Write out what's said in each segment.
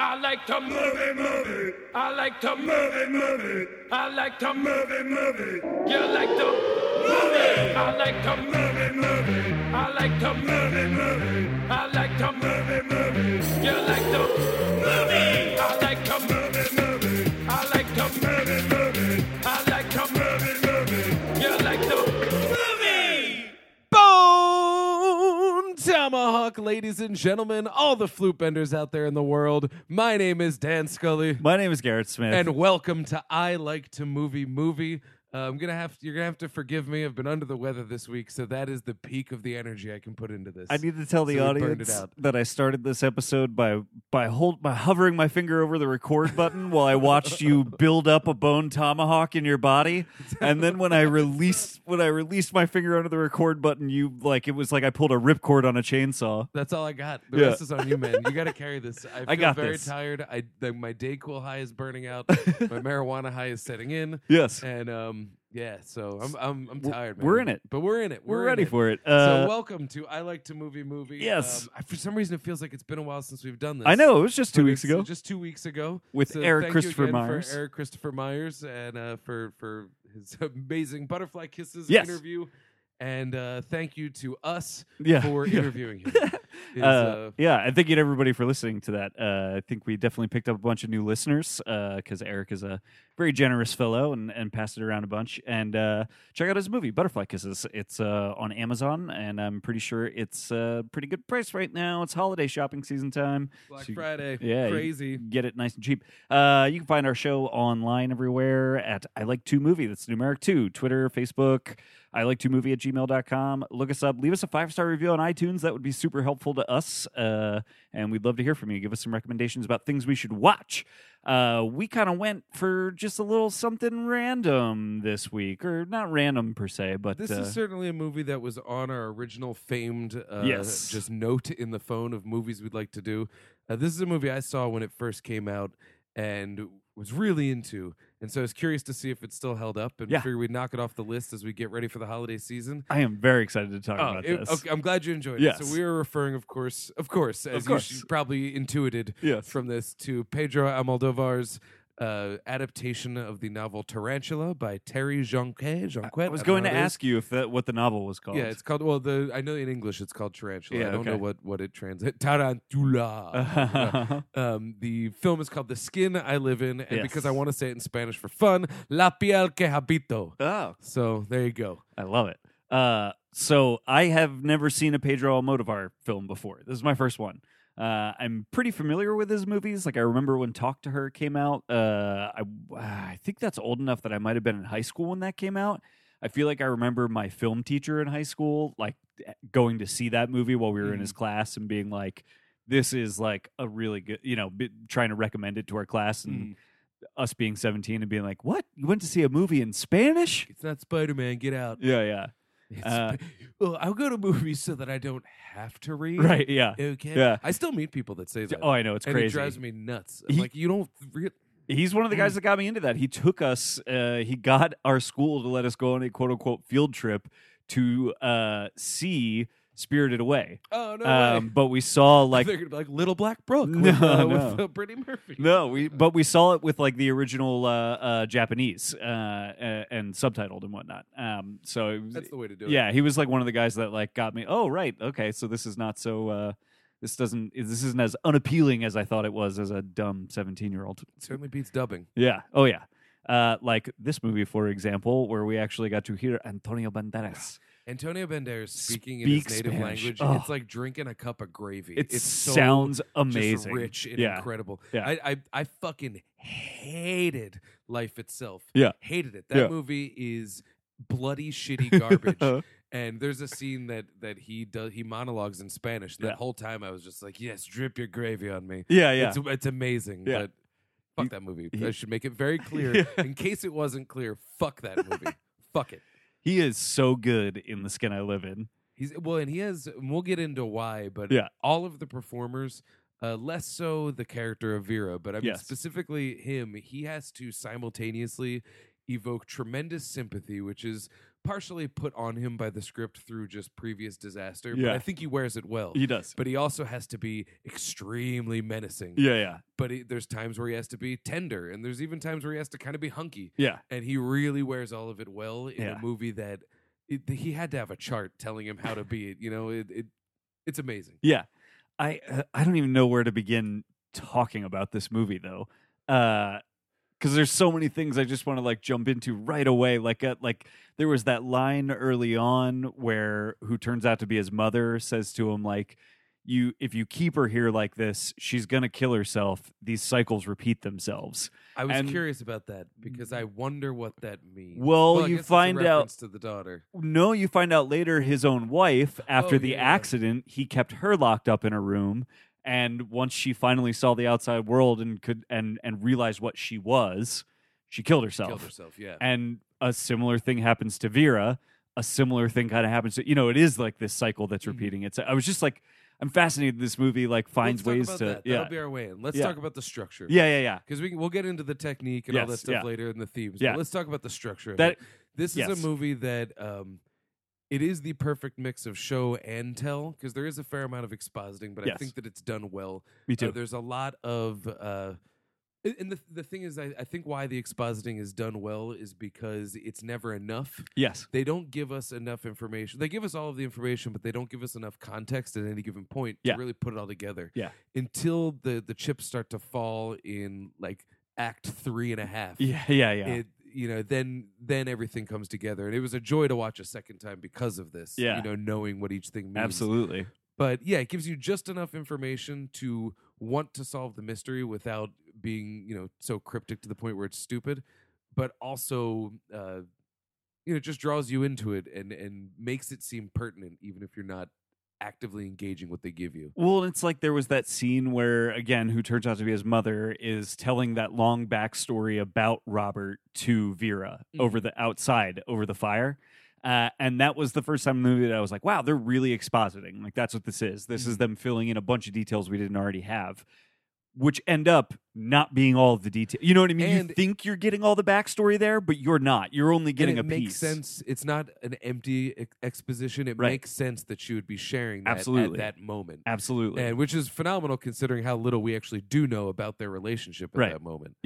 I like to move it, move it. I like to move it, move it. I like to move it, move it. You like to move it. I like to move it, move it. I like to move it, move it. I like to move it, move it. You like to move it. I like to move it, move it. I like to move it, move it. I like to move it, move it. You like to move it. Bone Tomahawk, ladies and gentlemen, all the flute benders out there in the world. My name is Dan Scully, My name is Garrett Smith. and welcome to I Like to Movie Movie. Uh, I'm gonna have you're gonna have to forgive me. I've been under the weather this week, so that is the peak of the energy I can put into this. I need to tell the So we burned it audience out. that I started this episode by by hold by hovering my finger over the record button while I watched you build up a bone tomahawk in your body, and then when I released when I released my finger under the record button, you like it was like I pulled a ripcord on a chainsaw. That's all I got. The Yeah. rest is on you, man. You got to carry this. I feel got very this. tired. I the, my Dayquil high is burning out. my marijuana high is setting in, Yes, and um, yeah. So I'm I'm, I'm We're- tired. Man. we're in it. but we're in it. we're, We're, in ready it. for it. so Uh, welcome to I like to movie movie. Yes. Um, I, for some reason it feels like it's been a while since we've done this. I know it was just two But weeks it's, uh, ago. Just two weeks ago With So Eric thank you Christopher again for Myers. Eric Christopher Myers, and uh, for for his amazing butterfly kisses Yes. interview. And uh, thank you to us Yeah. for Yeah. interviewing him. It's, Uh, yeah, and thank you to everybody for listening to that. Uh, I think we definitely picked up a bunch of new listeners because Eric is a very generous fellow and, and passed it around a bunch. And uh, check out his movie, Butterfly Kisses. It's uh, on Amazon, and I'm pretty sure it's a pretty good price right now. It's holiday shopping season time. Black So you- Friday. yeah, you- Crazy. Get it nice and cheap. Uh, you can find our show online everywhere at I Like Two Movie. That's numeric two. Twitter, Facebook, I Like Two Movie at gmail.com. Look us up. Leave us a five star review on iTunes. That would be super helpful to us. Uh, and we'd love to hear from you. Give us some recommendations about things we should watch. Uh, we kind of went for just a little something random this week, or not random per se, but This uh, is certainly a movie that was on our original famed uh, Yes. just note in the phone of movies we'd like to do. Uh, this is a movie I saw when it first came out and was really into. And so I was curious to see if it still held up and Yeah. figure we'd knock it off the list as we get ready for the holiday season. I am very excited to talk Oh, about it- this. okay, I'm glad you enjoyed it. Yes. So we are referring, of course, of course, as course. you sh- probably intuited Yes. from this, to Pedro Almodovar's uh, adaptation of the novel Tarantula by Terry Jonquet. Jonquet I was don't know going to how it is. ask you if that what the novel was called. Yeah, it's called. Well, the I know in English it's called Tarantula. Yeah, I don't know okay. Uh-huh. what what it translates. Tarantula. um, the film is called The Skin I Live In, and because I Yes. want to say it in Spanish for fun, La piel que habito. oh, So there you go. I love it. Uh, so I have never seen a Pedro Almodovar film before. This is my first one. Uh, I'm pretty familiar with his movies. Like I remember when Talk to Her came out. Uh, I I think that's old enough that I might have been in high school when that came out. I feel like I remember my film teacher in high school like eh, going to see that movie while we were in his class and being like, "This is like a really good," you know, b- trying to recommend it to our class and us being 17 and being like, "What? You went to see a movie in Spanish?" It's not Spider Man. Get out. Yeah, yeah. It's, Uh, well, I'll go to movies so that I don't have to read. Right, yeah. Okay. Yeah. I still meet people that say that. Oh, I know it's and crazy. it drives me nuts. I'm He- like you don't. Re- He's one of the guys that got me into that. He took us. Uh, he got our school to let us go on a quote unquote field trip to uh, see Spirited Away. oh no. Um, way. but we saw like They're gonna be like Little Black Brook No, with, uh, no. with uh, Brittany Murphy. no, we but we saw it with like the original uh, uh, Japanese uh, uh, and subtitled and whatnot. Um, so it was, That's the way to do it. yeah, he was like one of the guys that like got me. Oh right, okay. So this is not so. Uh, this doesn't. This isn't as unappealing as I thought it was as a dumb seventeen year old. It certainly beats dubbing. Yeah. Oh, yeah. Uh, like this movie, for example, where we actually got to hear Antonio Banderas. Antonio Banderas speaking Speak in his native Spanish. language, Oh. it's like drinking a cup of gravy. It it's so sounds just amazing. rich and yeah. incredible. Yeah. I, I I fucking hated life itself. Yeah. hated it. That Yeah. movie is bloody shitty garbage. and there's a scene that that he does he monologues in Spanish. The Yeah. whole time I was just like, yes, drip your gravy on me. Yeah, yeah. It's, it's amazing. Yeah. But fuck He- that movie. he- I should make it very clear Yeah. in case it wasn't clear. Fuck that movie. fuck it. he is so good in the skin I live in. He's well, and he has. And we'll get into why, but Yeah. all of the performers, uh, less so the character of Vera, but I mean Yes. specifically him. He has to simultaneously evoke tremendous sympathy, which is partially put on him by the script through just previous disaster. But Yeah. I think he wears it well. He does. but he also has to be extremely menacing. Yeah, yeah, But he, there's times where he has to be tender, and there's even times where he has to kind of be hunky. yeah. And he really wears all of it well in a Yeah. movie that it, he had to have a chart telling him how to be it. You know, it, it it's amazing. Yeah, I uh, I don't even know where to begin talking about this movie though, because there's so many things I just want to like jump into right away. Like uh, like there was that line early on where who turns out to be his mother says to him like. You, if you keep her here like this, she's gonna kill herself. These cycles repeat themselves. I was And- curious about that because I wonder what that means. Well, I you guess it's a find out- reference to the daughter. No, you find out later his own wife, after Oh, the yeah. accident, he kept her locked up in a room. And once she finally saw the outside world and could and and realized what she was, she killed herself. Killed herself. Yeah. And a similar thing happens to Vera. A similar thing kind of happens to you know. It is like this cycle that's Mhm. repeating. It's I was just like I'm fascinated. This movie like Let's finds talk ways about to that. yeah That'll be our way in. Let's Yeah. talk about the structure. yeah yeah yeah Because we can, we'll get into the technique and all that Yes, stuff yeah. later and the themes. Yeah. But let's talk about the structure. of that it. this is a yes. movie that um, it is the perfect mix of show and tell because there is a fair amount of expositing, but I Yes. think that it's done well. me Uh, too there's a lot of, uh, a- and the the thing is, I, I think why the expositing is done well is because it's never enough. yes They don't give us enough information. They give us all of the information, but they don't give us enough context at any given point Yeah. to really put it all together. Yeah. Until the the chips start to fall in like act three and a half. yeah yeah yeah It, you know, then then everything comes together, and it was a joy to watch a second time because of this. Yeah. You know, knowing what each thing means. absolutely But yeah, it gives you just enough information to want to solve the mystery without being, you know, so cryptic to the point where it's stupid, but also uh you know, just draws you into it and and makes it seem pertinent even if you're not actively engaging what they give you. Well, it's like there was that scene where, again, who turns out to be his mother is telling that long backstory about Robert to Vera Mhm. over the outside, over the fire. Uh, and that was the first time in the movie that I was like, wow, they're really expositing. Like, that's what this is. This is Mhm. them filling in a bunch of details we didn't already have, which end up not being all of the detail. You know what I mean? you And- think you're getting all the backstory there, but you're not. You're only getting and it a makes piece. sense. It's not an empty ex- exposition. It Right. makes sense that you would be sharing that Absolutely. at that moment. Absolutely. And which is phenomenal considering how little we actually do know about their relationship at Right. that moment.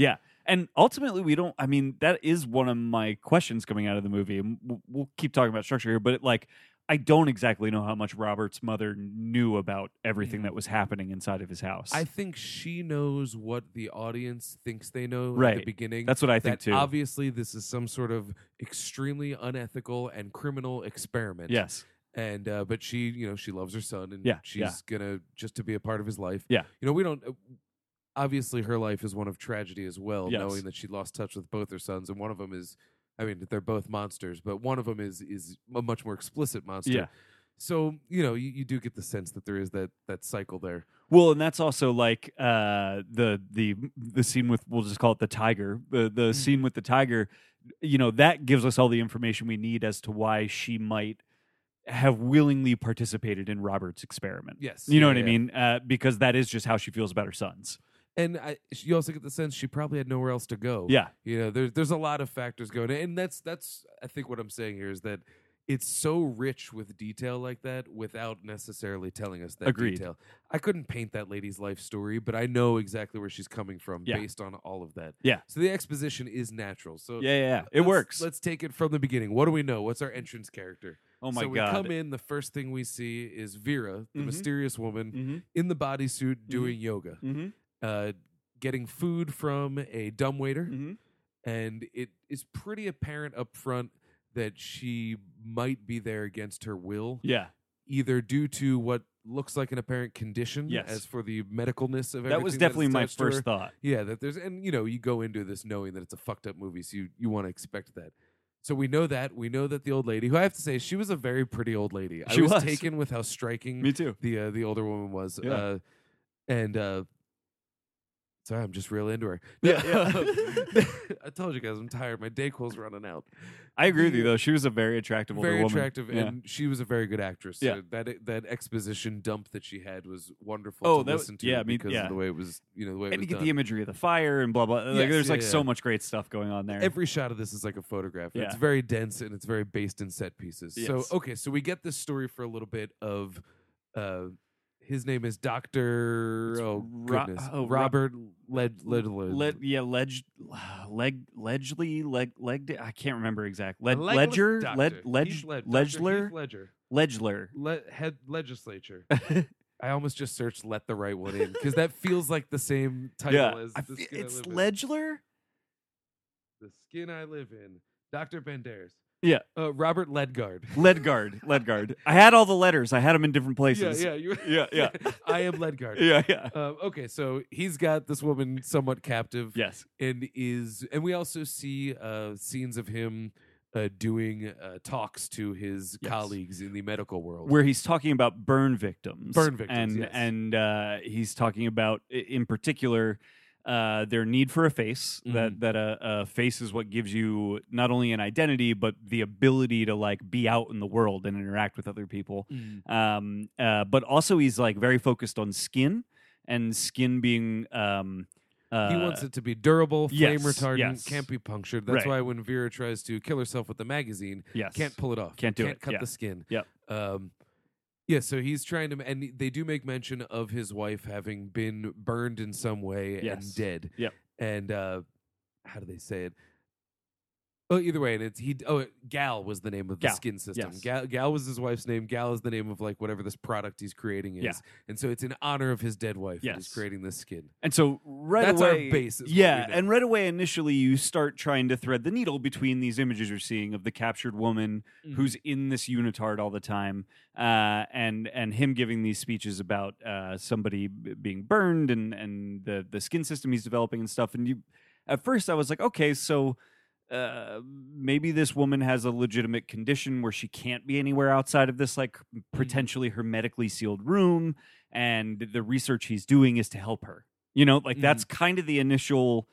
And ultimately, we don't. I mean, that is one of my questions coming out of the movie. And w- we'll keep talking about structure here, but it, like, I don't exactly know how much Robert's mother knew about everything that was happening inside of his house. Mm-hmm. I think she knows what the audience thinks they know at the Right. beginning. That's what I think that too. obviously this is some sort of extremely unethical and criminal experiment. yes. And uh, but she, you know, she loves her son, and Yeah, she's yeah. gonna just to be a part of his life. Yeah. You know, we don't. Obviously, her life is one of tragedy as well, Yes. knowing that she lost touch with both her sons, and one of them is. I mean, they're both monsters, but one of them is is a much more explicit monster. Yeah. So you know, you, you do get the sense that there is that that cycle there. Well, and that's also like uh, the the the scene with we'll just call it the tiger. The the Mm. scene with the tiger, you know, that gives us all the information we need as to why she might have willingly participated in Robert's experiment. Yes. You know Yeah, what I yeah. mean? Uh, because that is just how she feels about her sons. And I, you also get the sense she probably had nowhere else to go. Yeah. you know there's there's a lot of factors going in. and that's that's i think what i'm saying here is that it's so rich with detail like that without necessarily telling us that Agreed. detail i couldn't paint that lady's life story but i know exactly where she's coming from Yeah. based on all of that Yeah. so the exposition is natural so Yeah, yeah, yeah. It let's- works. let's take it from the beginning what do we know what's our entrance character oh my so we god. come in the first thing we see is vera the Mhm. mysterious woman in. in the bodysuit doing yoga Mm-hmm. uh, getting food from a dumbwaiter Mm-hmm. and it is pretty apparent up front that she might be there against her will, Yeah. either due to what looks like an apparent condition, Yes. as for the medicalness of everything. That was is definitely my attached to her. first thought. Yeah, that there's and you know you go into this knowing that it's a fucked up movie, so you you want to expect that. So we know that we know that the old lady, who I have to say, she was a very pretty old lady. I She was, was. taken with how striking Me too. the uh, the older woman was, Yeah. uh, and uh, Sorry, I'm just real into her. um, Yeah. I told you guys I'm tired. My Dayquil's running out. I agree with you though. She was a very attractive older very woman. attractive, Yeah. and she was a very good actress. Yeah. So that that exposition dump that she had was wonderful Oh, to that- listen to yeah, I mean, because yeah. of the way it was, you know, the way it and you was get done. the imagery of the fire and blah blah. Like, Yes, there's yeah, like so yeah. much great stuff going on there. Every shot of this is like a photograph. and It's Yeah. very dense and it's very based in set pieces. Yes. So okay, so we get this story for a little bit of uh his name is Doctor It's Oh Ro- goodness. oh, Ro- Robert Led Led Led, yeah, Ledge, Leg, Ledgley, Leg, Leg. I can't remember exact. Led, Legless Ledger, Doctor. Led, Ledge, Heath Led- Dr. Heath Ledgler, Ledger. Ledgler. Le- head legislature. I almost just searched "let the right one in" because that feels like the same title Yeah, as I the fe- skin it's I live Ledgler. in. The skin I live in. Doctor Banderas. Yeah. Uh, Robert Ledgard. Ledgard, Ledgard. I had all the letters. I had them in different places. Yeah, yeah, you- Yeah, yeah. I am Ledgard. yeah, yeah. Um, okay, so he's got this woman somewhat captive, Yes. and is, and we also see uh, scenes of him uh, doing uh, talks to his Yes. colleagues in the medical world. Where he's talking about burn victims, Burn victims, and yes. and uh, he's talking about i- in particular uh, their need for a face. Mm-hmm. That that a, a face is what gives you not only an identity but the ability to like be out in the world and interact with other people. Mm. Um, uh, but also he's like very focused on skin and skin being. Um, uh, He wants it to be durable, flame yes, retardant, yes. can't be punctured. That's why Right. when Vera tries to kill herself with the magazine, yes. can't pull it off. Can't do can't it, cut yeah. the skin. Yep. Um, yeah, so he's trying to, and they do make mention of his wife having been burned in some way Yes. and dead. Yep. And uh, how do they say it? Oh, either way, and it's he. Oh, Gal was the name of the Gal, skin system. yes. Gal, Gal was his wife's name. Gal is the name of like whatever this product he's creating is. Yeah. And so it's in honor of his dead wife. that he's Yes. creating this skin. And so right That's our away, base, is what we yeah, know. and right away, initially, you start trying to thread the needle between these images you're seeing of the captured woman Mm-hmm. who's in this unitard all the time, uh, and and him giving these speeches about uh, somebody b- being burned and and the the skin system he's developing and stuff. And you, at first, I was like, okay, so. Uh, maybe this woman has a legitimate condition where she can't be anywhere outside of this like Hmm. potentially hermetically sealed room and the research he's doing is to help her. You know, like that's kind of the initial.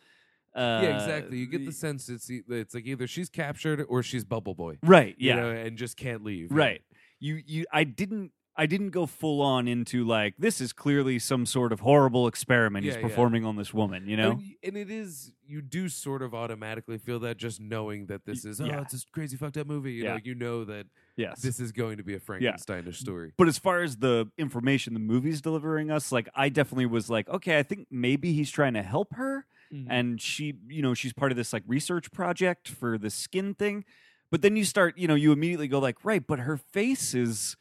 Uh, Mm-hmm. yeah, exactly. You get the sense it's e- it's like either she's captured or she's Bubble Boy. right. you Yeah, know, and just can't leave. right. You you. I didn't. I didn't go full on into like this is clearly some sort of horrible experiment Yeah, he's yeah. performing on this woman. You know. And, y- and it is you do sort of automatically feel that just knowing that this Y- is oh yeah. it's a crazy fucked up movie. You know, Yeah. you know that yes. this is going to be a Frankensteinish story. but as far as the information the movie's delivering us, like I definitely was like, okay, I think maybe he's trying to help her. and she you know she's part of this like research project for the skin thing but then you start you know you immediately go like right but her face is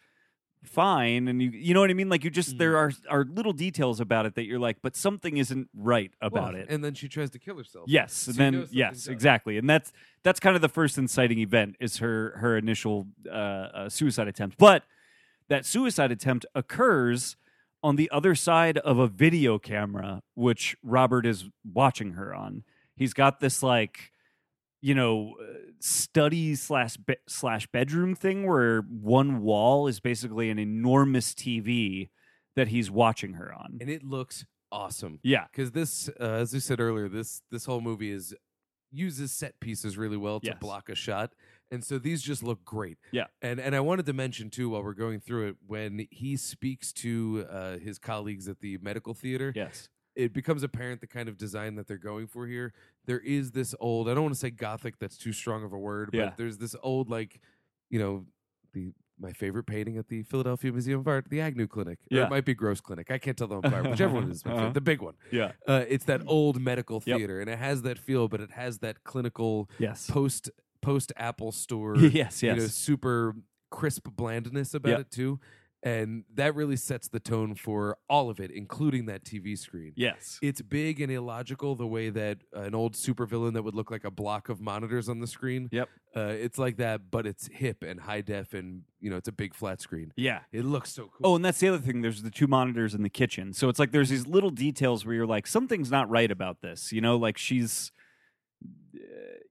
fine and you you know what i mean like you just there are are little details about it that you're like but something isn't right about Well, it And then she tries to kill herself. yes and so you know then something's yes up. exactly and that's that's kind of the first inciting event is her her initial uh, uh suicide attempt but that suicide attempt occurs on the other side of a video camera, which Robert is watching her on. He's got this like, you know, uh, study slash be- slash bedroom thing where one wall is basically an enormous TV that he's watching her on. And it looks awesome Yeah, because this, uh, as we said earlier, this this whole movie is uses set pieces really well to Yes. block a shot, and so these just look great. Yeah. and and I wanted to mention too while we're going through it when he speaks to uh, his colleagues at the medical theater, yes, it becomes apparent the kind of design that they're going for here. There is this old, I don't want to say gothic, that's too strong of a word, but Yeah. there's this old, like, you know, the my favorite painting at the Philadelphia Museum of Art, the Agnew Clinic. Or Yeah. it might be Gross Clinic. I can't tell them apart, whichever one is my favorite, Uh-huh. the big one. yeah, Uh, it's that old medical Yep. theater, and it has that feel, but it has that clinical yes, post post Apple store yes, yes, you know, super crisp blandness about Yeah. it too. And that really sets the tone for all of it, including that TV screen. yes. It's big and illogical the way that an old supervillain that would look like a block of monitors on the screen. Yep. Uh, it's like that, but it's hip and high def, and you know it's a big flat screen. yeah. It looks so cool. Oh, and that's the other thing. There's the two monitors in the kitchen. So it's like there's these little details where you're like, something's not right about this. You know, like she's uh,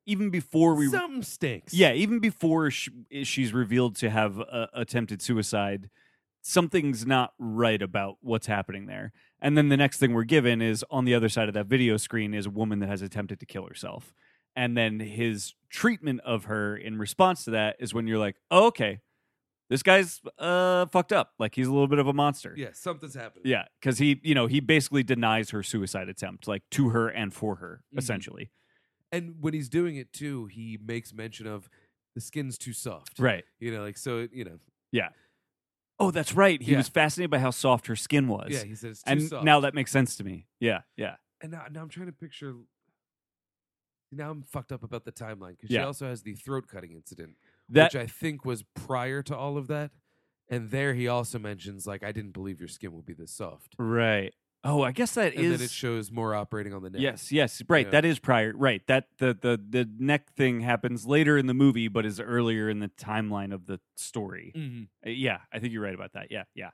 even before we, something stinks. yeah, even before sh eh, she's revealed to have uh, attempted suicide, something's not right about what's happening there. And then the next thing we're given is on the other side of that video screen is a woman that has attempted to kill herself. And then his treatment of her in response to that is when you're like, oh, okay, this guy's uh, fucked up. Like he's a little bit of a monster. Yeah, something's happening. Yeah, because he, you know, he basically denies her suicide attempt, like to her and for her, Mhm. essentially. And when he's doing it too, he makes mention of the skin's too soft. Right. You know, like so. it- You know. Oh, that's right. He Yeah. was fascinated by how soft her skin was. Yeah. He says it's too and soft. now that makes sense to me. Yeah, yeah. and now, now I'm trying to picture. Now I'm fucked up about the timeline because she Yeah. also has the throat cutting incident, That which I think was prior to all of that. And there he also mentions like I didn't believe your skin would be this soft, right. Oh, I guess that and is then it shows more operating on the neck. Yes, yes, right. Yeah. That is prior. Right. That the the the neck thing happens later in the movie, but is earlier in the timeline of the story. Mhm. Uh, Yeah, I think you're right about that. Yeah, yeah,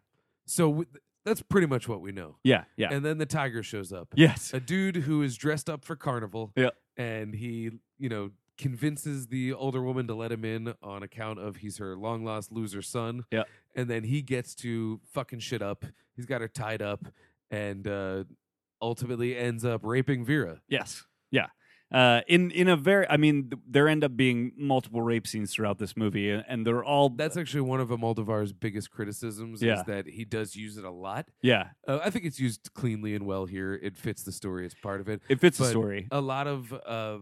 So w- that's pretty much what we know. yeah, yeah. And then the tiger shows up. yes, a dude who is dressed up for carnival. Yeah. And he, you know, convinces the older woman to let him in on account of he's her long lost loser son. Yeah. And then he gets to fucking shit up. He's got her tied up and uh ultimately ends up raping Vera. yes, yeah. Uh, in in a very, I mean, th- there end up being multiple rape scenes throughout this movie, and, and they're all That's actually one of Almodovar's biggest criticisms Yeah. is that he does use it a lot. yeah. Uh, I think it's used cleanly and well here. It fits the story. It's part of it. It fits the But- story. a lot of uh,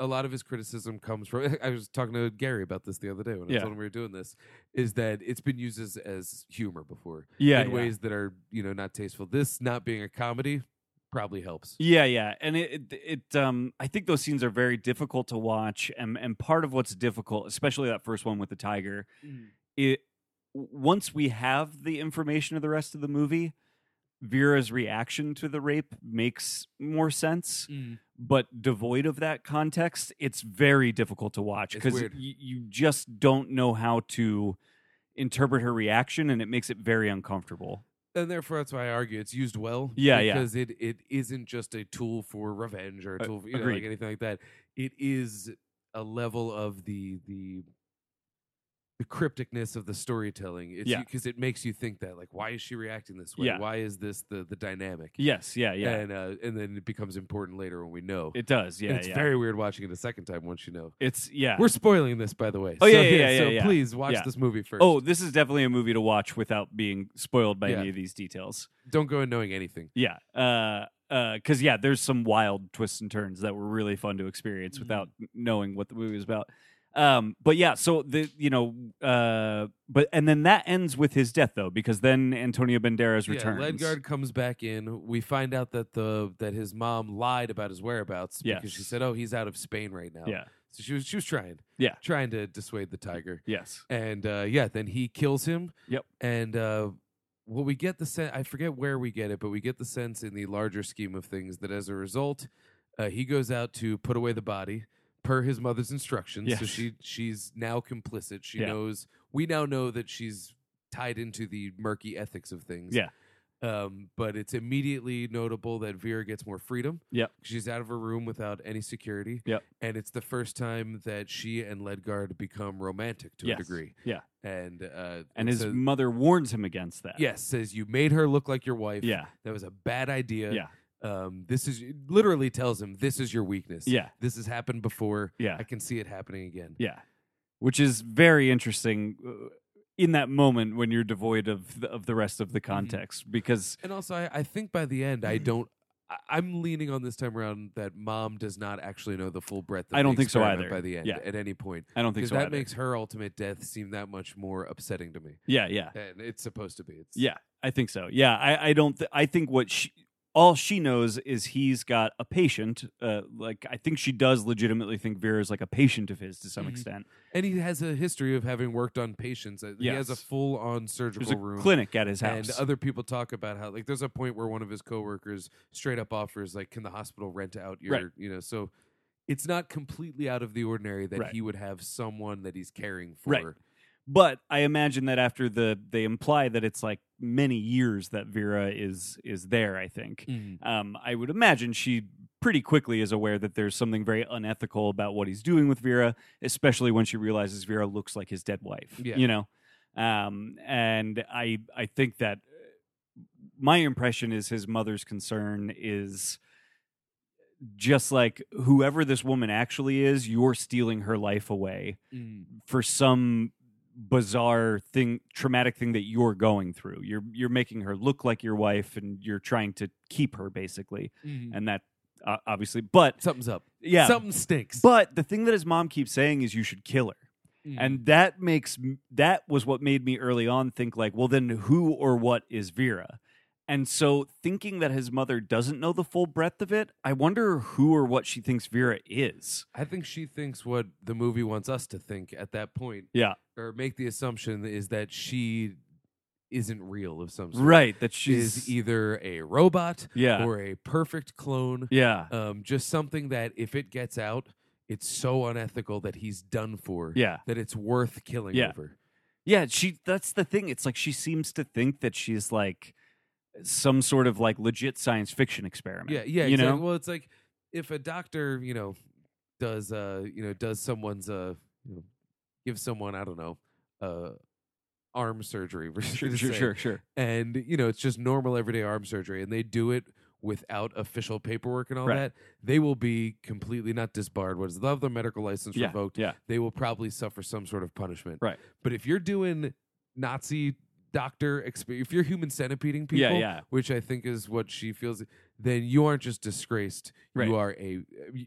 a lot of his criticism comes from. I was talking to Gary about this the other day when I Yeah. told him we were doing this. Is that it's been used as, as humor before Yeah, in yeah. ways that are you know not tasteful. This not being a comedy probably helps. Yeah, yeah, and it, it it um I think those scenes are very difficult to watch, and and part of what's difficult, especially that first one with the tiger, Mm. it w- once we have the information of the rest of the movie, Vera's reaction to the rape makes more sense, Mm. but devoid of that context, it's very difficult to watch It's because y- weird. you just don't know how to interpret her reaction, and it makes it very uncomfortable. And therefore, that's why I argue it's used well. Yeah, yeah. because it it isn't just a tool for revenge or a A- tool for you know, like agreed. anything like that. It is a level of the the the crypticness of the storytelling. It's Yeah. because it makes you think that like, why is she reacting this way? Yeah. Why is this the the dynamic? Yes, yeah, yeah, and uh, and then it becomes important later when we know. it does. And Yeah, it's yeah. very weird watching it a second time once you know. it's yeah. We're spoiling this, by the way. Oh, so, yeah, yeah, yeah, so yeah, yeah. please watch Yeah. this movie first. Oh, this is definitely a movie to watch without being spoiled by Yeah. any of these details. don't go in knowing anything. Yeah. Uh uh, cause yeah, there's some wild twists and turns that were really fun to experience Mm-hmm. without knowing what the movie was about. Um, but yeah, so the you know, uh, but and then that ends with his death though, because then Antonio Banderas returns. Yeah, Ledgard comes back in. We find out that the that his mom lied about his whereabouts because she Yes. said, "Oh, he's out of Spain right now." Yeah. So she was she was trying. Yeah. Trying to dissuade the tiger. Yes. And uh, yeah, then he kills him. Yep. And uh, well, we get the sense. I forget where we get it, but we get the sense in the larger scheme of things that as a result, uh, he goes out to put away the body per his mother's instructions. So Yes. she she's now complicit. She Yeah. knows. We now know that she's tied into the murky ethics of things. Yeah. Um, but it's immediately notable that Vera gets more freedom. Yep. She's out of her room without any security. Yep. And it's the first time that she and Ledgard become romantic to Yes. a degree. Yeah. And uh, And his says- mother warns him against that. yes says you made her look like your wife. Yeah. That was a bad idea. Yeah. Um, this is literally tells him this is your weakness. Yeah. This has happened before. Yeah. I can see it happening again. Yeah, which is very interesting uh, in that moment when you're devoid of the, of the rest of the context because And also, I, I think by the end, I Mm. don't. I, I'm leaning on this time around that mom does not actually know the full breadth. Of I don't the think so experiment either. By the end, Yeah. at any point, I don't think because so. that either. makes her ultimate death seem that much more upsetting to me. yeah, yeah, And it's supposed to be. It's, yeah. I think so. Yeah, I, I don't. Th- I think what she. All she knows is he's got a patient. Uh, like I think she does legitimately think Vera's like a patient of his to some Mhm. extent. And he has a history of having worked on patients. Uh, He has a Yes. full on There's surgical a room. clinic at his house. And other people talk about how like there's a point where one of his coworkers straight up offers like, can the hospital rent out your Right. you know? So it's not completely out of the ordinary that Right. he would have someone that he's caring for. Right. but I imagine that after the they imply that it's like many years that Vera is is there. I think. um, I would imagine she pretty quickly is aware that there's something very unethical about what he's doing with Vera, especially when she realizes Vera looks like his dead wife. Yeah. You know, um, and I I think that my impression is his mother's concern is just like whoever this woman actually is, you're stealing her life away for some bizarre thing traumatic thing that you're going through you're you're making her look like your wife and you're trying to keep her basically and that uh, obviously but Something's up. yeah Something stinks. but the thing that his mom keeps saying is you should kill her Mm. and that makes m- that was what made me early on think like well then who or what is vera and so thinking that his mother doesn't know the full breadth of it i wonder who or what she thinks vera is I think she thinks what the movie wants us to think at that point, yeah or make the assumption is that she isn't real of some sort. right that She's she's either a robot e, yeah or a perfect clone. yeah Um, just something that if it gets out, it's so unethical that he's done for yeah that it's worth killing Yeah. over. yeah she that's the thing it's like she seems to think that she's like some sort of like legit science fiction experiment Yeah, yeah. you exactly. know well, it's like if a doctor, you know, does uh, you know, does someone's uh, you know, give someone I don't know, uh, arm surgery. we're sure gonna sure say, sure, sure. and you know it's just normal everyday arm surgery and they do it without official paperwork and all Right. that they will be completely not disbarred what is love their medical license yeah revoked yeah they will probably suffer some sort of punishment Right. but if you're doing nazi doctor exp- if you're human centipeding people yeah yeah which i think is what she feels then you aren't just disgraced Right. you are a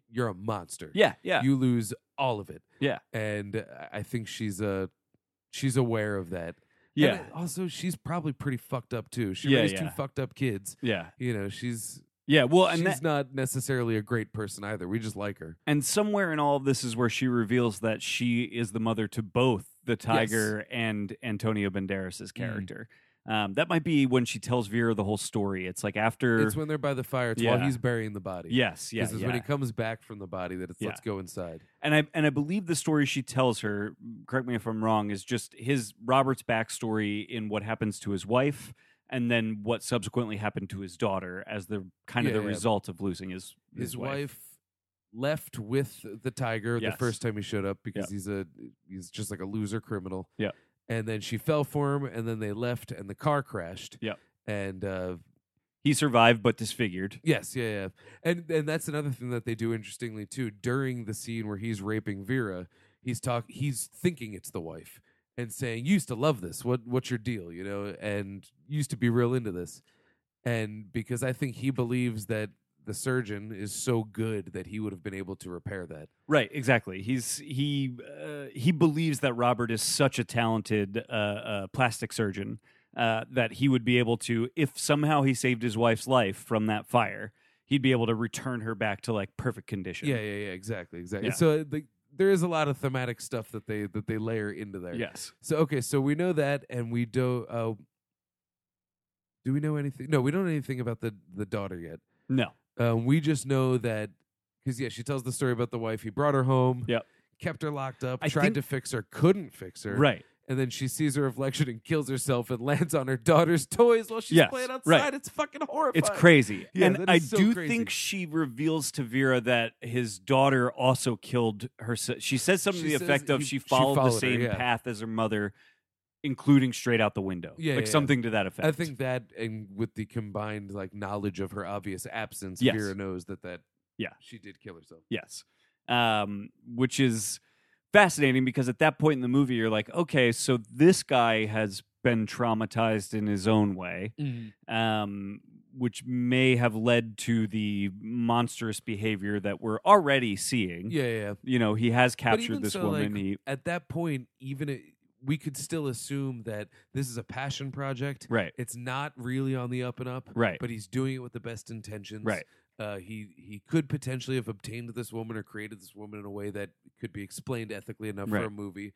you're a monster yeah yeah you lose all of it Yeah. and uh, i think she's uh she's aware of that and yeah it- also, she's probably pretty fucked up too. She Yeah, raised two yeah. fucked up kids. yeah You know, she's yeah well and she's that, not necessarily a great person either. We just like her. And somewhere in all of this is where she reveals that she is the mother to both the tiger and Antonio Mm. Banderas' character. Um, that might be when she tells Vera the whole story. It's like after. It's when they're by the fire. It's while Yeah. he's burying the body. yes, yes. Because it's when he comes back from the body that it's Yeah. let's go inside. and I and I believe the story she tells her, correct me if I'm wrong, is just his Robert's backstory in what happens to his wife and then what subsequently happened to his daughter as the kind of Yeah, the yeah. result of losing his His, wife. left with the tiger the Yes. first time he showed up because Yep. he's a he's just like a loser criminal. Yep. And then she fell for him, and then they left, and the car crashed. Yep. And uh, He survived but disfigured. Yes, yeah, yeah. And and that's another thing that they do interestingly too. During the scene where he's raping Vera, he's talk he's thinking it's the wife and saying, You used to love this. What what's your deal? You know, and used to be real into this. And because I think he believes that the surgeon is so good that he would have been able to repair that. Right, exactly. He's he uh, he believes that Robert is such a talented uh, uh, plastic surgeon uh, that he would be able to, if somehow he saved his wife's life from that fire, he'd be able to return her back to like perfect condition. Yeah, yeah, yeah, exactly, exactly. Yeah. So the, there is a lot of thematic stuff that they that they layer into there. Yes. So okay, so we know that, and we do. Uh, do we know anything? No, we don't know anything about the the daughter yet. No. Um, we just know that because yeah, she tells the story about the wife. He brought her home. Yep. Kept her locked up. I tried think- to fix her. Couldn't fix her. Right. And then she sees her reflection and kills herself and lands on her daughter's toys while she's Yes, playing outside. right. It's fucking horrifying. It's crazy. Yeah, and that I is so do crazy. think she reveals to Vera that his daughter also killed herself. She says something She to the says effect of he- she she followed, followed the her, same yeah. path as her mother, including straight out the window. Yeah, like yeah, yeah. something to that effect. I think that, and with the combined like knowledge of her obvious absence, Yes. Vera knows that that Yeah. she did kill herself. Yes. Um, which is fascinating because at that point in the movie, you're like, okay, so this guy has been traumatized in his own way, um, which may have led to the monstrous behavior that we're already seeing. Yeah, yeah, yeah. You know, he has captured even this so, woman. like, he, at that point, even it, we could still assume that this is a passion project. right, It's not really on the up and up, right, but he's doing it with the best intentions. right. Uh, he he could potentially have obtained this woman or created this woman in a way that could be explained ethically enough Right. for a movie.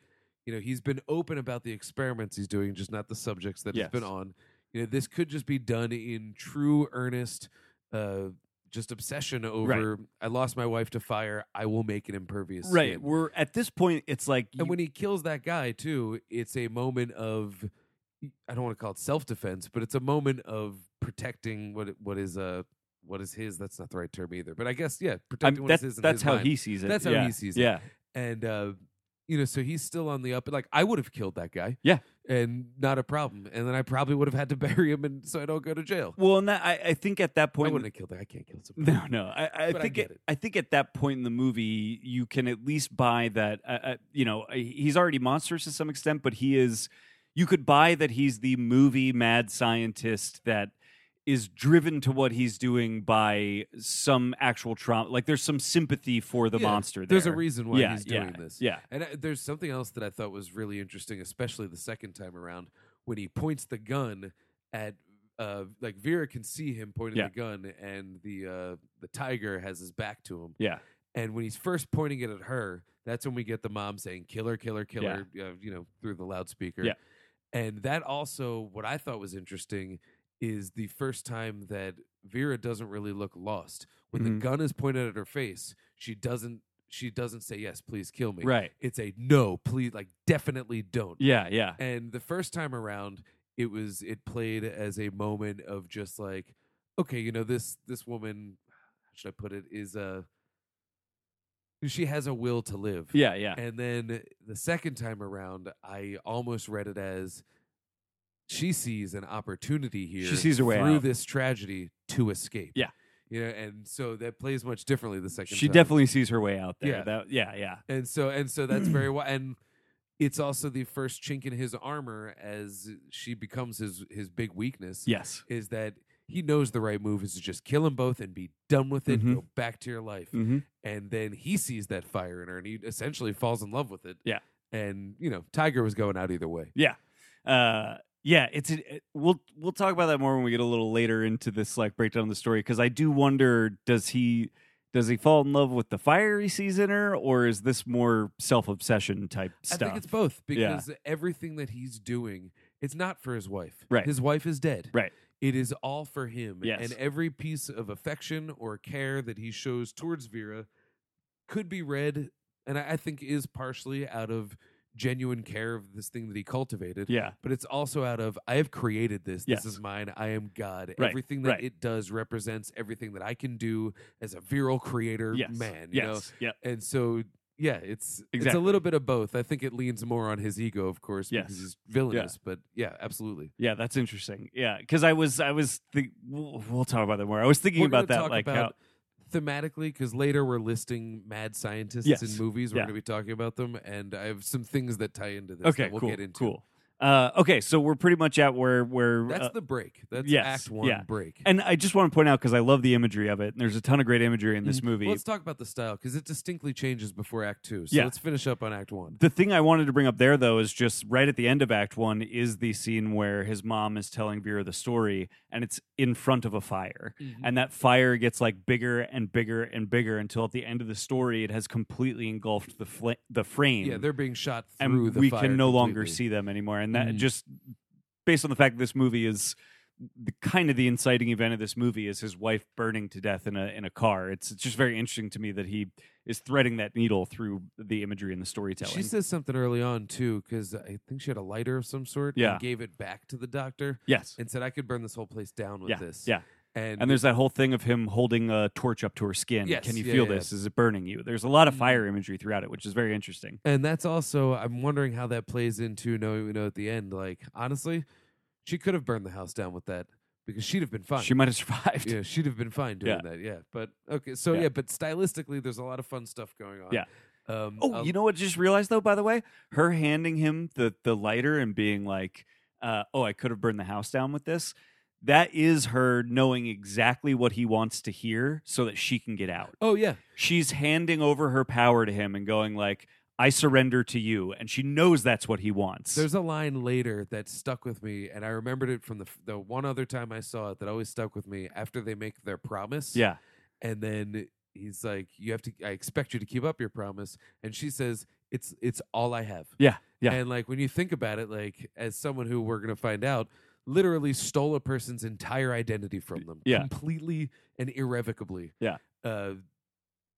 You know, he's been open about the experiments he's doing, just not the subjects that he's been Yes. on. You know, this could just be done in true earnest, uh, just obsession over. I lost my wife to fire. I will make an impervious Right. skin." We're at this point, it's like, you- And when he kills that guy too, it's a moment of I don't want to call it self defense, but it's a moment of protecting what what is uh, what is his. That's not the right term either, but I guess yeah, I'm- protecting what is that's, his. and that's his how mind. he sees it. That's how yeah. he sees it. yeah. And uh, you know, so he's still on the up. Like I would have killed that guy. Yeah. And not a problem. And then I probably would have had to bury him, and so I don't go to jail. Well, and that, I, I think at that I point, wouldn't have killed that. I can't kill somebody. No, no. I, I But I think get at- it. I think at that point in the movie, you can at least buy that. Uh, uh, you know, uh, he's already monstrous to some extent, but he is. You could buy that he's the movie mad scientist that is driven to what he's doing by some actual trauma. Like there's some sympathy for the Yeah, monster. There. There's a reason why yeah, he's yeah, doing this. Yeah. And uh, there's something else that I thought was really interesting, especially the second time around when he points the gun at uh like Vera can see him pointing Yeah. the gun and the uh the tiger has his back to him. Yeah. And when he's first pointing it at her, that's when we get the mom saying killer killer killer uh, you know through the loudspeaker. Yeah. And that also what I thought was interesting is the first time that Vera doesn't really look lost. When Mhm. the gun is pointed at her face, she doesn't she doesn't say yes, please kill me. Right. It's a no, please like definitely don't. Yeah. Yeah. And the first time around, it was it played as a moment of just like, okay, you know this this woman, how should I put it, is a she has a will to live. Yeah. Yeah. And then the second time around, I almost read it as she sees an opportunity here. She sees her way through out. this tragedy to escape. Yeah. You know, and so that plays much differently the second. She time. definitely sees her way out there. Yeah. That, yeah. Yeah. And so and so that's very why and it's also the first chink in his armor as she becomes his his big weakness Yes. is that he knows the right move is to just kill them both and be done with it, Mhm. go back to your life. Mm-hmm. And then he sees that fire in her and he essentially falls in love with it. Yeah. And you know, Tiger was going out either way. Yeah. Uh yeah, it's it, we'll we'll talk about that more when we get a little later into this like breakdown of the story cuz I do wonder does he does he fall in love with the fire he sees in her or is this more self-obsession type stuff? I think it's both Yeah. because everything that he's doing, it's not for his wife. Right. His wife is dead. Right. It is all for him. Yes. And every piece of affection or care that he shows towards Vera could be read, and I, I think is partially out of genuine care of this thing that he cultivated. yeah. But it's also out of I have created this. Yes. This is mine. I am God. Right, Everything that right. it does represents everything that I can do as a virile creator Yes. man. You know? yes. Yeah. and so yeah, it's it's a Exactly. little bit of both. I think it leans more on his ego, of course, Yes. because he's villainous. But yeah, absolutely. Yeah, that's interesting. Yeah, cuz I was I was think we'll, we'll talk about that more. I was thinking We're gonna about that talk like about thematically because later we're listing mad scientists Yes. in movies. We're Yeah. going to be talking about them, and I have some things that tie into this. how, Okay, that we'll cool. get into. Cool. Uh okay, so we're pretty much at where where That's uh, the break. That's yes, Act One yeah. break. and I just want to point out because I love the imagery of it, and there's a ton of great imagery in this Mhm. movie. Well, let's talk about the style because it distinctly changes before Act Two. So Yeah. let's finish up on Act One. The thing I wanted to bring up there, though, is just right at the end of Act One is the scene where his mom is telling Vera the story, and it's in front of a fire. Mm-hmm. And that fire gets like bigger and bigger and bigger until at the end of the story, it has completely engulfed the fl- the frame. yeah, they're being shot through and the we fire can no longer completely. see them anymore. And that Mhm. just based on the fact that this movie is the kind of the inciting event of this movie is his wife burning to death in a in a car. It's, it's just very interesting to me that he is threading that needle through the imagery and the storytelling. She says something early on too, because I think she had a lighter of some sort. Yeah. and gave it back to the doctor yes. and said, "I could burn this whole place down with yeah, this." Yeah. and, And there's that whole thing of him holding a torch up to her skin. Yes, Can you yeah, feel yeah. this? Is it burning you? There's a lot of Mhm. fire imagery throughout it, which is very interesting. and that's also I'm wondering how that plays into knowing we know at the end. Like honestly, she could have burned the house down with that because she'd have been fine. She might have survived. yeah, she'd have been fine doing that. Yeah, but okay, so Yeah. yeah. but stylistically, there's a lot of fun stuff going on. Yeah. Um, Oh, I'll- you know what? I Just realized though. By the way, her handing him the the lighter and being like, uh, "Oh, I could have burned the house down with this." That is her knowing exactly what he wants to hear, so that she can get out. Oh yeah, She's handing over her power to him and going like, "I surrender to you," and she knows that's what he wants. There's a line later that stuck with me, and I remembered it from the f- the one other time I saw it that always stuck with me. After they make their promise, yeah, and then he's like, "You have to. I expect you to keep up your promise," and she says, "It's it's all I have." Yeah, yeah. And like when you think about it, like as someone who we're gonna find out literally stole a person's entire identity from them, Yeah. completely and irrevocably. Yeah. Uh,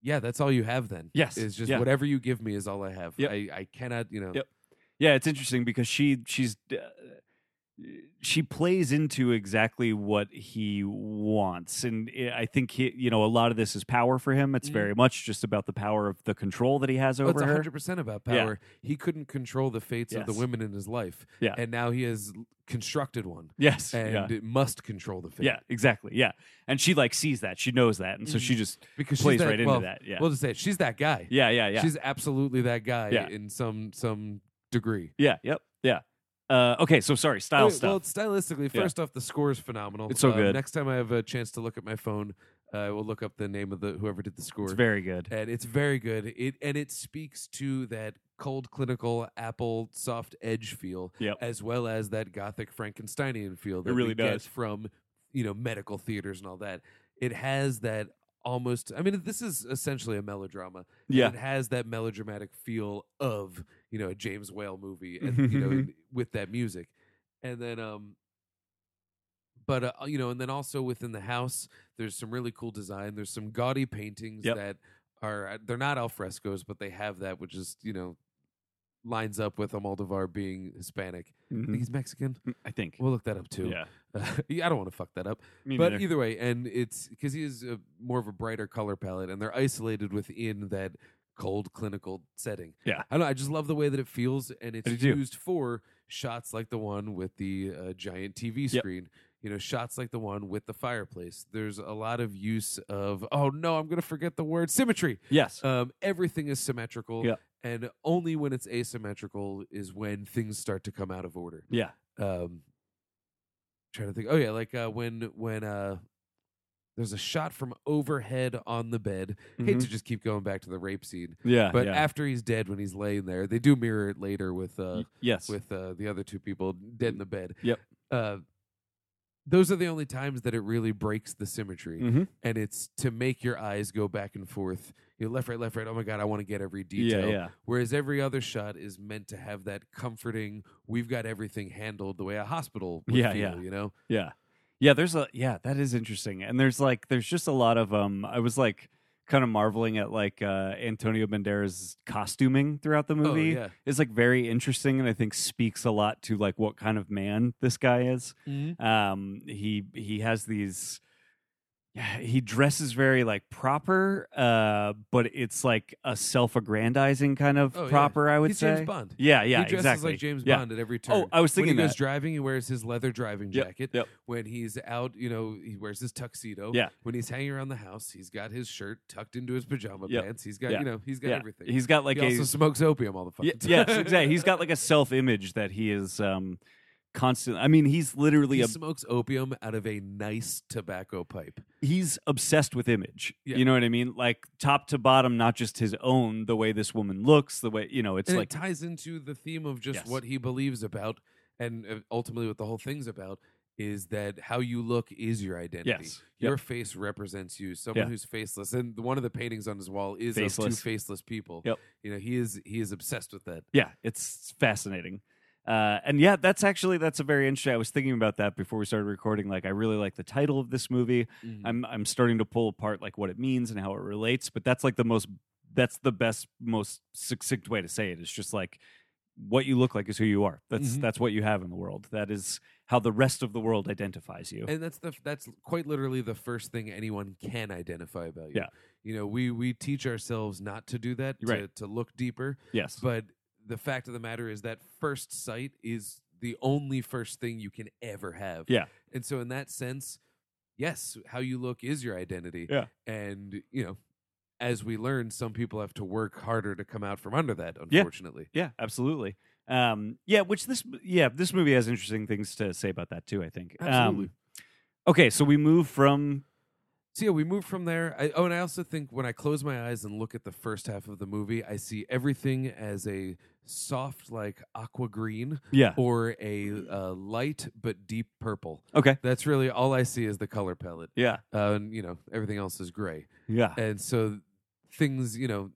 yeah, that's all you have then. Yes, It's just yeah. whatever you give me is all I have. Yep. I, I cannot, you know. Yep. yeah. It's interesting because she she's uh, she plays into exactly what he wants and i- i think he you know a lot of this is power for him it's Mm. very much just about the power of the control that he has Oh, it's over her 100% about Yeah. power. He couldn't control the fates of the Yes. women in his life. Yeah. And now he has l- constructed one yes and yeah. it must control the fate. yeah exactly yeah and she like sees that she knows that and so she just Because Mm-hmm. she's plays that- right into well, that yeah We'll just say it, she's that guy. yeah yeah yeah She's absolutely that guy Yeah. in some some degree. yeah yep yeah uh, okay so sorry style Wait, stuff Oh, Well, stylistically, Yeah. first off, the score is phenomenal. It's so Uh, good. Next time I have a chance to look at my phone, uh, I will look up the name of the whoever did the score. it's very good and it's very good. It and it speaks to that cold clinical apple soft edge feel, Yep. as well as that gothic Frankensteinian feel that really we get does. from you know medical theaters and all that. It has that almost. I mean, this is essentially a melodrama. and yeah it has that melodramatic feel of you know a James Whale movie, and you know and- with that music, and then um. But uh, you know, and then also within the house, there's some really cool design. There's some gaudy paintings Yep. that are uh, they're not alfrescoes, but they have that, which is you know lines up with Almodovar being Hispanic. I think Mhm. he's Mexican. i think We'll look that up too. yeah Yeah, I don't want to fuck that up. Me but neither. either way, and it's because he is a, more of a brighter color palette, and they're isolated within that cold clinical setting. Yeah. I don't. know, I just love the way that it feels, and it's I do too. used for shots like the one with the uh, giant TV Yep. screen. You know, shots like the one with the fireplace. There's a lot of use of. Oh no, I'm gonna forget the word symmetry. yes Um, everything is symmetrical. Yep. And only when it's asymmetrical is when things start to come out of order yeah um trying to think oh yeah like uh when when uh there's a shot from overhead on the bed hate Mhm. to just keep going back to the rape scene yeah but Uh, yeah. after he's dead when he's laying there they do mirror it later with uh Y- yes with uh the other two people dead in the bed Yep. uh those are the only times that it really breaks the symmetry Mhm. and it's to make your eyes go back and forth you know, left right left right oh my god i want to get every yeah detail yeah Whereas every other shot is meant to have that comforting, we've got everything handled the way a hospital would Yeah, feel, yeah. you know? Yeah. Yeah, there's a yeah, that is interesting. And there's like there's just a lot of um I was like kind of marveling at like uh Antonio Banderas costuming throughout the movie. Oh, yeah. It's like very interesting and I think speaks a lot to like what kind of man this guy is. Um he he has these he dresses very like proper uh but it's like a self-aggrandizing kind of Oh, yeah. proper I would He's say. James Bond. Yeah, he yeah, dresses exactly. like James Yeah. Bond at every turn. Oh, I was when he thinking goes that. driving, he wears his leather driving Yep, jacket. yep. When he's out, you know, he wears his tuxedo. Yeah. When he's hanging around the house, he's got his shirt tucked into his pajama Yep. pants. He's got, Yeah. you know, he's got yeah. everything. He's got like he a also smokes opium all the fucking Ye- time. yes, exactly. He's got like a self image that he is um constant. I mean, he's literally he a, smokes opium out of a nice tobacco pipe. he's obsessed with image. Yeah. You know what I mean? Like top to bottom, not just his own. The way this woman looks, the way you know, it's and like it ties into the theme of just Yes. what he believes about and uh, ultimately what the whole thing's about is that how you look is your identity yes, your Yep. face represents you someone Yeah. who's faceless and the- one of the paintings on his wall is of two Faceless. faceless people Yep. you know he is he is obsessed with that yeah, it's fascinating. Uh, and yeah, that's actually that's a very interesting. I was thinking about that before we started recording. Like, I really like the title of this movie. I'm I'm starting to pull apart like what it means and how it relates, but that's like the most that's the best most succinct way to say it. It's just like what you look like is who you are. That's Mhm. that's what you have in the world. That is how the rest of the world identifies you. and that's the that's quite literally the first thing anyone can identify about you Yeah. you know we we teach ourselves not to do that Right. to, to look deeper yes. But the fact of the matter is that first sight is the only first thing you can ever have. Yeah. And so in that sense, yes, how you look is your identity. Yeah. And, you know, as we learn, some people have to work harder to come out from under that, unfortunately. yeah, absolutely. Um yeah, which this yeah, this movie has interesting things to say about that too, I think. Um, Absolutely. okay, so we move from So yeah, we move from there. I, oh, and I also think when I close my eyes and look at the first half of the movie, I see everything as a soft, like aqua green yeah. or a uh, light but deep purple. Okay. That's really all I see is the color palette. Yeah. uh, and you know everything else is gray Yeah. and so things you know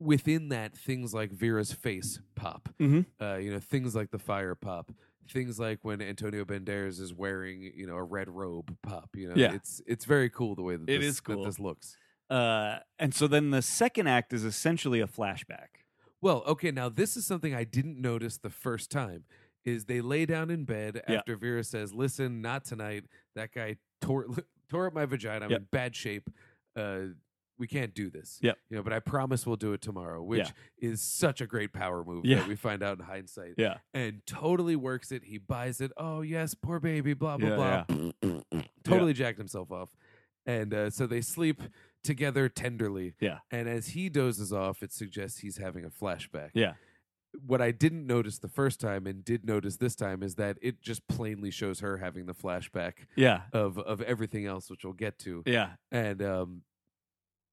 within that things like vera's face pop Mhm. uh, you know things like the fire pop things like when antonio banderas is wearing you know a red robe pop you know Yeah. it's it's very cool the way that It this, is cool. that this looks Uh and so then the second act is essentially a flashback. well okay now this is something i didn't notice the first time is they lay down in bed Yeah. after Vera says, "Listen, not tonight. That guy tore tore up my vagina. I'm Yeah. in bad shape. Uh, we can't do this. Yeah. you know, but I promise we'll do it tomorrow." Which is such a great power move Yeah. that we find out in hindsight. Yeah. and totally works it. He buys it. Oh yes, poor baby. Blah blah Yeah, blah. yeah. totally jacked himself off. And uh, so they sleep together tenderly. Yeah. And as he dozes off, it suggests he's having a flashback. Yeah. What I didn't notice the first time and did notice this time is that it just plainly shows her having the flashback Yeah. of of everything else, which we'll get to. Yeah. And um,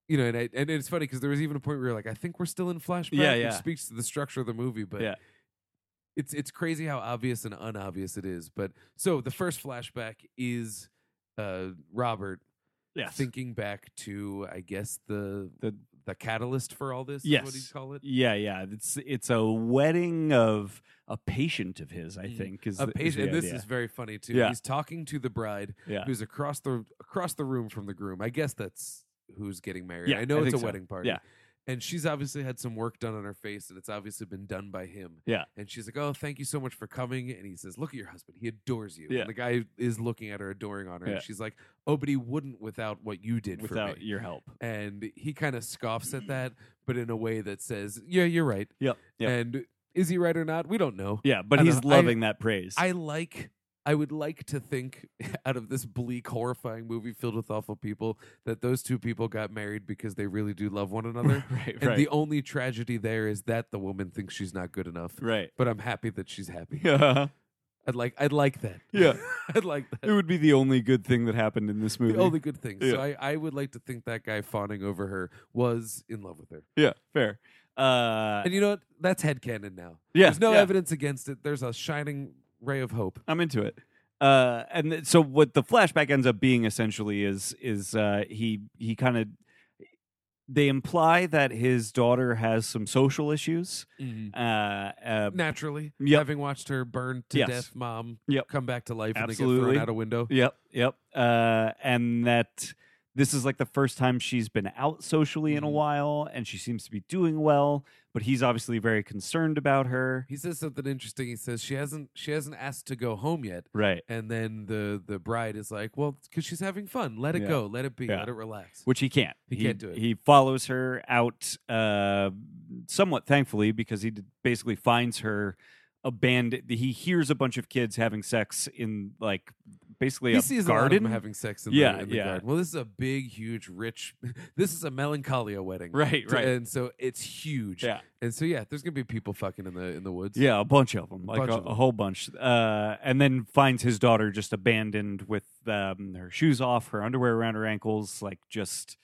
you know, and I, and it's funny because there was even a point where you're like, I think we're still in flashback. Yeah, which yeah. speaks to the structure of the movie, but Yeah. it's it's crazy how obvious and unobvious it is. But so the first flashback is uh Robert Yes. thinking back to I guess the the, The- catalyst for all this. Is what Yes. do you call it? Yeah, yeah. It's it's a wedding of a patient of his, I Mm. think. Is A the- patient, and the this idea. is very funny too. Yeah. He's talking to the bride, Yeah. who's across the across the room from the groom. I guess that's who's getting married. Yeah, I know I it's a think so. wedding party. Yeah. And she's obviously had some work done on her face, and it's obviously been done by him. Yeah. And she's like, "Oh, thank you so much for coming." And he says, "Look at your husband. He adores you." Yeah. And the guy is looking at her, adoring on her. Yeah. And she's like, "Oh, but he wouldn't without what you did for without me." your help. and he kind of scoffs at that, but in a way that says, "Yeah, you're right." Yep, yep. And is he right or not? We don't know. Yeah, but I don't he's know. I- loving that praise. I like. I would like to think, out of this bleak, horrifying movie filled with awful people, that those two people got married because they really do love one another. right, And right. the only tragedy there is that the woman thinks she's not good enough. right. But I'm happy that she's happy. Yeah. I'd like. I'd like that. Yeah. I'd like that. It would be the only good thing that happened in this movie. The only good thing. Yeah. So I, I would like to think that guy fawning over her was in love with her. yeah, fair. Uh And you know what? That's headcanon now. yeah, There's no yeah. evidence against it. There's a shining ray of hope. I'm into it. Uh, and th- so what the flashback ends up being essentially is is uh, he he kind of they imply that his daughter has some social issues. Uh, uh, Naturally, Yep. having watched her burn to Yes. death, mom Yep. come back to life and then get Absolutely. thrown out a window. Yep, yep. Uh, and that this is like the first time she's been out socially in a Mhm. while, and she seems to be doing well. But he's obviously very concerned about her. He says something interesting. He says she hasn't she hasn't asked to go home yet. Right. And then the the bride is like, well, because she's having fun. Let it Yeah. go. Let it be. Yeah. Let it relax. Which he can't. He can't do it. He follows her out, uh, somewhat thankfully, because he d- basically finds her abandoned. He hears a bunch of kids having sex in like basically he a sees a lot of garden. them having sex in Yeah, the, in the yeah. garden. Well, this is a big, huge, rich. this is a melancholia wedding, right, To- right. And so it's huge. yeah. And so yeah, there's gonna be people fucking in the in the woods. Yeah, a bunch of them, like Bunch a, of a 'em. whole bunch. Uh, and then finds his daughter just abandoned with um, her shoes off, her underwear around her ankles, like just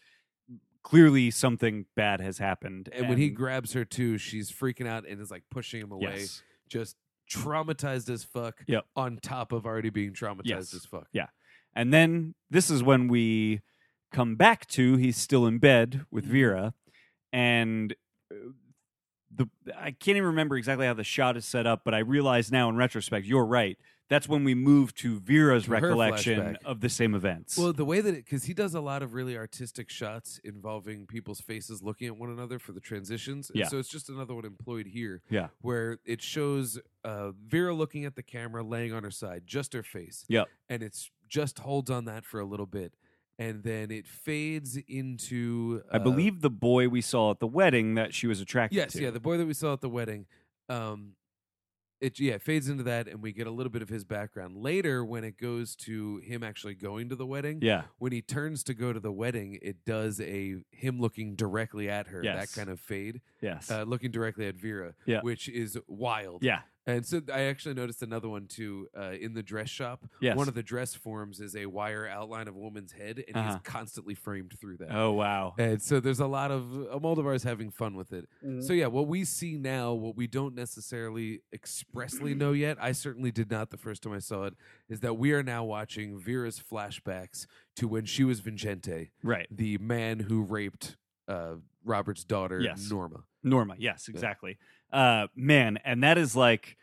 clearly something bad has happened. And, when he grabs her too, she's freaking out and is like pushing him away, yes, just traumatized as fuck. Yep. On top of already being traumatized Yes. as fuck. Yeah. and then this is when we come back to he's still in bed with Mm-hmm. Vera, and uh, the I can't even remember exactly how the shot is set up, but I realize now in retrospect, you're right. That's when we move to Vera's To her recollection flashback. of the same events. Well, the way that it, because he does a lot of really artistic shots involving people's faces looking at one another for the transitions. And Yeah. So it's just another one employed here. Yeah. Where it shows uh, Vera looking at the camera, laying on her side, just her face. Yep. And it's just holds on that for a little bit. And then it fades into. I uh, believe the boy we saw at the wedding that she was attracted Yes, to. yeah, the boy that we saw at the wedding. Um, it yeah it fades into that, and we get a little bit of his background later when it goes to him actually going to the wedding. yeah, When he turns to go to the wedding, it does a him looking directly at her. Yes. That kind of fade, yes, uh, looking directly at Vera, Yeah. which is wild. yeah, And so I actually noticed another one too uh, in the dress shop. yes. One of the dress forms is a wire outline of a woman's head, and Uh-huh. he's constantly framed through that. oh wow, And so there's a lot of uh, Moldovar is having fun with it. Mm-hmm. So yeah, what we see now, what we don't necessarily expressly know yet, I certainly did not the first time I saw it, is that we are now watching Vera's flashbacks to when she was Vincente, right, the man who raped uh, Robert's daughter Yes. Norma. Norma. Yes, exactly. Uh, man, and that is like,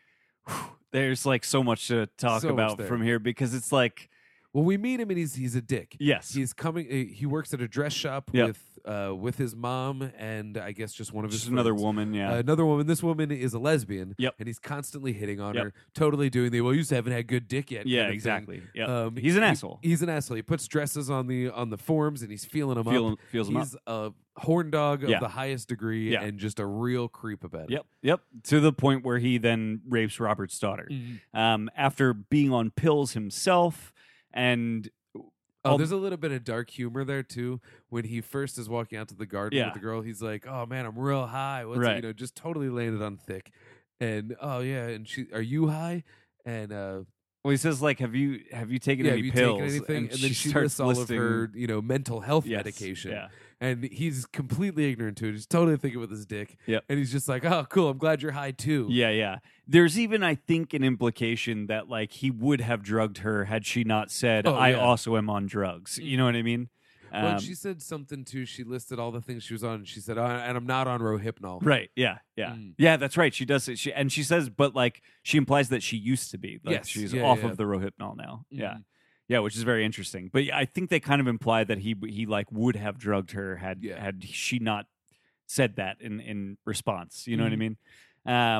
whew, there's like so much to talk So much about there. from here because it's like Well, we meet him and he's he's a dick. Yes. He's coming. uh, He works at a dress shop Yep. with uh, with his mom and I guess just one of his Just another friends. woman, yeah. Uh, another woman. This woman is a lesbian. Yep. And he's constantly hitting on Yep. her. Totally doing the well. You just haven't had good dick yet. kind yeah, of thing. exactly. Yeah. Um, he's an he- asshole. He's an asshole. He puts dresses on the on the forms and he's feeling them Feel up. him- feels him up. he's a horn dog of Yeah. the highest degree Yeah. and just a real creep about it. Yep, yep. To the point where he then rapes Robert's daughter. Mhm. Um, after being on pills himself, and Oh, I'll- there's a little bit of dark humor there too. When he first is walking out to the garden Yeah. with the girl, he's like, "Oh man, I'm real high." What's Right. you know, just totally laying it on thick. And oh yeah, and she, are you high? And uh, well, he says like, "Have you have you taken yeah, have any you pills?" taken anything? And, then she lists all of her, you know, mental health Yes, medication. Yeah, And he's completely ignorant to it. He's totally thinking with his dick. Yep. And he's just like, "Oh, cool. I'm glad you're high too." yeah, yeah. There's even, I think, an implication that like he would have drugged her had she not said, Oh, "I yeah. also am on drugs." You know what I mean? Well, and Um, she said something too. She listed all the things she was on. And she said, oh, "And I'm not on Rohypnol." Right. Yeah. Yeah. Mm. Yeah. That's right. She does it. She and she says, but like she implies that she used to be. Like Yes, she's yeah, off yeah. of the Rohypnol now. Yeah. Mhm. Yeah, which is very interesting. But yeah, I think they kind of imply that he he like would have drugged her had Yeah. had she not said that in in response. You know Mm-hmm. what I mean?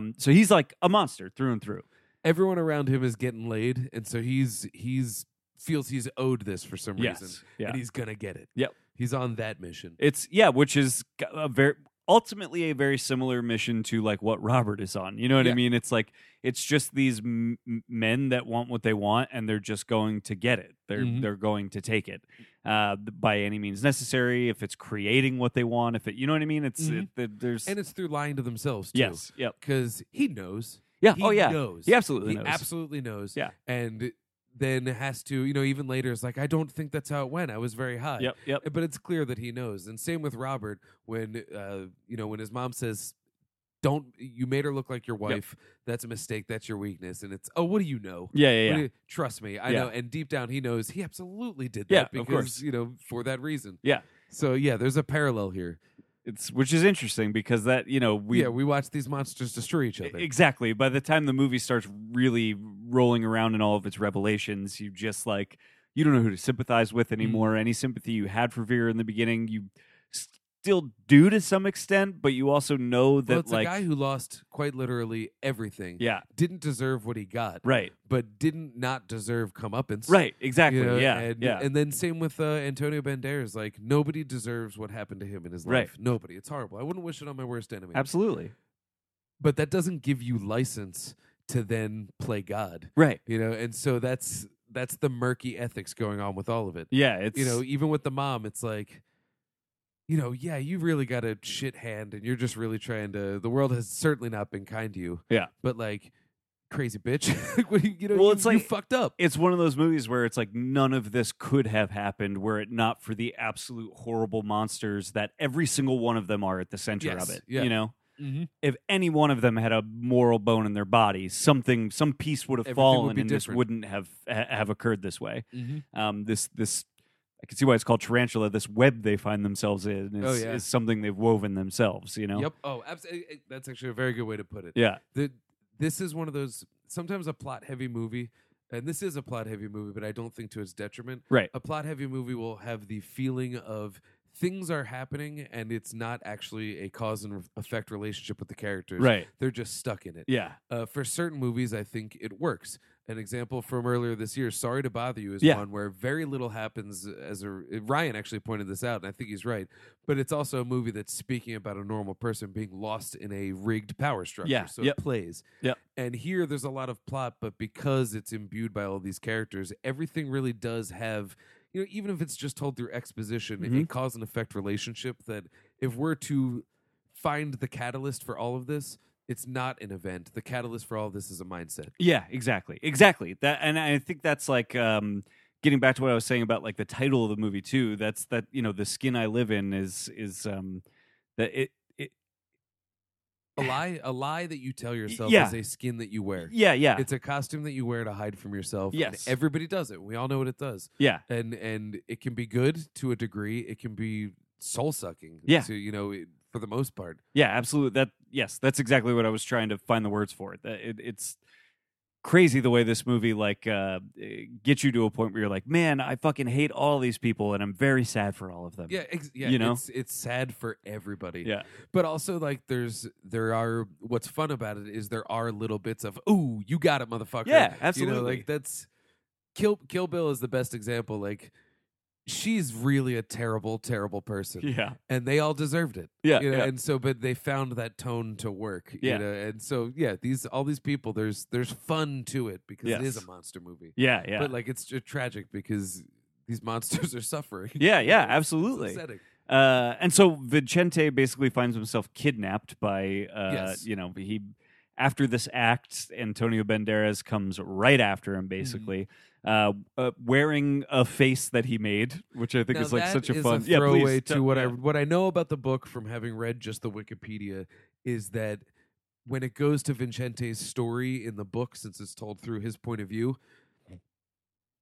Um. So he's like a monster through and through. everyone around him is getting laid, and so he's he's feels he's owed this for some reason, Yes. Yeah. and he's gonna get it. Yep. he's on that mission. It's yeah, which is g- a very ultimately a very similar mission to like what Robert is on. You know what I Yeah. mean? It's like it's just these m- m- men that want what they want and they're just going to get it. They're Mhm. they're going to take it uh, th- by any means necessary. If it's creating what they want, if it you know what I mean? It's Mhm. it, th- there's And it's through lying to themselves too. yes, yep, because he knows. yeah, He oh yeah, knows. he absolutely he knows. absolutely knows. Yeah. and then has to you know even later is like I don't think that's how it went. I was very high. Eh, Yep, yep, But it's clear that he knows. And same with Robert when uh, you know when his mom says. Don't you made her look like your wife? That's a mistake. That's your weakness. And it's oh, what do you know? yeah, yeah, What yeah. do you- trust me, I Yeah. know. And deep down, he knows he absolutely did Yeah, that of because course. you know for that reason. Yeah. So yeah, there's a parallel here. It's which is interesting because that you know we E, yeah, we watch these monsters destroy each other. Exactly. By the time the movie starts really rolling around in all of its revelations, you just like you don't know who to sympathize with anymore. Any sympathy you had for Vera in the beginning, you still do to some extent, but you also know that well, it's like a guy who lost quite literally everything. yeah, Didn't deserve what he got, right, but didn't not deserve comeuppance. right, You exactly, know, yeah, and, yeah. and then same with uh, Antonio Banderas. Like nobody deserves what happened to him in his Right. life. Nobody. It's horrible. I wouldn't wish it on my worst enemy. Absolutely. But that doesn't give you license to then play God. Right. you know and so that's that's the murky ethics going on with all of it Yeah, it's you know even with the mom it's like you know yeah you really got a shit hand and you're just really trying to the world has certainly not been kind to you Yeah. but like crazy bitch like what do you, you know Well, you- it's you like- fucked up it's one of those movies where it's like none of this could have happened were it not for the absolute horrible monsters that every single one of them are at the center Yes, of it. yeah. You know? mm-hmm. if any one of them had a moral bone in their body, something, some piece would have Everything would fallen, be and this different. wouldn't have ha- have occurred this way. Mm-hmm. Um, this this I can see why it's called tarantula. This web they find themselves in is, Oh, yeah. is something they've woven themselves. You know. yep oh absolutely that's actually a very good way to put it Yeah. the, this is one of those sometimes a plot heavy movie and this is a plot heavy movie but i don't think to its detriment Right. a plot heavy movie will have the feeling of things are happening and it's not actually a cause and effect relationship with the characters Right. they're just stuck in it Yeah. uh, for certain movies i think it works an example from earlier this year sorry to bother you is Yeah. one where very little happens as a ryan actually pointed this out and i think he's right but it's also a movie that's speaking about a normal person being lost in a rigged power structure Yeah. so Yep. it plays Yep. and here there's a lot of plot but because it's imbued by all these characters everything really does have you know even if it's just told through exposition a Mhm. cause and effect relationship that if we're to find the catalyst for all of this it's not an event. The catalyst for all this is a mindset. Yeah. Exactly. Exactly. That, and I think that's like. Um, Getting back to what I was saying about like the title of the movie too, that's that you know the skin I live in is is um that it A lie, a lie that you tell yourself yeah. is a skin that you wear. yeah yeah It's a costume that you wear to hide from yourself. and Yes. everybody does it. We all know what it does, yeah and and it can be good to a degree. It can be soul sucking. Yeah. to you know, it- for the most part. Yeah, absolutely. That yes, that's exactly what I was trying to find the words for. That it, it's crazy the way this movie like uh, gets you to a point where you're like, man, I fucking hate all these people, and I'm very sad for all of them. Yeah, ex- yeah. You know? it's, it's sad for everybody. Yeah. but also like there's there are what's fun about it is there are little bits of ooh you got it, motherfucker. Yeah, You know, absolutely. like that's Kill Kill Bill is the best example. Like she's really a terrible, terrible person, yeah, and they all deserved it. yeah, you know, yeah. and so but they found that tone to work. Yeah. you know, and so yeah, these all these people there's there's fun to it because it is Yes. a monster movie. yeah, yeah. But like it's just tragic because these monsters are suffering. yeah, yeah, It's absolutely. upsetting. Uh, and so Vicente basically finds himself kidnapped by, uh, Yes. you know, he after this act, Antonio Banderas comes right after Mm-hmm. him, basically, uh, uh, wearing a face that he made, which I think Now is like that such a is fun throwaway please to tell- what I yeah. what I know about the book from having read just the Wikipedia is that when it goes to Vincente's story in the book, since it's told through his point of view,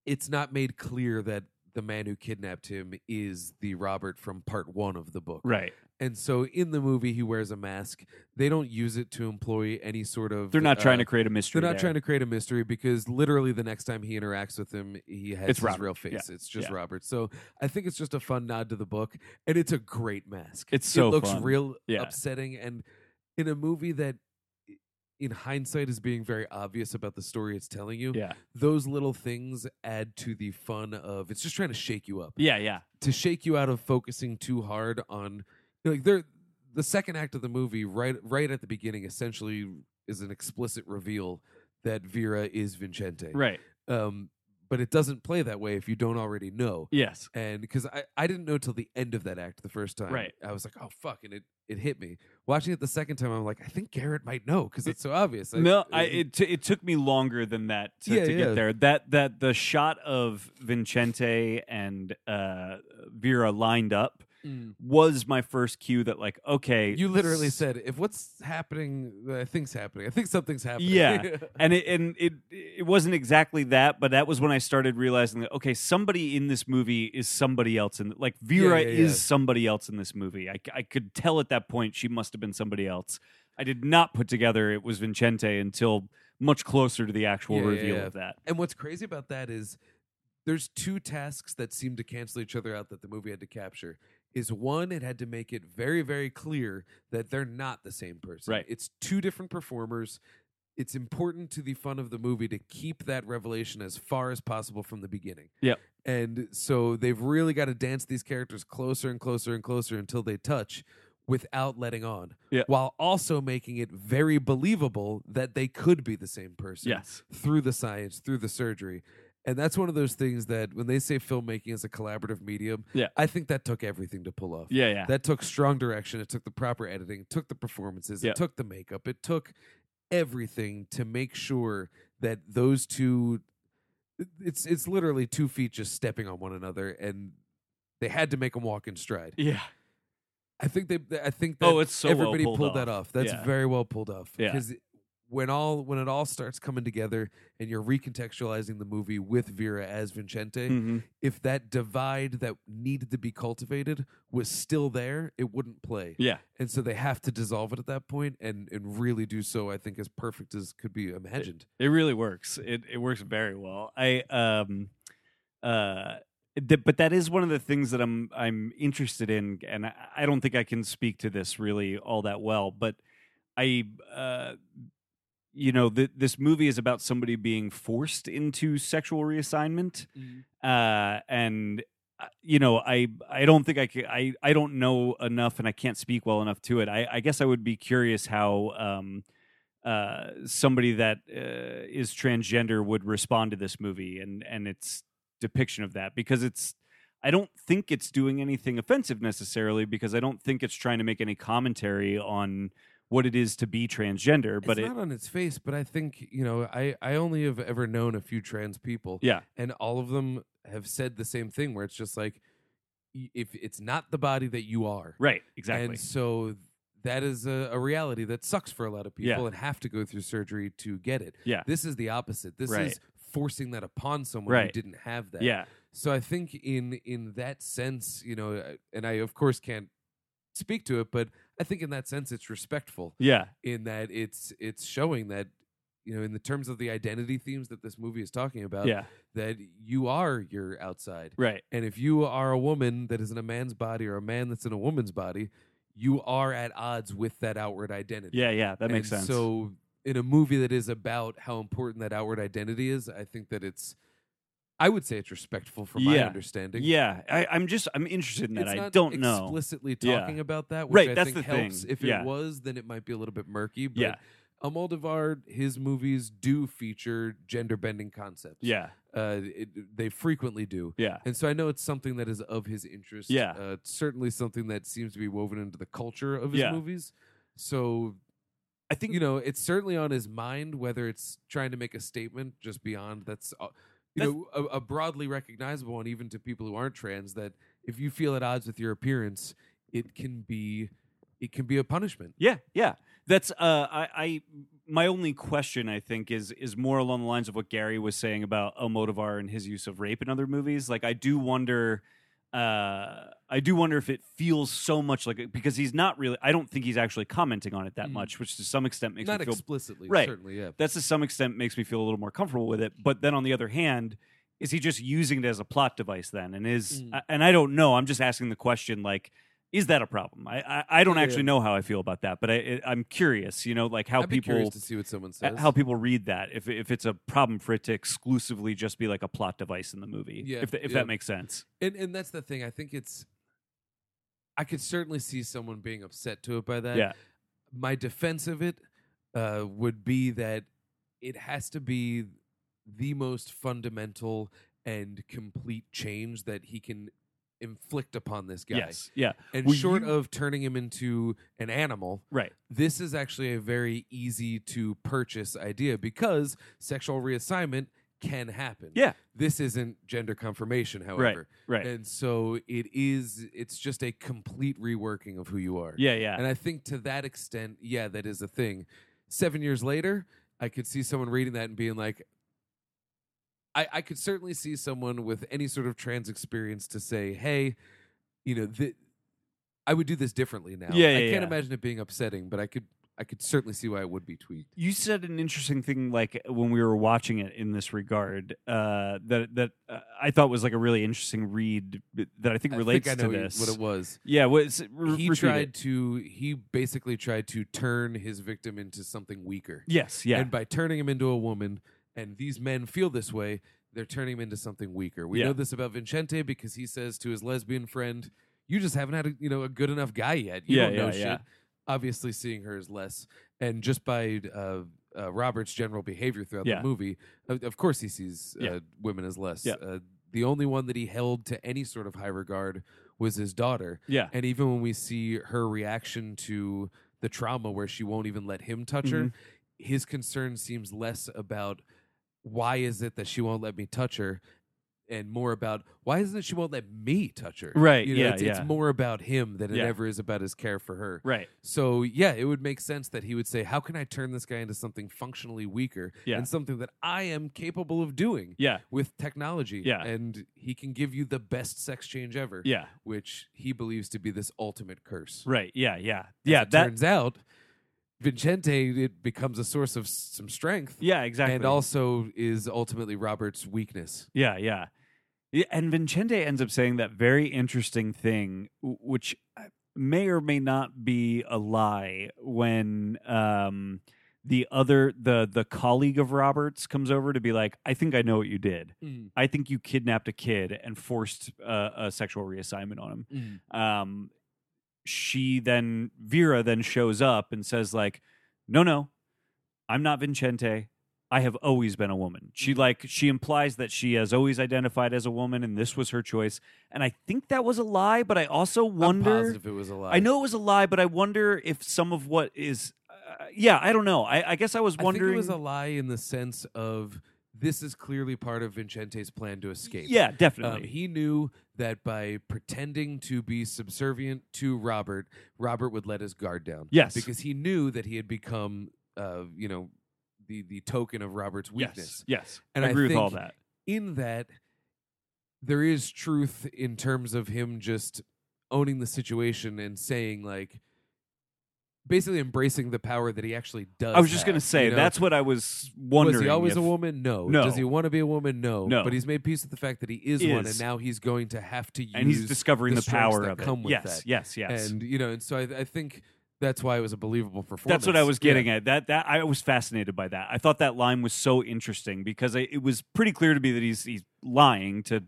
it's not made clear that the man who kidnapped him is the Robert from part one of the book. right. And so in the movie, he wears a mask. They don't use it to employ any sort of. They're not trying uh, to create a mystery. They're not trying to create a mystery because literally the next time he interacts with him, he has It's his Robert. real face. It's just Yeah. Robert. So I think it's just a fun nod to the book, and it's a great mask. It's so it looks fun. real Yeah. upsetting, and in a movie that, in hindsight, is being very obvious about the story it's telling you. Yeah, Those little things add to the fun of it's just trying to shake you up yeah, yeah, to shake you out of focusing too hard on like there the second act of the movie right right at the beginning essentially is an explicit reveal that Vera is Vincente. right. Um but it doesn't play that way if you don't already know. Yes, And because I, I didn't know till the end of that act the first time. Right. I was like, oh fuck, and it, it hit me. Watching it the second time, I'm like, I think Garrett might know because it's so obvious. Like, uh, no, I, it t- it took me longer than that to, Yeah, to yeah. get there. That that the shot of Vincente and uh, Vera lined up Mm. was my first cue that like okay, you literally s- said if what's happening, I think's happening. I think something's happening. Yeah. and it and it it wasn't exactly that, but that was when I started realizing that okay, somebody in this movie is somebody else, and like Vera yeah, yeah. is somebody else in this movie. I c- I could tell at that point she must have been somebody else. I did not put together it was Vincente until much closer to the actual Yeah, yeah, reveal yeah. of that. And what's crazy about that is there's two tasks that seem to cancel each other out that the movie had to capture. Is one, it had to make it very, very clear that they're not the same person. Right. It's two different performers. It's important to the fun of the movie to keep that revelation as far as possible from the beginning. Yep. And so they've really got to dance these characters closer and closer and closer until they touch without letting on. Yeah. While also making it very believable that they could be the same person Yes. through the science, through the surgery. And that's one of those things that when they say filmmaking is a collaborative medium, Yeah. I think that took everything to pull off. Yeah, yeah. That took strong direction, it took the proper editing, it took the performances, Yeah. it took the makeup, it took everything to make sure that those two it's it's literally two feet just stepping on one another and they had to make them walk in stride. yeah. I think they I think that Oh, it's so well everybody pulled that off. That's Yeah. very well pulled off. Yeah. Because when all when it all starts coming together and you're recontextualizing the movie with Vera as Vincente, Mhm. if that divide that needed to be cultivated was still there, it wouldn't play. Yeah. And so they have to dissolve it at that point and and really do so, I think, as perfect as could be imagined. It really works. It it works very well. I um uh th- but that is one of the things that I'm I'm interested in and I, I don't think I can speak to this really all that well, but I uh you know, th- this movie is about somebody being forced into sexual reassignment Mm-hmm. uh, and uh, you know, I I don't think I could, I I don't know enough, and I can't speak well enough to it. I, I guess I would be curious how um, uh, somebody that uh, is transgender would respond to this movie and and its depiction of that because it's. I don't think it's doing anything offensive necessarily because I don't think it's trying to make any commentary on what it is to be transgender. But it's it, not on its face, but I think, you know, I, I only have ever known a few trans people. Yeah. And all of them have said the same thing where it's just like y- if it's not the body that you are. right, exactly. And so that is a, a reality that sucks for a lot of Yeah. people and have to go through surgery to get it. Yeah. This is the opposite. This Right. is forcing that upon someone who Right. didn't have that. yeah, So I think in in that sense, you know, uh, and I of course can't speak to it, but I think in that sense it's respectful yeah, in that it's it's showing that you know in the terms of the identity themes that this movie is talking about yeah, that you are your outside right. and if you are a woman that is in a man's body or a man that's in a woman's body you are at odds with that outward identity Yeah, yeah, that makes And sense. so in a movie that is about how important that outward identity is i think that it's i would say it's respectful from my Yeah. understanding yeah, I, I'm just I'm interested in that. it's I not don't know. explicitly Yeah. talking about that, which Right, I that's think the thing. helps. If Yeah. it was, then it might be a little bit murky. But Yeah, Almodovar, his movies do feature gender bending concepts. yeah, uh, it, they frequently do, yeah, and so I know it's something that is of his interest. Yeah. uh, it's certainly something that seems to be woven into the culture of his Yeah. movies. So I think you know, it's certainly on his mind whether it's trying to make a statement just beyond that's, uh, you That's- know, a, a broadly recognizable one, even to people who aren't trans, that if you feel at odds with your appearance, it can be, it can be a punishment. Yeah, yeah. That's uh, I, I my only question I think is is more along the lines of what Gary was saying about Almodovar and his use of rape in other movies. Like I do wonder, uh, I do wonder if it Mm. feels so much like it- because he's not really. I don't think he's actually commenting on it that Mm. much, which to some extent makes Not me feel explicitly, Right. certainly, yeah. that's to some extent makes me feel a little more comfortable with it. But then on the other hand, is he just using it as a plot device then? And is Mm. I- and I don't know. I'm just asking the question like. Is that a problem? I I, I don't Yeah, actually yeah. know how I feel about that, but I, I I'm curious. You know, like how I'd be people curious to see what someone uh, says. how people read that. If if it's a problem for it to exclusively just be like a plot device in the movie, Yeah, if th- if yeah. that makes sense. and and that's the thing. I think it's, I could certainly see someone being upset to it by that. Yeah. My defense of it uh, would be that it has to be the most fundamental and complete change that he can inflict upon this guy. Yes. Yeah. And Will short you- of turning him into an animal, Right. this is actually a very easy to purchase idea because sexual reassignment can happen. Yeah. This isn't gender confirmation, however. Right. And so it is it's just a complete reworking of who you are. yeah. Yeah. And I think to that extent, yeah, that is a thing. Seven years later, I could see someone reading that and being like, I, I could certainly see someone with any sort of trans experience to say, hey, you know, th- I would do this differently now. Yeah, I yeah, can't yeah. imagine it being upsetting, but I could I could certainly see why it would be tweaked. you said an interesting thing like when we were watching it in this regard uh, that that uh, I thought was like a really interesting read that I think relates I think I to know this. what it was. yeah, was re- he repeat tried it. to he basically tried to turn his victim into something weaker. Yes, yeah. And by turning him into a woman, and these men feel this way, they're turning him into something weaker. We Yeah. know this about Vincente because he says to his lesbian friend, "You just haven't had a, you know a good enough guy yet. You Yeah, don't know yeah, shit." yeah. Obviously, seeing her is less, and just by uh, uh, Robert's general behavior throughout Yeah. the movie, of, of course he sees uh, Yeah. women as less. Yeah. Uh, the only one that he held to any sort of high regard was his daughter, yeah. and even when we see her reaction to the trauma where she won't even let him touch Mm-hmm. her, his concern seems less about why is it that she won't let me touch her and more about why isn't it she won't let me touch her? Right, You know, yeah, it's, yeah. it's more about him than it Yeah. ever is about his care for her. Right. So yeah, it would make sense that he would say, How can I turn this guy into something functionally weaker Yeah. and something that I am capable of doing Yeah. with technology? Yeah. And he can give you the best sex change ever Yeah. which he believes to be this ultimate curse. Right. Yeah. Yeah. As Yeah. it That. turns out Vincente it becomes a source of s- some strength Yeah. Exactly. and also is ultimately Robert's weakness. Yeah, yeah. Yeah, And Vincente ends up saying that very interesting thing, w- which uh, may or may not be a lie, when um, the other the the colleague of Roberts comes over to be like, "I think I know what you did. I think you kidnapped a kid and forced uh, a sexual reassignment on him." Mm-hmm. um, she then Vera then shows up and says like, "No, no, I'm not Vincente. I have always been a woman." She Mm. like she implies that she has always identified as a woman and this was her choice. And I think that was a lie, but I also wonder. I'm positive it was a lie. I know it was a lie, but I wonder if some of what is. Uh, yeah, I don't know. I, I guess I was I wondering. think it was a lie in the sense of this is clearly part of Vincente's plan to escape. Yeah, Um, definitely. he knew that by pretending to be subservient to Robert, Robert would let his guard down. yes. because he knew that he had become, uh, you know, the the token of Robert's weakness. yes. Yes. And I I agree with all think- that. In that, there is truth in terms of him just owning the situation and saying like, basically embracing the power that he actually does. I was just going gonna to say that's what I was wondering. Was he always a if- woman? No. No. Does he want to be a woman? No. No. But he's made peace with the fact that he is, one, and Is. now he's going to have to use. And he's discovering the the, power strengths that of it. come with yes, that. yes, yes. And you know, and so I, I think that's why it was a believable performance. That's what I was Yeah. getting at. That that I was fascinated by that. I thought that line was so interesting because I, it was pretty clear to me that he's he's lying to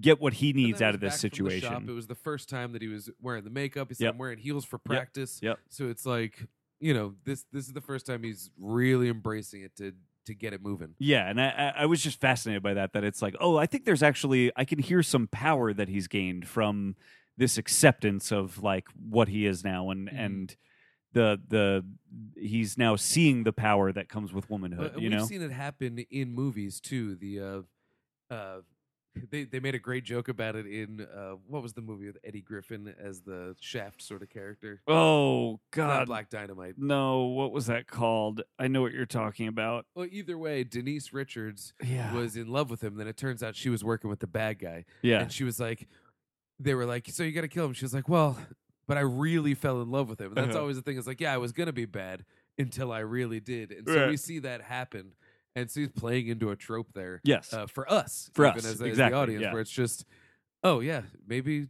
get what he And needs then out it of was this back from the shop. situation. It was the first time that he was wearing the makeup. He said, Yep. "I'm wearing heels for practice." Yep. So it's like you know this this is the first time he's really embracing it to to get it moving. Yeah, and I, I I was just fascinated by that. That it's like, oh, I think there's actually I can hear some power that he's gained from this acceptance of like what he is now, and Mhm. and the the he's now seeing the power that comes with womanhood. But uh, you we've know, seen it happen in movies too. The uh, uh, they they made a great joke about it in uh, what was the movie with Eddie Griffin as the Shaft sort of character? oh Not God, Black Dynamite. no, what was that called? I know what you're talking about. Well, either way, Denise Richards Yeah, was in love with him. Then it turns out she was working with the bad guy, yeah. and she was like, they were like, so you got to kill him. She was like, well, but I really fell in love with him. And that's Uh-huh. always the thing. Is like, yeah, I was gonna be bad until I really did, and so we Right. see that happen. And so he's playing into a trope there. Yes. uh, for us, For even us, as, as exactly, the audience, yeah. where it's just, oh yeah, maybe.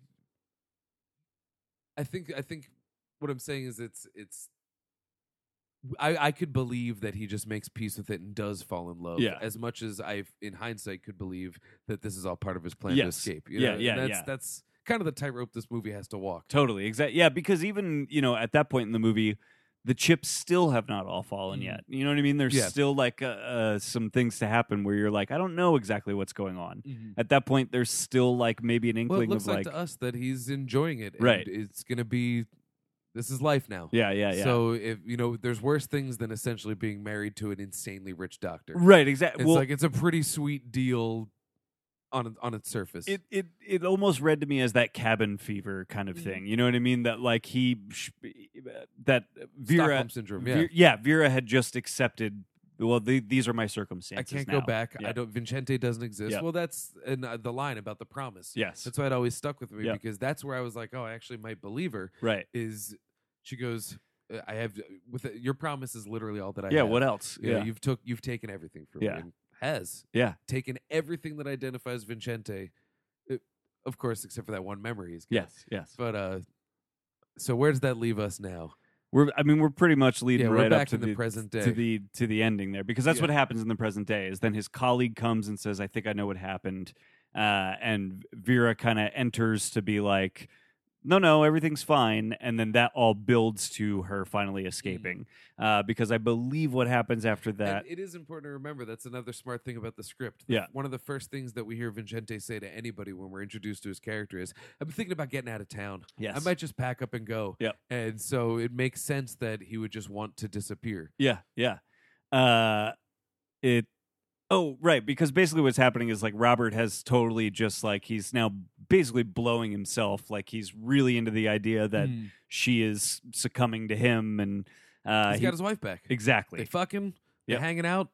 I think I think what I'm saying is it's it's. I I could believe that he just makes peace with it and does fall in love. Yeah. as much as I, in hindsight, could believe that this is all part of his plan to Yes. escape. Yeah, and yeah, that's, yeah. That's kind of the tightrope this movie has to walk. Totally. Exactly. Yeah, because even, you know, at that point in the movie, the chips still have not all fallen Mhm. yet. You know what I mean? There's Yeah. still like uh, uh, some things to happen where you're like, I don't know exactly what's going on. At that point, there's still like maybe an Mm-hmm. Well, it inkling looks of like, to like, us that he's enjoying it. and Right. it's gonna be. This is life now. yeah, yeah, yeah. So if you know, there's worse things than essentially being married to an insanely rich doctor. right, exactly. It's Well, like it's a pretty sweet deal on on its surface. it, it it almost read to me as that cabin fever kind of Mhm. thing. You know what I mean? That like he sh- e, that Vera Stockholm syndrome. Yeah, Vera, yeah, Vera had just accepted. Well, the, these are my I circumstances. can't now. go back. Yeah. I don't. Vincente doesn't exist. Yeah. Well, that's and uh, the line about the promise. Yes, That's why it always stuck with me Yeah. because that's where I was like, oh, I actually might believe her. right. Is she goes? uh, I have with your promise is literally all that I yeah. have. What else? You know, you've took you've taken everything from Yeah. me. And has Yeah. taken everything that identifies Vincente, uh, of course, except for that one memory. He's got. Yes, yes. But uh, so where does that leave us now? We're I mean we're pretty much leading yeah, we're right back up to in the, present day. to the to the ending there because that's Yeah. what happens in the present day is then his colleague comes and says I think I know what happened uh, and Vera kind of enters to be like no no everything's fine and then that all builds to her finally escaping uh, because I believe what happens after that Mm-hmm. And it is important to remember that's another smart thing about the script. Yeah. One of the first things that we hear Vincente say to anybody when we're introduced to his character is, I've been thinking about getting out of town. yes I might just pack up and go. Yep. And so it makes sense that he would just want to disappear. Yeah, yeah. Uh it Oh, right, because basically what's happening is like Robert has totally just like he's now basically blowing himself like he's really into the idea that Mm. she is succumbing to him and uh He's he- got his wife back. They exactly. fuck him. Yep. They're hanging out.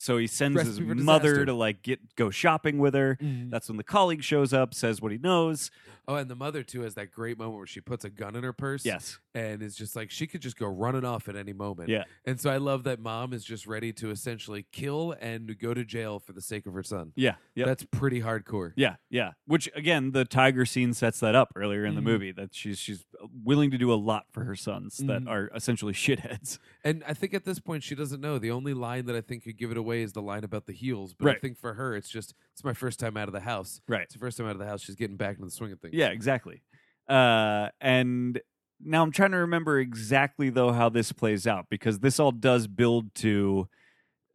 So he sends his Recipe for mother disaster. Mm. to like get go shopping with her. That's when the colleague shows up, says what he knows. Oh, and the mother, too, has that great moment where she puts a gun in her purse. Yes. and is just like she could just go running off at any moment. Yeah. And so I love that mom is just ready to essentially kill and go to jail for the sake of her son. Yeah. Yep. That's pretty hardcore. Yeah, yeah. Which again, the tiger scene sets that up earlier in the Mhm. movie that she's she's uh, willing to do a lot for her sons that Mhm. are essentially shitheads. And I think at this point she doesn't know. The only line that I think could give it away is the line about the heels. But I Right. think for her it's just it's my first time out of the house. Right. It's the first time out of the house. She's getting back into the swing of things. Yeah, exactly. Uh, and now I'm trying to remember exactly though how this plays out because this all does build to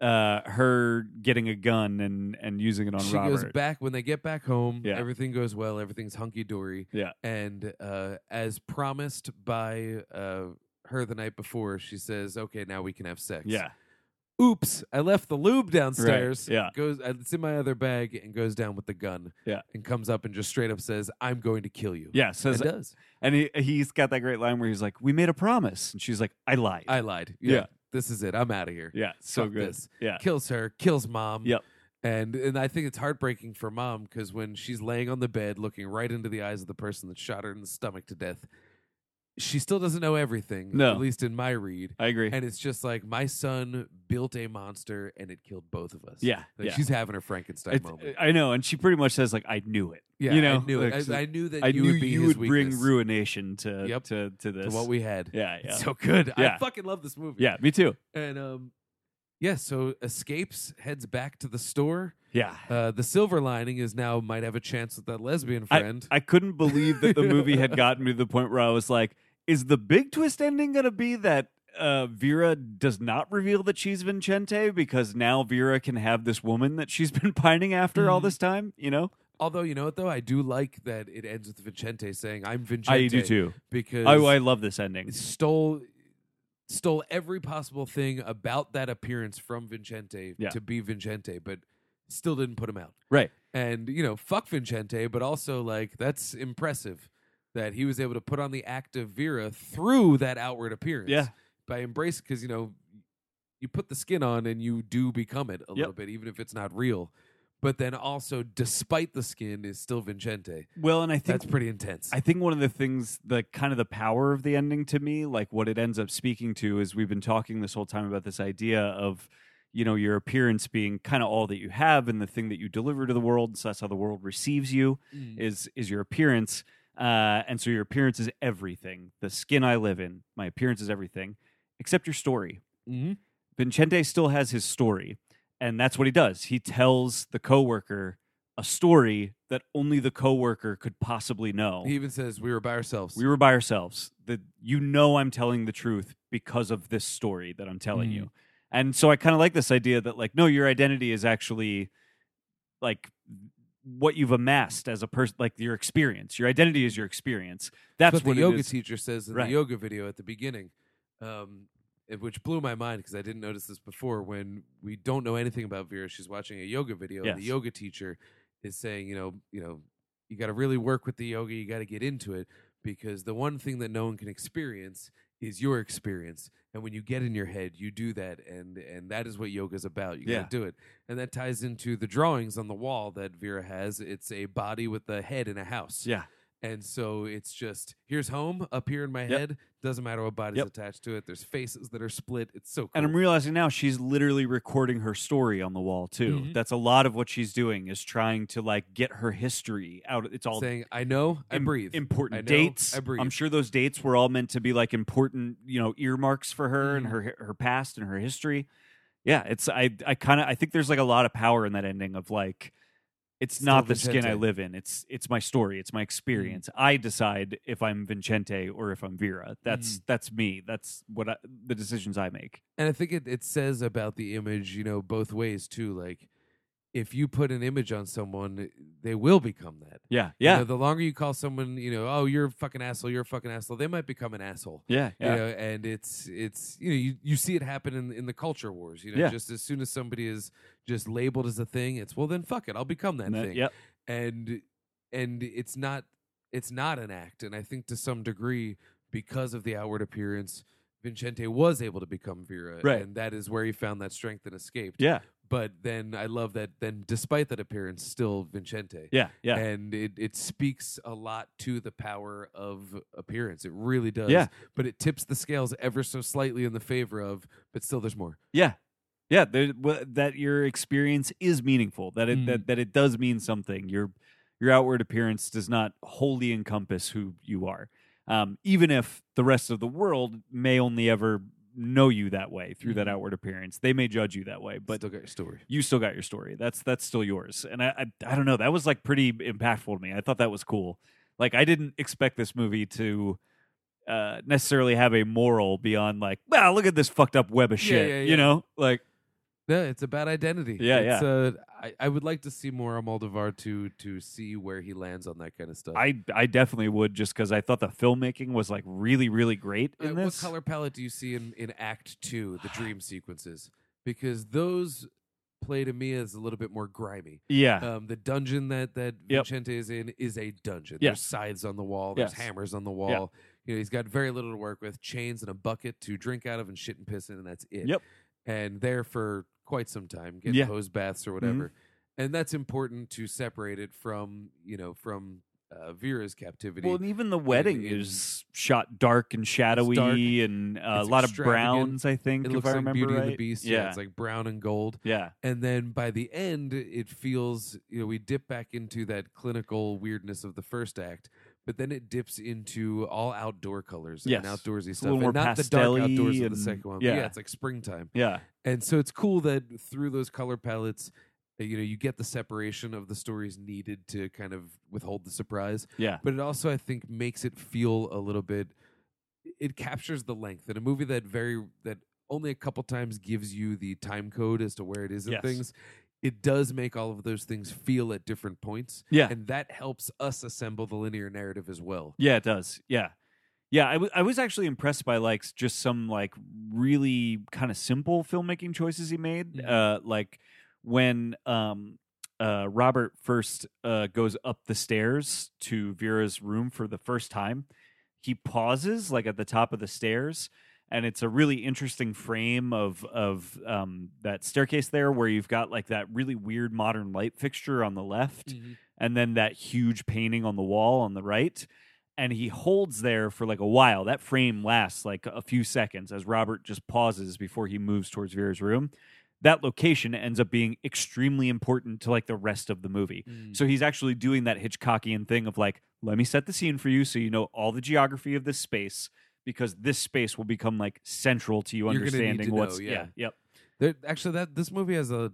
uh, her getting a gun and and using it on she Robert. goes back when they get back home. Yeah. Everything goes well. Everything's hunky dory. Yeah. And uh, as promised by uh, her the night before, she says, "Okay, now we can have sex." Yeah, oops, I left the lube downstairs. yeah. Goes uh, it's in my other bag and goes down with the gun. Yeah. And comes up and just straight up says, I'm going to kill you. yeah. Says And does. and he he's got that great line where he's like, "We made a promise," and she's like, "I lied." I lied. Yeah. This is it. I'm out of here. yeah, so Fuck good. this. Yeah, Kills her, kills mom. Yep. And and I think it's heartbreaking for mom because when she's laying on the bed looking right into the eyes of the person that shot her in the stomach to death, she still doesn't know everything, No. at least in my read. I agree. And it's just like my son built a monster and it killed both of us. yeah, Like, yeah. she's having her Frankenstein It's- moment. I know, and she pretty much says like, "I knew it." yeah, you know, I knew it. like, I- so- I, knew that I you knew would be you his would bring weakness ruination to Yep. to to this. to what we had. yeah, yeah, It's so good. Yeah. I fucking love this movie. yeah. Me too. And um yeah, so escapes, heads back to the store. Yeah. Uh the silver lining is now might have a chance with that lesbian friend. I couldn't believe that the movie had gotten me to the point where I was like, is the big twist ending going to be that uh, Vera does not reveal that she's Vincente because now Vera can have this woman that she's been pining after all Mhm. this time? You know? Although you know what though, I do like that it ends with Vicente saying, "I'm Vincente." I do too. because I, I love this ending. stole stole every possible thing about that appearance from Vincente Yeah. to be Vincente, but still didn't put him out. Right. And you know, fuck Vincente, but also like that's impressive that he was able to put on the act of Vera through that outward appearance. Yeah. By embrace because you know you put the skin on and you do become it a little bit, even if it's not real. But then also, despite the skin, is still Vincente. Well, and I think That's pretty intense. I think one of the things, the kind of the power of the ending to me, like what it ends up speaking to, is we've been talking this whole time about this idea of, you know, your appearance being kind of all that you have and the thing that you deliver to the world. So that's how the world receives you Mm. is is your appearance, uh, and so your appearance is everything. The skin I live in, my appearance is everything, except your story. Mhm. Mm-hmm. Vincente still has his story, and that's what he does. He tells the coworker a story that only the coworker could possibly know. He even says we were by ourselves. We were by ourselves. That you know I'm telling the truth because of this story that I'm telling Mhm. you. And so I kind of like this idea that like no your identity is actually like what you've amassed as a person like your experience. Your identity is your experience. That's what what the it yoga is. teacher says in Right. the yoga video at the beginning, um, it- which blew my mind because I didn't notice this before. When we don't know anything about Vera, she's watching a yoga video, and the Yes. yoga teacher is saying, you know, you know, you got to really work with the yoga, you got to get into it because the one thing that no one can experience is your experience. And when you get in your head, you do that, and and that is what yoga is about. You Yeah. got to do it, and that ties into the drawings on the wall that Vera has. It's a body with a head in a house. Yeah. And so it's just here's home up here in my Yep. head. Doesn't matter what body's Yep. attached to it. There's faces that are split. It's so cool. And I'm realizing now she's literally recording her story on the wall too. Mhm. That's a lot of what she's doing is trying to like get her history out. It's all saying I know I im- breathe. Important I know, dates. I breathe. am sure those dates were all meant to be like important, you know, earmarks for her and Mhm. her her past and her history. Yeah, it's I I kind of I think there's like a lot of power in that ending of like it's Still Mm-hmm. not the skin I Vincente. live in. It's it's my story. It's my experience. I decide if I'm Vincente or if I'm Vera. That's Mm-hmm. that's me. That's what I, the decisions I make. and I think it, it says about the image, you know, both ways too. Like if you put an image on someone, they will become that. Yeah. You Yeah. know, the longer you call someone, you know, oh, you're a fucking asshole, you're a fucking asshole, they might become an asshole. yeah. Yeah. you know and it's it's you know you, you see it happen in in the culture wars you know Yeah. just as soon as somebody is just labeled as a thing it's well then fuck it i'll become that And that- thing yep. and and it's not it's not an act and i think to some degree because of the outward appearance vincente was able to become vera Right. and that is where he found that strength and escaped Yeah. but then i love that then despite that appearance still vincente Yeah. Yeah. and it, it speaks a lot to the power of appearance. It really does. Yeah. But it tips the scales ever so slightly in the favor of, but still there's more. Yeah, yeah. There, w- that your experience is meaningful. That it Mm. that, that it does mean something. Your your outward appearance does not wholly encompass who you are. Um, even if the rest of the world may only ever know you that way through that Mhm. outward appearance, they may judge you that way. But still got your story. you still got your story. That's that's still yours. And I, I I don't know. That was like pretty impactful to me. I thought that was cool. Like I didn't expect this movie to uh necessarily have a moral beyond like, well, look at this fucked up web of Yeah, shit. yeah, yeah. You know? Like No, it's about identity. Yeah, it's, yeah. Uh, I, I would like to see more Almodovar to to see where he lands on that kind of stuff. I I definitely would just because I thought the filmmaking was like really, really great Uh, in what this. color palette do you see in, in Act Two, the dream sequences? Because those play to me as a little bit more grimy. Yeah. um, the dungeon that that Yep. Vicente is in is a dungeon. Yes. There's scythes on the wall. There's Yes. hammers on the wall. You know, he's got very little to work with. Chains and a bucket to drink out of and shit and piss in, and that's it. Yep. And there for quite some time, getting Yeah. Mm-hmm. hose baths or whatever. And that's important to separate it from you know from uh, Vera's captivity. Well, and even the wedding in- is shot dark and shadowy dark. and uh, a It's lot of extravagant. browns. I think it if looks I like remember Beauty right. and the Beast. Yeah, it's like brown and gold. yeah. And then by the end, it feels you know we dip back into that clinical weirdness of the first act, but then it dips into all outdoor colors Yes. and outdoorsy a stuff, little and more not the dark pastel-y outdoors of and- the second one. yeah. yeah, it's like springtime. Yeah, And so it's cool that through those color palettes, uh, you know, you get the separation of the stories needed to kind of withhold the surprise. yeah, But it also, I think, makes it feel a little bit. It captures the length in a movie that very that only a couple times gives you the time code as to where it is and Yes. things. It does make all of those things feel at different points, yeah, and that helps us assemble the linear narrative as well. yeah. It does. Yeah, yeah. I wa- I was actually impressed by like s- just some like really kind of simple filmmaking choices he made. Mhm. Uh, like when um uh Robert first uh goes up the stairs to Vera's room for the first time, he pauses like at the top of the stairs. And it's a really interesting frame of of um, that staircase there, where you've got like that really weird modern light fixture on the left, and then that huge painting on the wall on the right. And he holds there for like a while. That frame lasts like a few seconds as Robert just pauses before he moves towards Vera's room. That location ends up being extremely important to like the rest of the movie. Hmm. So he's actually doing that Hitchcockian thing of like, let me set the scene for you so you know all the geography of this space because this space will become like central to you You're gonna need understanding to know, what's yeah. yep There, actually, that this movie has a.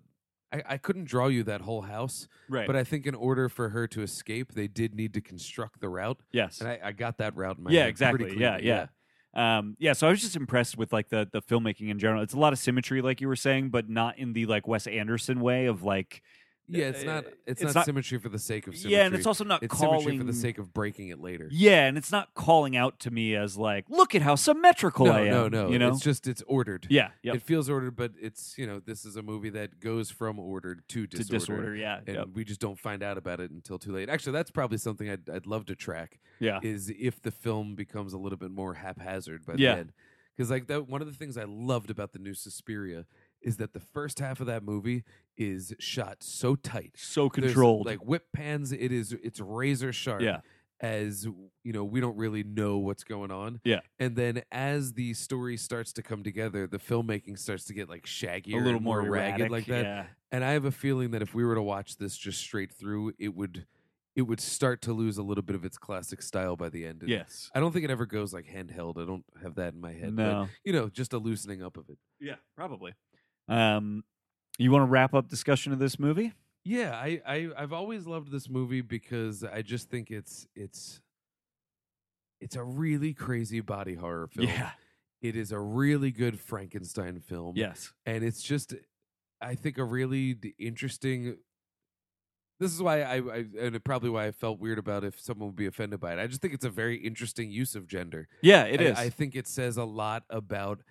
I, I couldn't draw you that whole house, right But I think in order for her to escape, they did need to construct the route, yes and I, I got that route in my yeah, head exactly. Pretty yeah, clearly, yeah. Um, yeah, so I was just impressed with like the the filmmaking in general. It's a lot of symmetry, like you were saying, but not in the like Wes Anderson way of like yeah. It's Uh, not it's it's, not, not- symmetry for the sake of symmetry. yeah, and it's also not It's calling symmetry for the sake of breaking it later. yeah, and it's not calling out to me as like look at how symmetrical no, I am. no, no. You know, it's just it's ordered. yeah, yep. It feels ordered, but it's you know this is a movie that goes from ordered to to disordered, disorder. Yeah, and yep, we just don't find out about it until too late. Actually, that's probably something I'd I'd love to track. yeah, is if the film becomes a little bit more haphazard by Yeah. the end. Because like that, one of the things I loved about the new Suspiria is that the first half of that movie is shot so tight, so There's, controlled. like whip pans. It is it's razor sharp. yeah, As you know, we don't really know what's going on. Yeah. And then as the story starts to come together, the filmmaking starts to get like shaggier, a little and more erratic, ragged like that. Yeah, And I have a feeling that if we were to watch this just straight through, it would it would start to lose a little bit of its classic style by the end. And yes, I don't think it ever goes like handheld. I don't have that in my head. But, no, you know, just a loosening up of it. yeah, probably. Um, you want to wrap up discussion of this movie? Yeah, I, I I've always loved this movie because I just think it's it's it's a really crazy body horror film. Yeah, It is a really good Frankenstein film. yes, and it's just i think a really d- interesting this is why I, I and it probably why i felt weird about if someone would be offended by it i just think it's a very interesting use of gender yeah, it I- is. I, think it says a lot about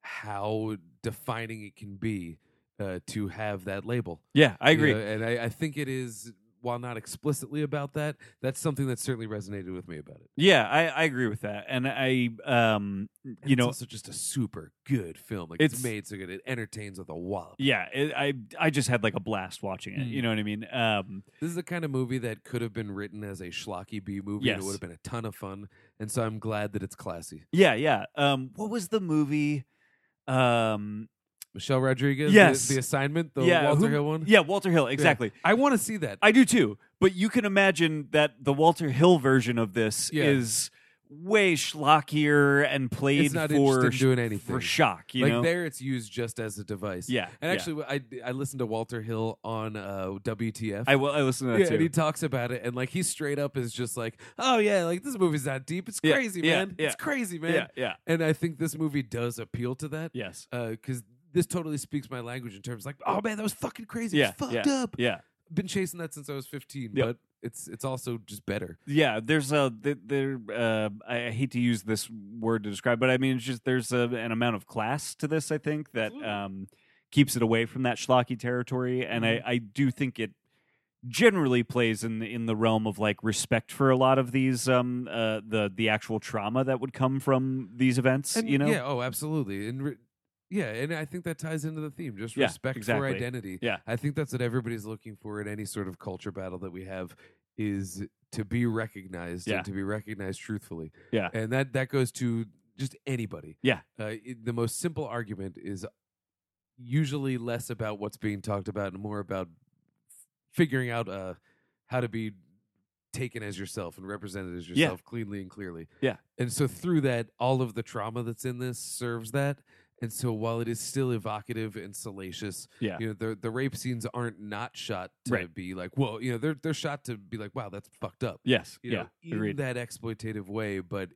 how defining it can be uh, to have that label yeah, I You agree. know, and I, I think it is while not explicitly about that that's something that certainly resonated with me about it Yeah, I, I agree with that, and I, um, And you it's know, also just a super good film like it's, It's- made so good it entertains with a wallop yeah, it, I, I just had like a blast watching it. You Mm. know what I mean? Um, This is the kind of movie that could have been written as a schlocky B movie. And Yes. it would have been a ton of fun. And so I'm glad that it's classy. yeah, yeah. Um, what was the movie? Um, Michelle Rodriguez, the- Yes. the, assignment, the yeah, Walter who- Hill one. Yeah, Walter Hill. Exactly. I want to see that. I do too. But you can imagine that the Walter Hill version of this Yeah. is way schlockier and played it's not for interested in doing anything. for shock. You like know? there, it's used just as a device. yeah. And yeah. actually, I, I listened to Walter Hill on uh, WTF. I will. I listen to that yeah, too. and he talks about it, and like he straight up is just like, "Oh yeah, like this movie's not deep. It's Yeah, crazy, yeah, man. yeah. It's crazy, man." Yeah, yeah. And I think this movie does appeal to that. Yes. because this totally speaks my language in terms like, oh man, that was fucking crazy. Yeah, it's fucked yeah. up. Yeah. Been chasing that since I was 15, Yep. but it's it's also just better. Yeah, there's a th- there. Uh, I I hate to use this word to describe, but I mean it's just there's a, an amount of class to this. I think that Absolutely. um, keeps it away from that schlocky territory, and Mm-hmm. I, I do think it generally plays in the, in the realm of like respect for a lot of these um uh the the actual trauma that would come from these events. And, you know, Yeah, oh, absolutely. And re- yeah, and I think that ties into the theme, just Yeah, respect exactly. for identity. Yeah. I think that's what everybody's looking for in any sort of culture battle that we have is to be recognized Yeah. and to be recognized truthfully. Yeah. And that that goes to just anybody. Yeah. Uh, it- the most simple argument is usually less about what's being talked about and more about f- figuring out uh, how to be taken as yourself and represented as Yeah. yourself cleanly and clearly. Yeah. And so through that, all of the trauma that's in this serves that. And so while it is still evocative and salacious, Yeah. you know, the the rape scenes aren't not shot to Right. be like, well, you know, they're they're shot to be like, wow, that's fucked up. Yes. You yeah. know, in agreed. that exploitative way, but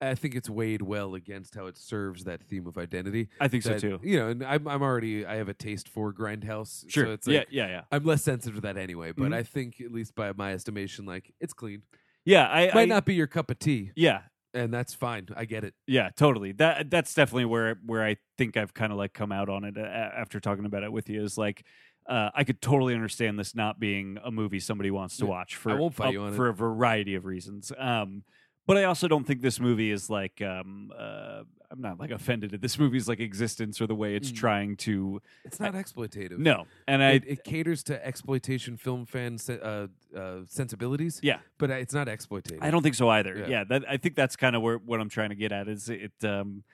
I think it's weighed well against how it serves that theme of identity. I think so that, too. You know, and I'm I'm already I have a taste for grindhouse. Sure. So it's yeah. like Yeah. Yeah. I'm less sensitive to that anyway, but Mhm. I think at least by my estimation, like it's clean. Yeah. I, I Might not be your cup of tea, Yeah. and that's fine. I get it. Yeah, totally. That that's definitely where where I think I've kind of like come out on it uh, a- after talking about it with you is like uh, I could totally understand this not being a movie somebody wants to Yeah, watch for I won't fight a, you on it. for a variety of reasons. Um, but I also don't think this movie is like um, uh, I'm not like offended at this movie's like existence or the way it's Mm. trying to It's not exploitative. no. And I It, it caters to exploitation film fan se- uh, uh, sensibilities. Yeah. but it's not exploitative. I don't think so either. Yeah, Yeah. that, I think that's kind of where what I'm trying to get at is it. Um,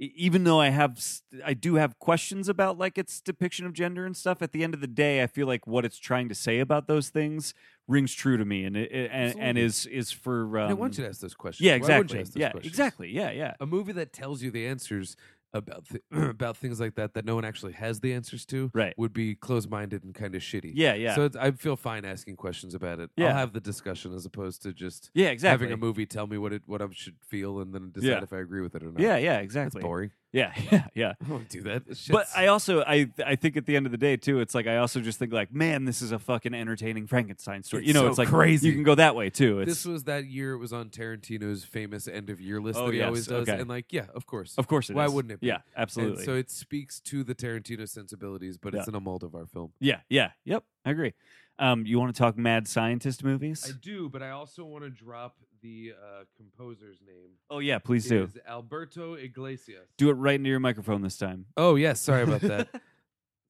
e- even though I have, s- I do have questions about like its depiction of gender and stuff. At the end of the day, I feel like what it's trying to say about those things rings true to me, and it, it- and, and Absolutely. is is for. Um, I want you to ask those questions. yeah, Why wouldn't you exactly. ask those Yeah, questions? exactly. Yeah, yeah, A movie that tells you the answers about th- about things like that that no one actually has the answers to Right. would be closed minded and kind of shitty. yeah, yeah, So it's, I feel fine asking questions about it. Yeah. I'll have the discussion as opposed to just yeah. Exactly. having a movie tell me what it what I should feel and then decide Yeah. if I agree with it or not. yeah, yeah, that's exactly. boring. Yeah, yeah, yeah. I don't do that. That But shit's- I also I I think at the end of the day too, it's like I also just think like, man, this is a fucking entertaining Frankenstein story. It's you know, so it's like crazy. You can go that way too. It's this was that year it was on Tarantino's famous end of year list Oh, that he yes, always does, okay. and like yeah, of course. of course it Why is. wouldn't it be? Yeah, And absolutely. so it speaks to the Tarantino sensibilities, but it's an Almodovar film. yeah, yeah, yep, I agree. Um, you want to talk mad scientist movies? I do, but I also want to drop the uh, composer's name. oh yeah, please It do. is Alberto Iglesias. Do it right into your microphone this time. Oh yes, sorry about that.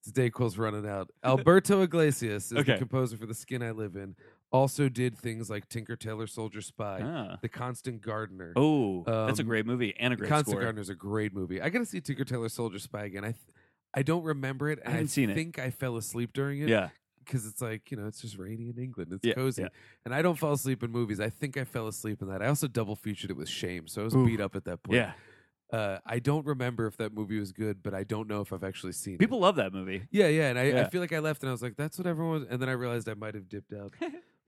Today quill's running out. Alberto Iglesias is Okay. the composer for The Skin I Live In. Also did things like Tinker Tailor Soldier Spy, Ah. The Constant Gardener. Oh, that's a Um, great movie and a the great Constant score. Gardener is a great movie. I got to see Tinker Tailor Soldier Spy again. I th- I don't remember it. And haven't seen it. think I fell asleep during it. Yeah, because it's like you know it's just rainy in England. It's Yeah, cozy, yeah. and I don't fall asleep in movies. I think I fell asleep in that. I also double featured it with Shame, so I was Oof. beat up at that point. yeah. uh, I don't remember if that movie was good, but I don't know if I've actually seen People It. love that movie. Yeah, yeah, and I, Yeah. I feel like I left, and I was like, "That's what everyone." was, And then I realized I might have dipped out.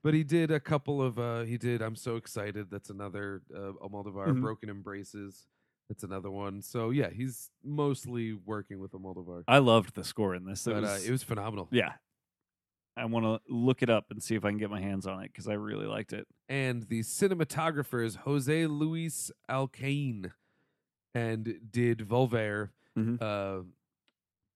but he did a couple of. Uh, he did. I'm so excited. That's another uh, Almodovar. Mhm. Broken Embraces. That's another one. So yeah, he's mostly working with Almodovar. I loved the score in this. It but was- uh, it was phenomenal. yeah. I want to look it up and see if I can get my hands on it because I really liked it. and the cinematographer is Jose Luis Alcain, and did Volvaire, Mhm. uh,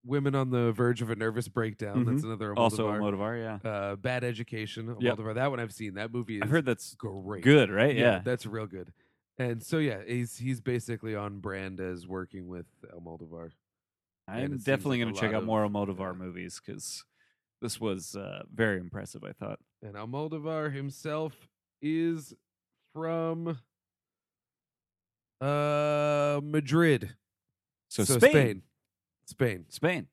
Women on the Verge of a Nervous Breakdown. That's another Mm-hmm. Also, Almodovar. Motivar, yeah. uh, Bad Education, Yep. Almodovar. That one I've seen. That movie is I've heard that's great. good, right? Yeah. that's real good. And so yeah, he's he's basically on brand as working with Almodovar. and I'm it seems definitely like a going to check lot out of- more Almodovar yeah. movies because this was uh, very impressive, I thought. And Almodovar himself is from uh Madrid. So, So Spain. Spain. Spain. Spain.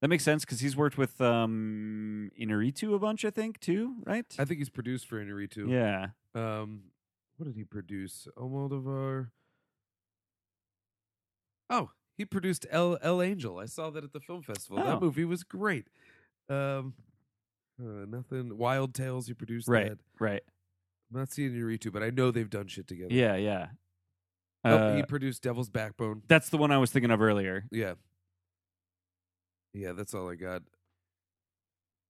That makes sense because he's worked with um, Inarritu a bunch, I think, too, right? I think he's produced for Inarritu. yeah. Um, what did he produce? Almodovar. Oh, he produced El El Angel. I saw that at the film festival. Oh. That movie was great. Um, uh, nothing. Wild Tales. He produced Right. that. Right. I'm not seeing Inarritu, but I know they've done shit together. Yeah, yeah. Oh, Uh, he produced Devil's Backbone. that's the one I was thinking of earlier. Yeah. Yeah, that's all I got.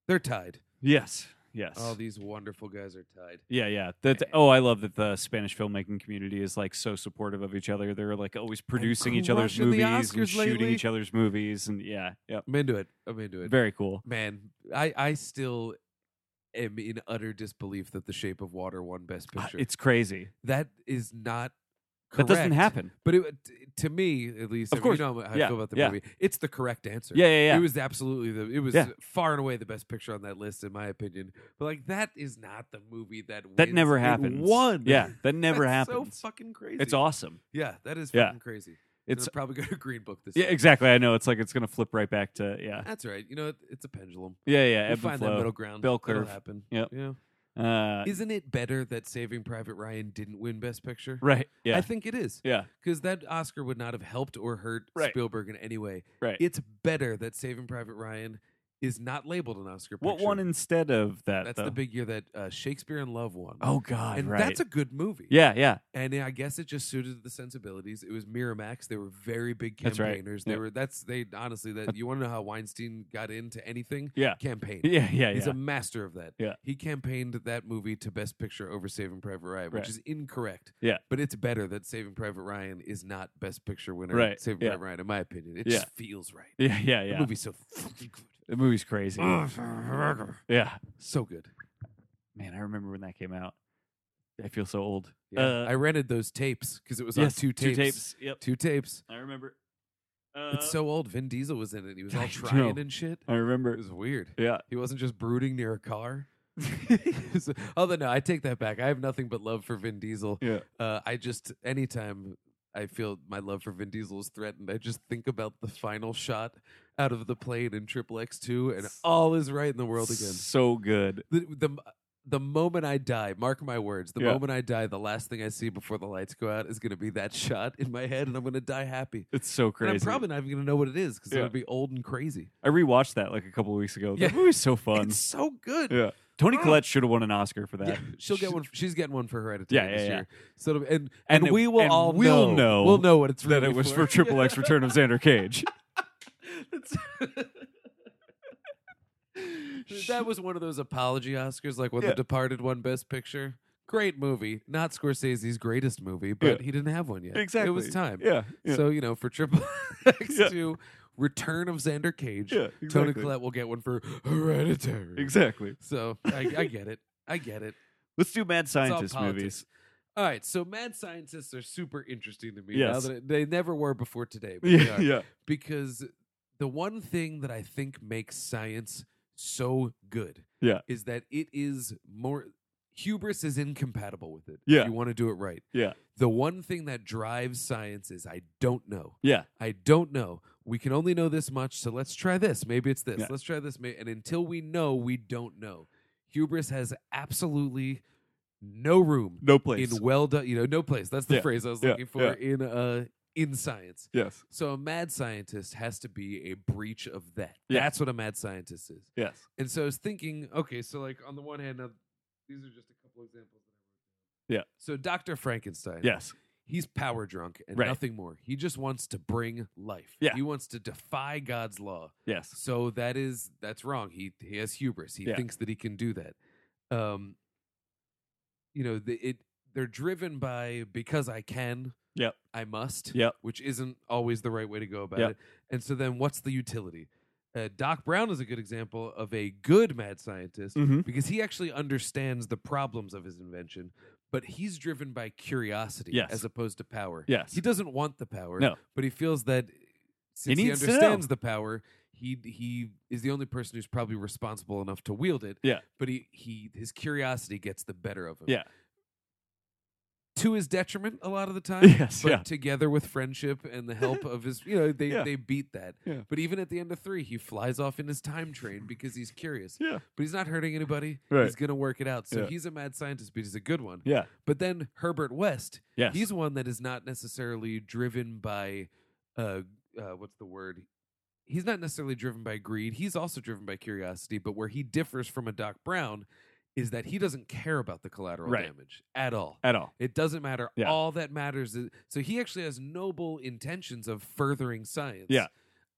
They're tied. Yes. Yes. All these wonderful guys are tied. Yeah, yeah. That oh, I love that the Spanish filmmaking community is like so supportive of each other. They're like always producing each other's crushing the movies and Oscars shooting lately. each other's movies, and yeah, yep. I'm into it. I'm into it. Very cool. Man, I I still am in utter disbelief that The Shape of Water won Best Uh, Picture. It's crazy. that is not That correct. doesn't happen. But it, t- to me at least, I Of mean, course. you know how I Yeah, feel about the yeah. movie. It's the correct answer. Yeah, yeah, yeah. It was absolutely the. It was Yeah. far and away the best picture on that list, in my opinion. But like, that is not the movie that that wins. never It happens. won. Yeah, that never That's happens. So fucking crazy. it's awesome. Yeah, that is Yeah. fucking crazy. It's It's probably going to Green Book this. yeah, year. exactly. I know. It's like it's gonna flip right back to yeah, That's all right. You know, it, it's a pendulum. yeah, yeah. We'll Ebb and find that middle flow. ground. Bell It'll curve. happen. Yep. Yeah. Uh, Isn't it better that Saving Private Ryan didn't win Best Picture? right. Yeah. I think it is yeah. because that Oscar would not have helped or hurt Right. Spielberg in any way. Right. It's better that Saving Private Ryan is not labeled an Oscar. What picture. one instead of that? That's though? the big year that uh, Shakespeare in Love won. Oh God. and right. that's a good movie. yeah, yeah. and I guess it just suited the sensibilities. It was Miramax; they were very big That's right. campaigners. They Yep. were that's they honestly that you want to know how Weinstein got into anything? Yeah. campaign. Yeah, yeah, He's yeah. a master of that. Yeah. he campaigned that movie to Best Picture over Saving Private Ryan, which Right. is incorrect. Yeah. but it's better that Saving Private Ryan is not Best Picture winner. Right, Saving yeah. Private Ryan, in my opinion, it Yeah. just feels right. yeah, yeah, The yeah. movie's so fucking good, The movie's crazy. yeah, so good. man. I remember when that came out. I feel so old. Yeah. Uh, I rented those tapes because it was yes, on two tapes. Two tapes. Yep. Two tapes. I remember. Uh, It's so old. Vin Diesel was in it. He was I all know. trying and shit. Uh, I It remember. was weird. Yeah. He wasn't just brooding near a car. So- Although no, I take that back. I have nothing but love for Vin Diesel. Yeah. Uh, I just anytime I feel my love for Vin Diesel is threatened, I just think about the final shot out of the plane in Triple X Two, and all is right in the world again. So good. The the the moment I die, mark my words. The Yeah. moment I die, the last thing I see before the lights go out is going to be that shot in my head, and I'm going to die happy. It's so And crazy. I'm probably not even gonna know what it is because Yeah. it would be old and crazy. I rewatched that like a couple of weeks ago. Yeah. That movie's so fun. It's so good. Yeah. Tony Ah. Collette should have won an Oscar for that. Yeah, she'll get She- one. She's getting one for Hereditary Yeah, yeah, this yeah. year. So it'll- and and, And it- we will and all we'll know, know We'll know what it's That really it was for Triple X Return of Xander Cage. That's- that was one of those apology Oscars, like when Yeah. The Departed won Best Picture. Great movie, not Scorsese's greatest movie, but he didn't have one yet. it was time. Yeah. yeah. So you know, for Triple X Yeah. Two, Return of Xander Cage, yeah Tony exactly. Collette will get one for Hereditary. Exactly. So I, I get it. I get it. Let's do Mad all Scientist politics. movies. All right, so mad scientists are super interesting to me. Yes. Now that they never were before today, but they Yeah. are. Yeah. because the one thing that I think makes science so good Yeah. is that it is more hubris is incompatible with it. Yeah. If you want to do it right. Yeah. The one thing that drives science is I don't know. Yeah. I don't know. We can only know this much, so let's try this. Maybe it's this. Yeah. Let's try this. May- And until we know, we don't know. Hubris has absolutely no room No place. in well done, you know, no place. That's the Yeah, phrase I was yeah, looking for yeah. in uh in science. yes. So a mad scientist has to be a breach of that. Yeah. That's what a mad scientist is. Yes. And so I was thinking, okay, so like on the one hand, now, these are just a couple examples. That I Yeah. wrote down. So Dr. Frankenstein. Yes. He's power drunk and Right. nothing more. He just wants to bring life. Yeah. He wants to defy God's law. Yes. So that is that's wrong. He he has hubris. He Yeah. thinks that he can do that. Um, you know, the, it they're driven by because I can. Yep. I must. Yep. Which isn't always the right way to go about Yep. it. And so then, what's the utility? Uh, Doc Brown is a good example of a good mad scientist Mm-hmm. because he actually understands the problems of his invention, but he's driven by curiosity Yes. as opposed to power. Yes. He doesn't want the power. No. But he feels that since he, needs to know. understands the power, he he is the only person who's probably responsible enough to wield it. Yeah. But he, he his curiosity gets the better of him. Yeah. To his detriment a lot of the time. Yes, But yeah. together with friendship and the help of his you know, they, Yeah. they beat that. Yeah. But even at the end of three, he flies off in his time train because he's curious Yeah. but he's not hurting anybody. Right. He's gonna work it out. So Yeah. he's a mad scientist, but he's a good one. Yeah. But then Herbert West, Yes. he's one that is not necessarily driven by, uh, uh, what's the word? He's not necessarily driven by greed. He's also driven by curiosity. But where he differs from a Doc Brown is that he doesn't care about the collateral Right. damage at all. at all. It doesn't matter. Yeah. All that matters is so he actually has noble intentions of furthering science. Yeah.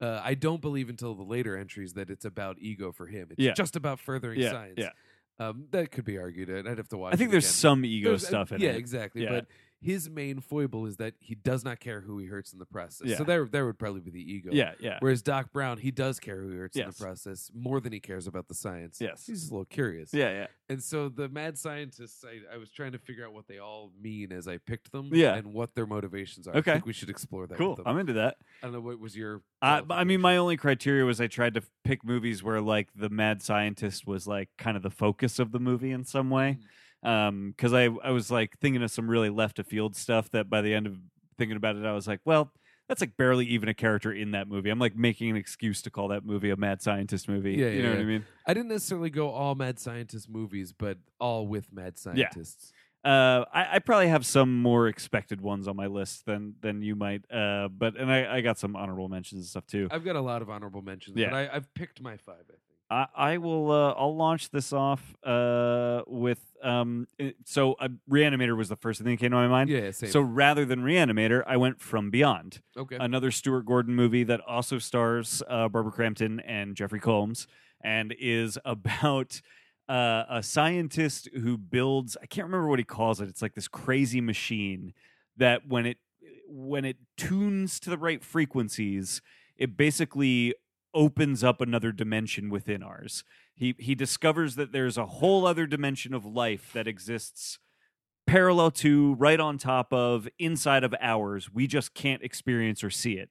Uh, I don't believe until the later entries that it's about ego for him. It's Yeah. just about furthering Yeah. science. Yeah. Um, that could be argued, and I'd have to watch. I think it there's again. some ego There's- uh, stuff in yeah, it. exactly. Yeah. But his main foible is that he does not care who he hurts in the process. Yeah. So there, there would probably be the ego. Yeah, yeah. Whereas Doc Brown, he does care who he hurts in Yes. the process more than he cares about the science. Yes. He's just a little curious. Yeah, yeah. And so the mad scientists, I, I was trying to figure out what they all mean as I picked them Yeah. and what their motivations are. Okay. I think we should explore that. Cool. With them. I'm into that. I don't know what was your. Uh, but I qualification. mean, my only criteria was I tried to f- pick movies where like the mad scientist was like kind of the focus of the movie in some way, Mm. because I I was like thinking of some really left of field stuff that by the end of thinking about it, I was like, well, that's like barely even a character in that movie. I'm like making an excuse to call that movie a mad scientist movie. Yeah, you yeah, know what yeah. I mean. I didn't necessarily go all mad scientist movies, but all with mad scientists. Uh, I, I probably have some more expected ones on my list than than you might. Uh, but and I, I got some honorable mentions and stuff too. I've got a lot of honorable mentions, Yeah. but I, I've picked my five. I think. I, I will. Uh, I'll launch this off uh, with. Um, it- so, uh, Reanimator was the first thing that came to my mind. Yeah, yeah, same. So rather than Reanimator, I went From Beyond, okay, another Stuart Gordon movie that also stars uh, Barbara Crampton and Jeffrey Combs, and is about uh, a scientist who builds. I can't remember what he calls it. It's like this crazy machine that when it when it tunes to the right frequencies, it basically opens up another dimension within ours. He he discovers that there's a whole other dimension of life that exists parallel to, right on top of, inside of ours. We just can't experience or see it.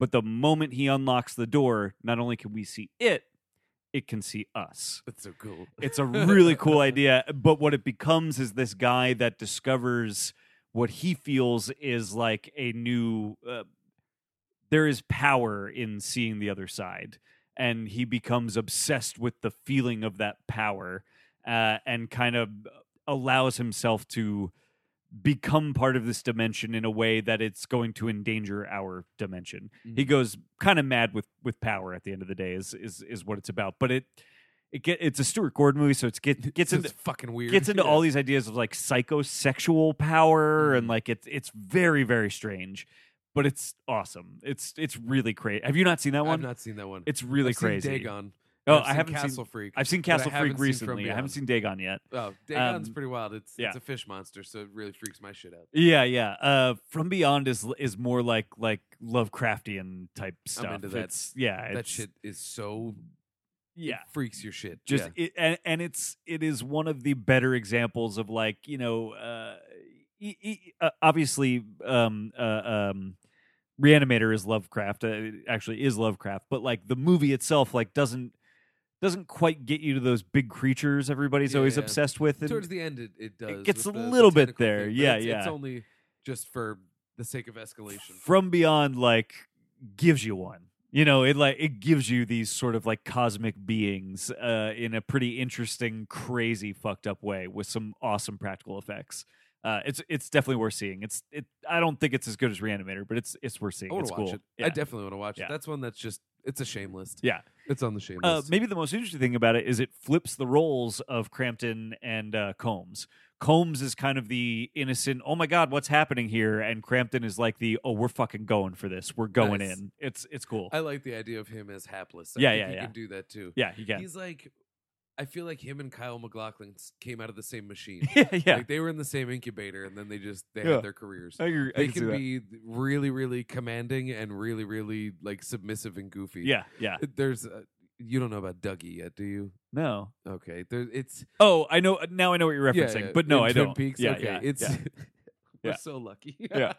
But the moment he unlocks the door, not only can we see it, it can see us. that's so cool. It's a really cool idea. But what it becomes is this guy that discovers what he feels is like a new. Uh, there is power in seeing the other side. And he becomes obsessed with the feeling of that power uh, and kind of allows himself to become part of this dimension in a way that it's going to endanger our dimension. Mhm. He goes kind of mad with with power at the end of the day is is is what it's about. But it it get it's a Stuart Gordon movie, so it's get, gets So it's into fucking weird. gets into Yeah. all these ideas of like psychosexual power and Mhm. like it's it's very very strange, but it's awesome. It's it's really crazy. Have you not seen that I've one? not seen that one. it's really I've crazy. Seen Dagon. Oh, I've I seen haven't Castle seen. Freak. I've seen but I Castle Freak haven't seen From recently. I haven't Beyond. seen Dagon yet. Oh, Dagon's Um, pretty wild. It's yeah. it's a fish monster, so it really freaks my shit out. Yeah, yeah. Uh, From Beyond is is more like like Lovecraftian type stuff. into that. It's, yeah, that it's- shit is so Yeah, it freaks your shit. just yeah. it, and, and it's it is one of the better examples of like you know, uh, e- e- uh, obviously, um, uh, um, Reanimator is Lovecraft. Uh, it actually is Lovecraft, but like the movie itself, like doesn't doesn't quite get you to those big creatures everybody's Yeah, always yeah. obsessed with. and- towards the end it, it does. gets with a the- the little bit tentacle there. but Yeah, it's, It's yeah. only just for the sake of escalation. from beyond like gives you one you know it like it gives you these sort of like cosmic beings uh in a pretty interesting crazy fucked up way with some awesome practical effects uh it's it's definitely worth seeing it's it i don't think it's as good as reanimator but it's it's worth seeing I want it's to cool watch it. Yeah. I definitely want to watch Yeah. it. That's one that's just it's a shame list. Yeah. it's on the shame uh, list. maybe the most interesting thing about it is it flips the roles of Crampton and uh, Combs. Combs is kind of the innocent, oh my god, what's happening here, and Crampton is like the, oh, we're fucking going for this, we're going Nice. in. It's it's cool. I like the idea of him as hapless. I Yeah, think yeah, he yeah. can do that too. Yeah, he can. He's like, I feel like him and Kyle McLaughlin s- came out of the same machine. yeah, yeah. Like they were in the same incubator, and then they just they Yeah. had their careers. I agree. I They can see can that. be really, really commanding and really, really like submissive and goofy. Yeah, yeah. there's uh you don't know about Dougie yet, do you? No. Okay, there, it's Oh, I know. Now I know what you're yeah, referencing, yeah, but no, in I Twin don't. Peaks? Yeah, okay, yeah, it's yeah. we're Yeah. so lucky. Yeah.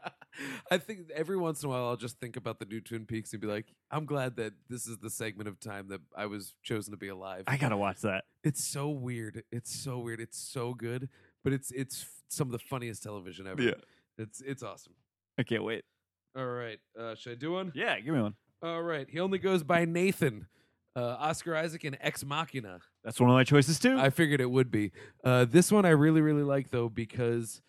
I think every once in a while I'll just think about the new Twin Peaks and be like, I'm glad that this is the segment of time that I was chosen to be alive. I gotta watch that. it's so weird. It's so weird. It's so good, but it's it's f- some of the funniest television ever. It's it's awesome. I can't wait. All right, uh, should I do one? Yeah, give me one. All right. He only goes by Nathan, uh, Oscar Isaac, and Ex Machina. That's one of my choices too. I figured it would be. Uh, this one I really, really like though because,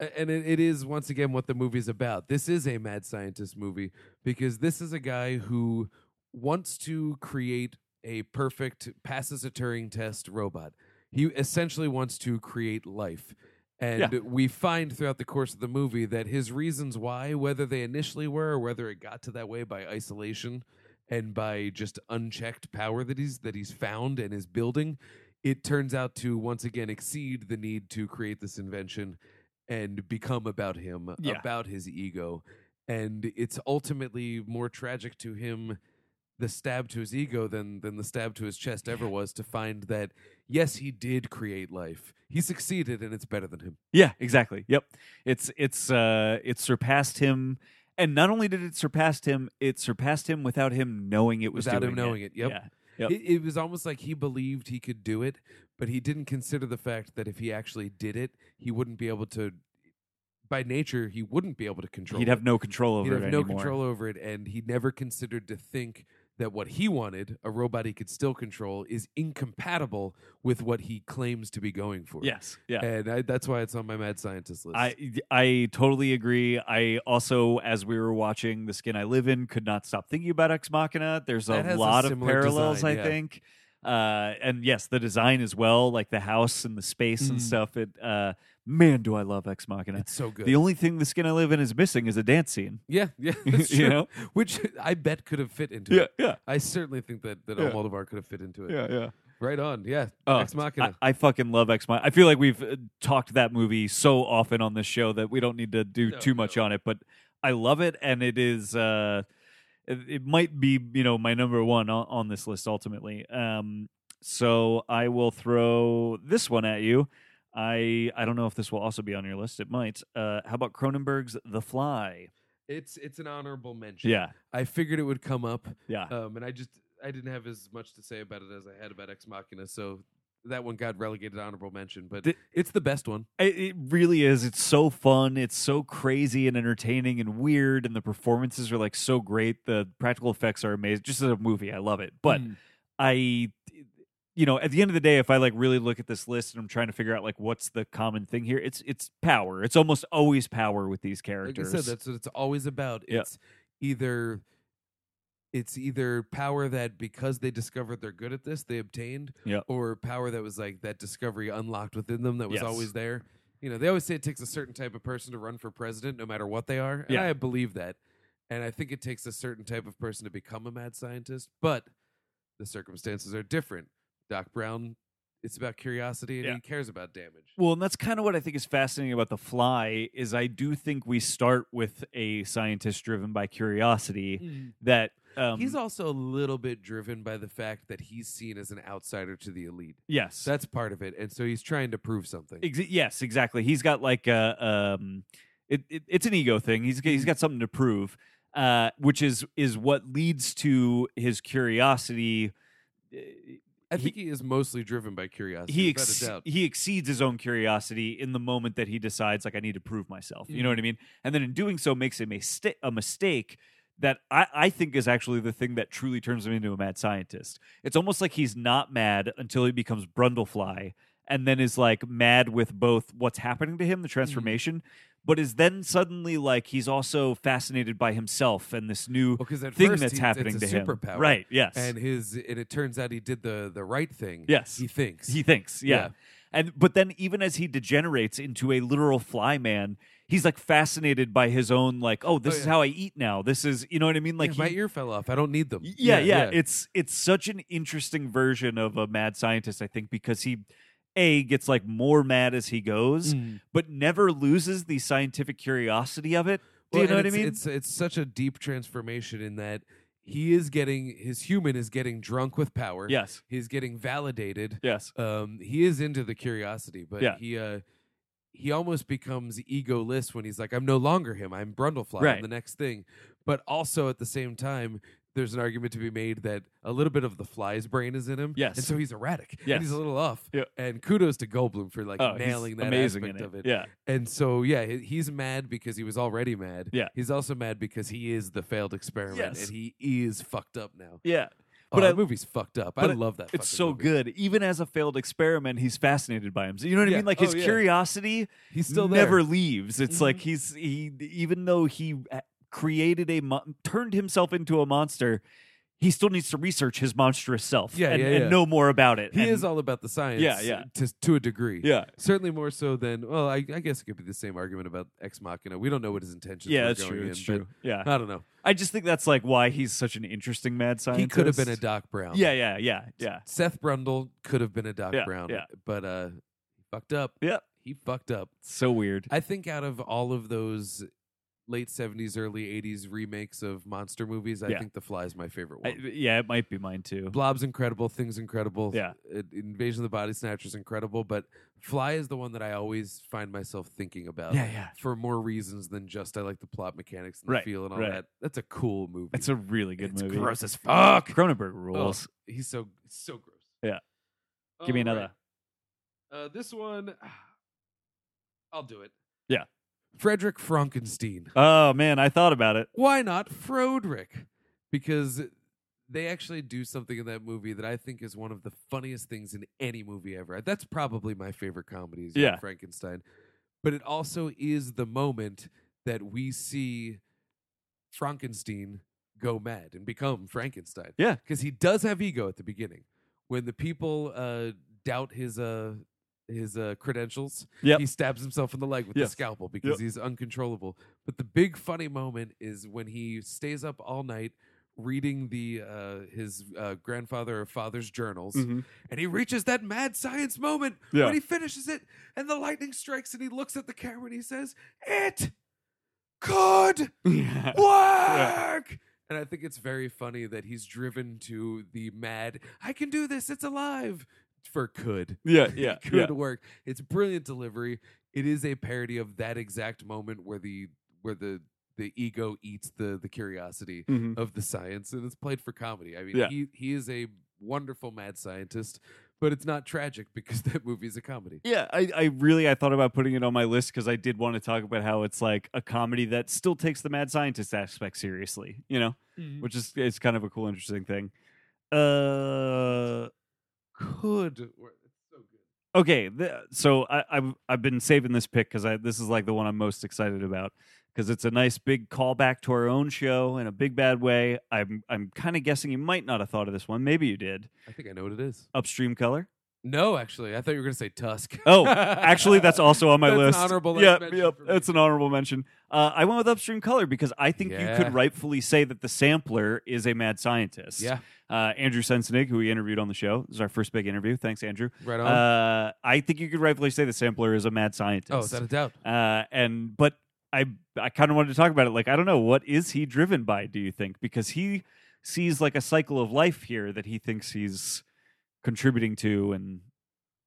a- and it, it is once again what the movie's about. This is a mad scientist movie because this is a guy who wants to create a perfect passes a Turing test robot. He essentially wants to create life. And we find throughout the course of the movie that his reasons why, whether they initially were or whether it got to that way by isolation and by just unchecked power that he's that he's found and is building, it turns out to once again exceed the need to create this invention and become about him, Yeah. about his ego. And it's ultimately more tragic to him the stab to his ego than than the stab to his chest ever was to find that yes, he did create life. He succeeded and it's better than him. Yeah, exactly. Yep. It's it's uh it surpassed him and not only did it surpass him, it surpassed him without him knowing it was Without him doing knowing it, yep. Yeah. Yep. It, it was almost like he believed he could do it, but he didn't consider the fact that if he actually did it, he wouldn't be able to. By nature, he wouldn't be able to control. He'd it. have no control over He'd have it no anymore. control over it, and he never considered to think that what he wanted, a robot he could still control, is incompatible with what he claims to be going for. Yes. Yeah. and I, that's why it's on my mad scientist list. I I totally agree. I also, as we were watching The Skin I Live In, could not stop thinking about Ex Machina. There's That has a a lot of similar parallels, design, I yeah. think. Uh, and yes, the design as well, like the house and the space and Mhm. stuff. It uh, man, do I love Ex Machina. it's so good. the only thing The Skin I Live In is missing is a dance scene. yeah, yeah, that's true. you know? Which I bet could have fit into it. yeah, I certainly think that that Yeah. Almodovar could have fit into it. yeah. Right on. Yeah, Oh, Ex Machina. I, I fucking love Ex Machina. I feel like we've uh, talked that movie so often on this show that we don't need to do No, too much no. on it, but I love it, and it is. Uh, it, it might be you know my number one on, on this list ultimately. Um, so I will throw this one at you. I I don't know if this will also be on your list. It might. Uh, how about Cronenberg's The Fly? It's it's an honorable mention. Yeah, I figured it would come up, yeah. um, and I just I didn't have as much to say about it as I had about Ex Machina, so that one got relegated to honorable mention. But Th- it's the best one. It, it really is. It's so fun. It's so crazy and entertaining and weird. And the performances are like so great. The practical effects are amazing. Just as a movie, I love it. But Mm. I, you know, at the end of the day, if I like really look at this list and I'm trying to figure out like what's the common thing here, it's it's power. It's almost always power with these like characters. I said, that's what it's always about. Yeah. It's either it's either power that because they discovered they're good at this they obtained, Yeah. or power that was like that discovery unlocked within them that was Yes. always there. You know, they always say it takes a certain type of person to run for president, no matter what they are, and Yeah. I believe that. And I think it takes a certain type of person to become a mad scientist, but the circumstances are different. Doc Brown, it's about curiosity and Yeah. he cares about damage. Well, and that's kind of what I think is fascinating about The Fly is I do think we start with a scientist driven by curiosity that um, Mm. he's also a little bit driven by the fact that he's seen as an outsider to the elite. yes That's part of it, and so he's trying to prove something. Ex- yes, exactly. He's got like a um, it, it, it's an ego thing. He's he's got something to prove, uh, which is is what leads to his curiosity. eh, I think he, is mostly driven by curiosity. He without ex- a doubt. he exceeds his own curiosity in the moment that he decides like I need to prove myself. You know what I mean? And then in doing so, makes a mistake a mistake. That I, I think is actually the thing that truly turns him into a mad scientist. It's almost like he's not mad until he becomes Brundlefly, and then is like mad with both what's happening to him, Mm-hmm. the transformation, but is then suddenly like he's also fascinated by himself and this new Because at thing first that's he- happening it's a to him. superpower, Right. Yes. And his and it turns out he did the the right thing. Yes. he thinks. he thinks. Yeah. Yeah. And but then even as he degenerates into a literal fly man, he's like fascinated by his own like, oh, this Oh, is yeah. how I eat now. This is you know what I mean? like Like my he- ear fell off. I don't need them. yeah, yeah, It's it's such an interesting version of a mad scientist, I think, because he a gets like more mad as he goes, Mm. but never loses the scientific curiosity of it. Do Well, you know and what I mean? It's, it's it's such a deep transformation in that he is getting his human is getting drunk with power. yes, he's getting validated. yes, um he is into the curiosity but Yeah. he uh he almost becomes egoless when he's like i'm no longer him i'm brundlefly Right. I'm the next thing but also at the same time there's an argument to be made that a little bit of the fly's brain is in him Yes. and so he's erratic Yes. and he's a little off Yeah. and kudos to goldblum for like Oh, he's nailing that amazing aspect in of it Yeah, and so yeah he- he's mad because he was already mad Yeah. he's also mad because he is the failed experiment Yes. and he is fucked up now yeah. oh, But uh, that I- movie's fucked up i but I- love that It's fucking so movie. good. Even as a failed experiment, he's fascinated by him. So you know what I Yeah. mean? Like Oh, his yeah. curiosity he's still there. Mm-hmm. never leaves. It's like he's he even though he uh, created a mon- turned himself into a monster, he still needs to research his monstrous self Yeah, and, yeah, and yeah. know more about it. He And- is all about the science. Yeah, yeah. To, to a degree. yeah. Certainly more so than, well, I, I guess it could be the same argument about Ex Machina. We don't know what his intentions Yeah, were that's going true. in. It's but true. Yeah. I don't know. I just think that's like why he's such an interesting mad scientist. He could have been a Doc Brown. Yeah, yeah, yeah, yeah. Seth Brundle could have been a Doc Yeah, Brown. yeah. But uh, fucked up. Yeah. he fucked up. So weird. I think out of all of those late 70s, early 80s remakes of monster movies, I Yeah. think The Fly is my favorite I, one. yeah, it might be mine too. Blob's incredible, Things incredible, Yeah. uh, Invasion of the Body Snatchers incredible, but Fly is the one that I always find myself thinking about. Yeah, yeah. For more reasons than just I like the plot mechanics and Right, the feel and all right. that. That's a cool movie. It's a really good It's movie. gross as fuck. Oh, Cronenberg rules. He's so so gross. Yeah. Give me Oh, All another. right. Uh, this one, I'll do it. Yeah. Frederick Frankenstein. Oh man, I thought about it. Why not Frodrick? Because they actually do something in that movie that I think is one of the funniest things in any movie ever. That's probably my favorite comedy is Young Yeah. Frankenstein. But it also is the moment that we see Frankenstein go mad and become Frankenstein. Yeah. Because he does have ego at the beginning. When the people uh, doubt his uh, his uh, credentials, Yep. he stabs himself in the leg with the Yes. scalpel because Yep. he's uncontrollable. But the big funny moment is when he stays up all night reading the uh, his uh, grandfather or father's journals, and he reaches that mad science moment Mm-hmm. Yeah. when he finishes it, and the lightning strikes, and he looks at the camera and he says, "It could." Yeah. work. And I think it's very funny that he's driven to the mad, I can do this, it's alive for could. Yeah, yeah, could yeah. work. It's brilliant delivery. It is a parody of that exact moment where the where the the ego eats the the curiosity Mhm. of the science and it's played for comedy. I mean, Yeah. he he is a wonderful mad scientist, but it's not tragic because that movie's a comedy. Yeah, I, I really I thought about putting it on my list because I did want to talk about how it's like a comedy that still takes the mad scientist aspect seriously, you know, which is it's kind of a cool, interesting thing. Uh, Could work. It's so good. okay, the, so I, I've I've been saving this pick because I this is like the one I'm most excited about because it's a nice big callback to our own show in a big bad way. I'm I'm kind of guessing you might not have thought of this one, maybe you did. I think I know what it is. Upstream color. No, actually, I thought you were going to say Tusk. Oh, Actually, that's also on my That's an list. honorable yeah, mention yep, for me. that's an honorable mention. Uh, I went with Upstream Color because I think you Yeah. could rightfully say that the sampler is a mad scientist. yeah, Uh, Andrew Sensenig, who we interviewed on the show, this is our first big interview. Thanks, Andrew. right on. Uh, I think you could rightfully say the sampler is a mad scientist. oh, without a doubt. uh, and but I I kind of wanted to talk about it. Like I don't know what is he driven by? Do you think because he sees like a cycle of life here that he thinks he's contributing to, and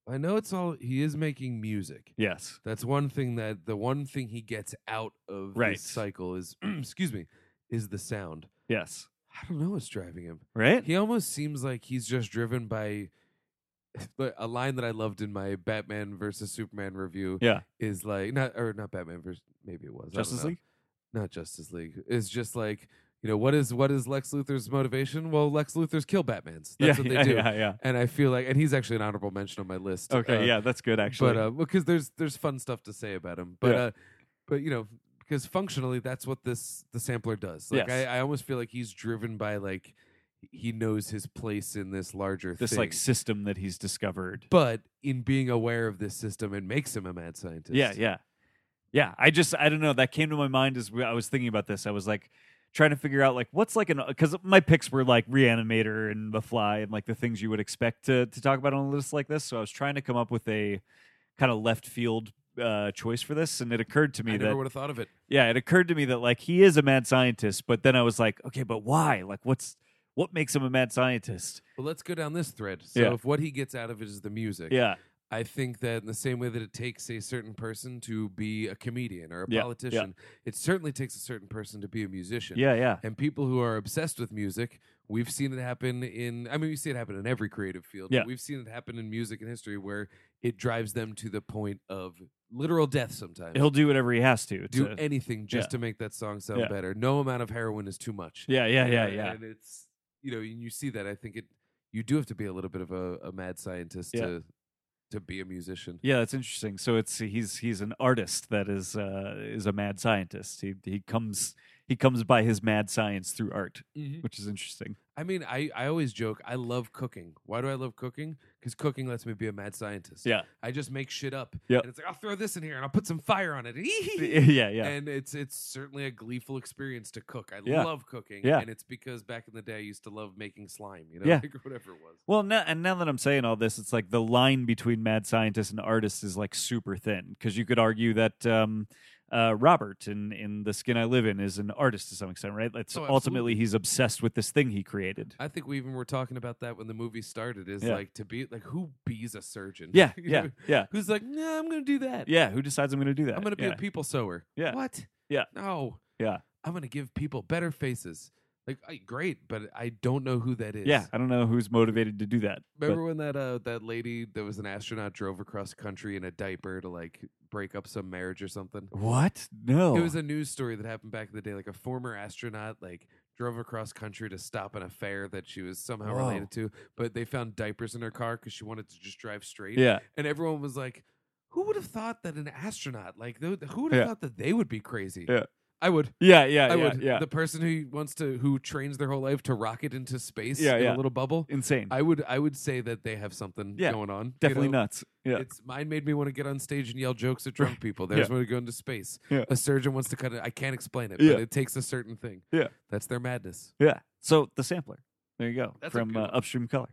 I know it's all. He is making music. yes, That's one thing that the one thing he gets out of Right. this cycle is, excuse me, is the sound. yes, I don't know what's driving him. right. He almost seems like he's just driven by a line that I loved in my Batman versus Superman review. Yeah. is like not or not Batman versus maybe it was I don't Justice know. League. not Justice League. It's just like you know what is what is Lex Luthor's motivation? Well, Lex Luthor's kill Batman's. That's yeah, what they yeah, do. yeah, yeah. And I feel like, and he's actually an honorable mention on my list. Okay, uh, yeah, that's good actually. but uh, because there's there's fun stuff to say about him. But Yeah. uh, but you know, because functionally, that's what this the sampler does. Like Yes. I, I almost feel like he's driven by like he knows his place in this larger this thing. like system that he's discovered. but in being aware of this system, it makes him a mad scientist. Yeah, yeah, yeah. I just I don't know. That came to my mind as we- I was thinking about this. I was like trying to figure out like what's like an because my picks were like Reanimator and The Fly and like the things you would expect to to talk about on a list like this. So I was trying to come up with a kind of left field uh choice for this and it occurred to me I that never would have thought of it. yeah, it occurred to me that like he is a mad scientist, but then I was like, okay, but why? Like what's what makes him a mad scientist? Well, let's go down this thread. So Yeah. if what he gets out of it is the music, Yeah. I think that in the same way that it takes a certain person to be a comedian or a Yeah, yeah. politician, it certainly takes a certain person to be a musician. Yeah, yeah. and people who are obsessed with music we've seen it happen in i mean we see it happen in every creative field but Yeah. we've seen it happen in music and history where it drives them to the point of literal death sometimes He'll do whatever he has to. do to- anything just yeah. to make that song sound Yeah. better no amount of heroin is too much yeah, yeah, yeah, Uh, yeah. and it's you know and you see that i think it you do have to be a little bit of a, a mad scientist Yeah. to to be a musician Yeah, that's interesting. So it's he's he's an artist that is uh, is a mad Mm-hmm. scientist. He he comes he comes by his mad science through art, which is interesting. I mean, I, I always joke, I love cooking. Why do I love cooking? Because cooking lets me be a mad scientist. Yeah. I just make shit up. Yep. And it's like, I'll throw this in here and I'll put some fire on it. yeah, yeah. And it's it's certainly a gleeful experience to cook. I Yeah. love cooking. Yeah. And it's because back in the day I used to love making slime, you know, Yeah. like whatever it was. Well, now, and now that I'm saying all this, it's like the line between mad scientists and artists is like super thin because you could argue that um, uh, Robert in in the skin I live in is an artist to some extent, right? It's Oh, absolutely. ultimately he's obsessed with this thing he created. I think we even were talking about that when the movie started, is Yeah. like to be like who bees a surgeon? Yeah, You yeah, know? yeah, Who's like, nah, I'm gonna do that. yeah. Who decides I'm going to do that? I'm gonna be yeah. a people sower. Yeah. What? Yeah. No. Yeah. I'm gonna give people better faces. Like, I, great, but I don't know who that is. yeah. I don't know who's motivated to do that. but- Remember when that uh, that lady that was an astronaut drove across country in a diaper to like break up some marriage or something? what? No. It was a news story that happened back in the day. Like a former astronaut like drove across country to stop an affair that she was somehow Whoa. related to, but they found diapers in her car because she wanted to just drive straight. yeah. And everyone was like, "Who would have thought that an astronaut like tho- who would have Yeah. thought that they would be crazy?" Yeah. I would. Yeah. Yeah. I yeah. would. Yeah. The person who wants to who trains their whole life to rocket into space Yeah, in a yeah. little bubble. Insane. I would I would say that they have something Yeah, going on. you Definitely know? nuts. Yeah. It's mine made me want to get on stage and yell jokes at drunk people. They Yeah. just want to go into space. Yeah. A surgeon wants to cut it. I can't explain it, Yeah. but it takes a certain thing. Yeah. That's their madness. Yeah. So the sampler. There you go. That's a From good uh, one. Upstream Color.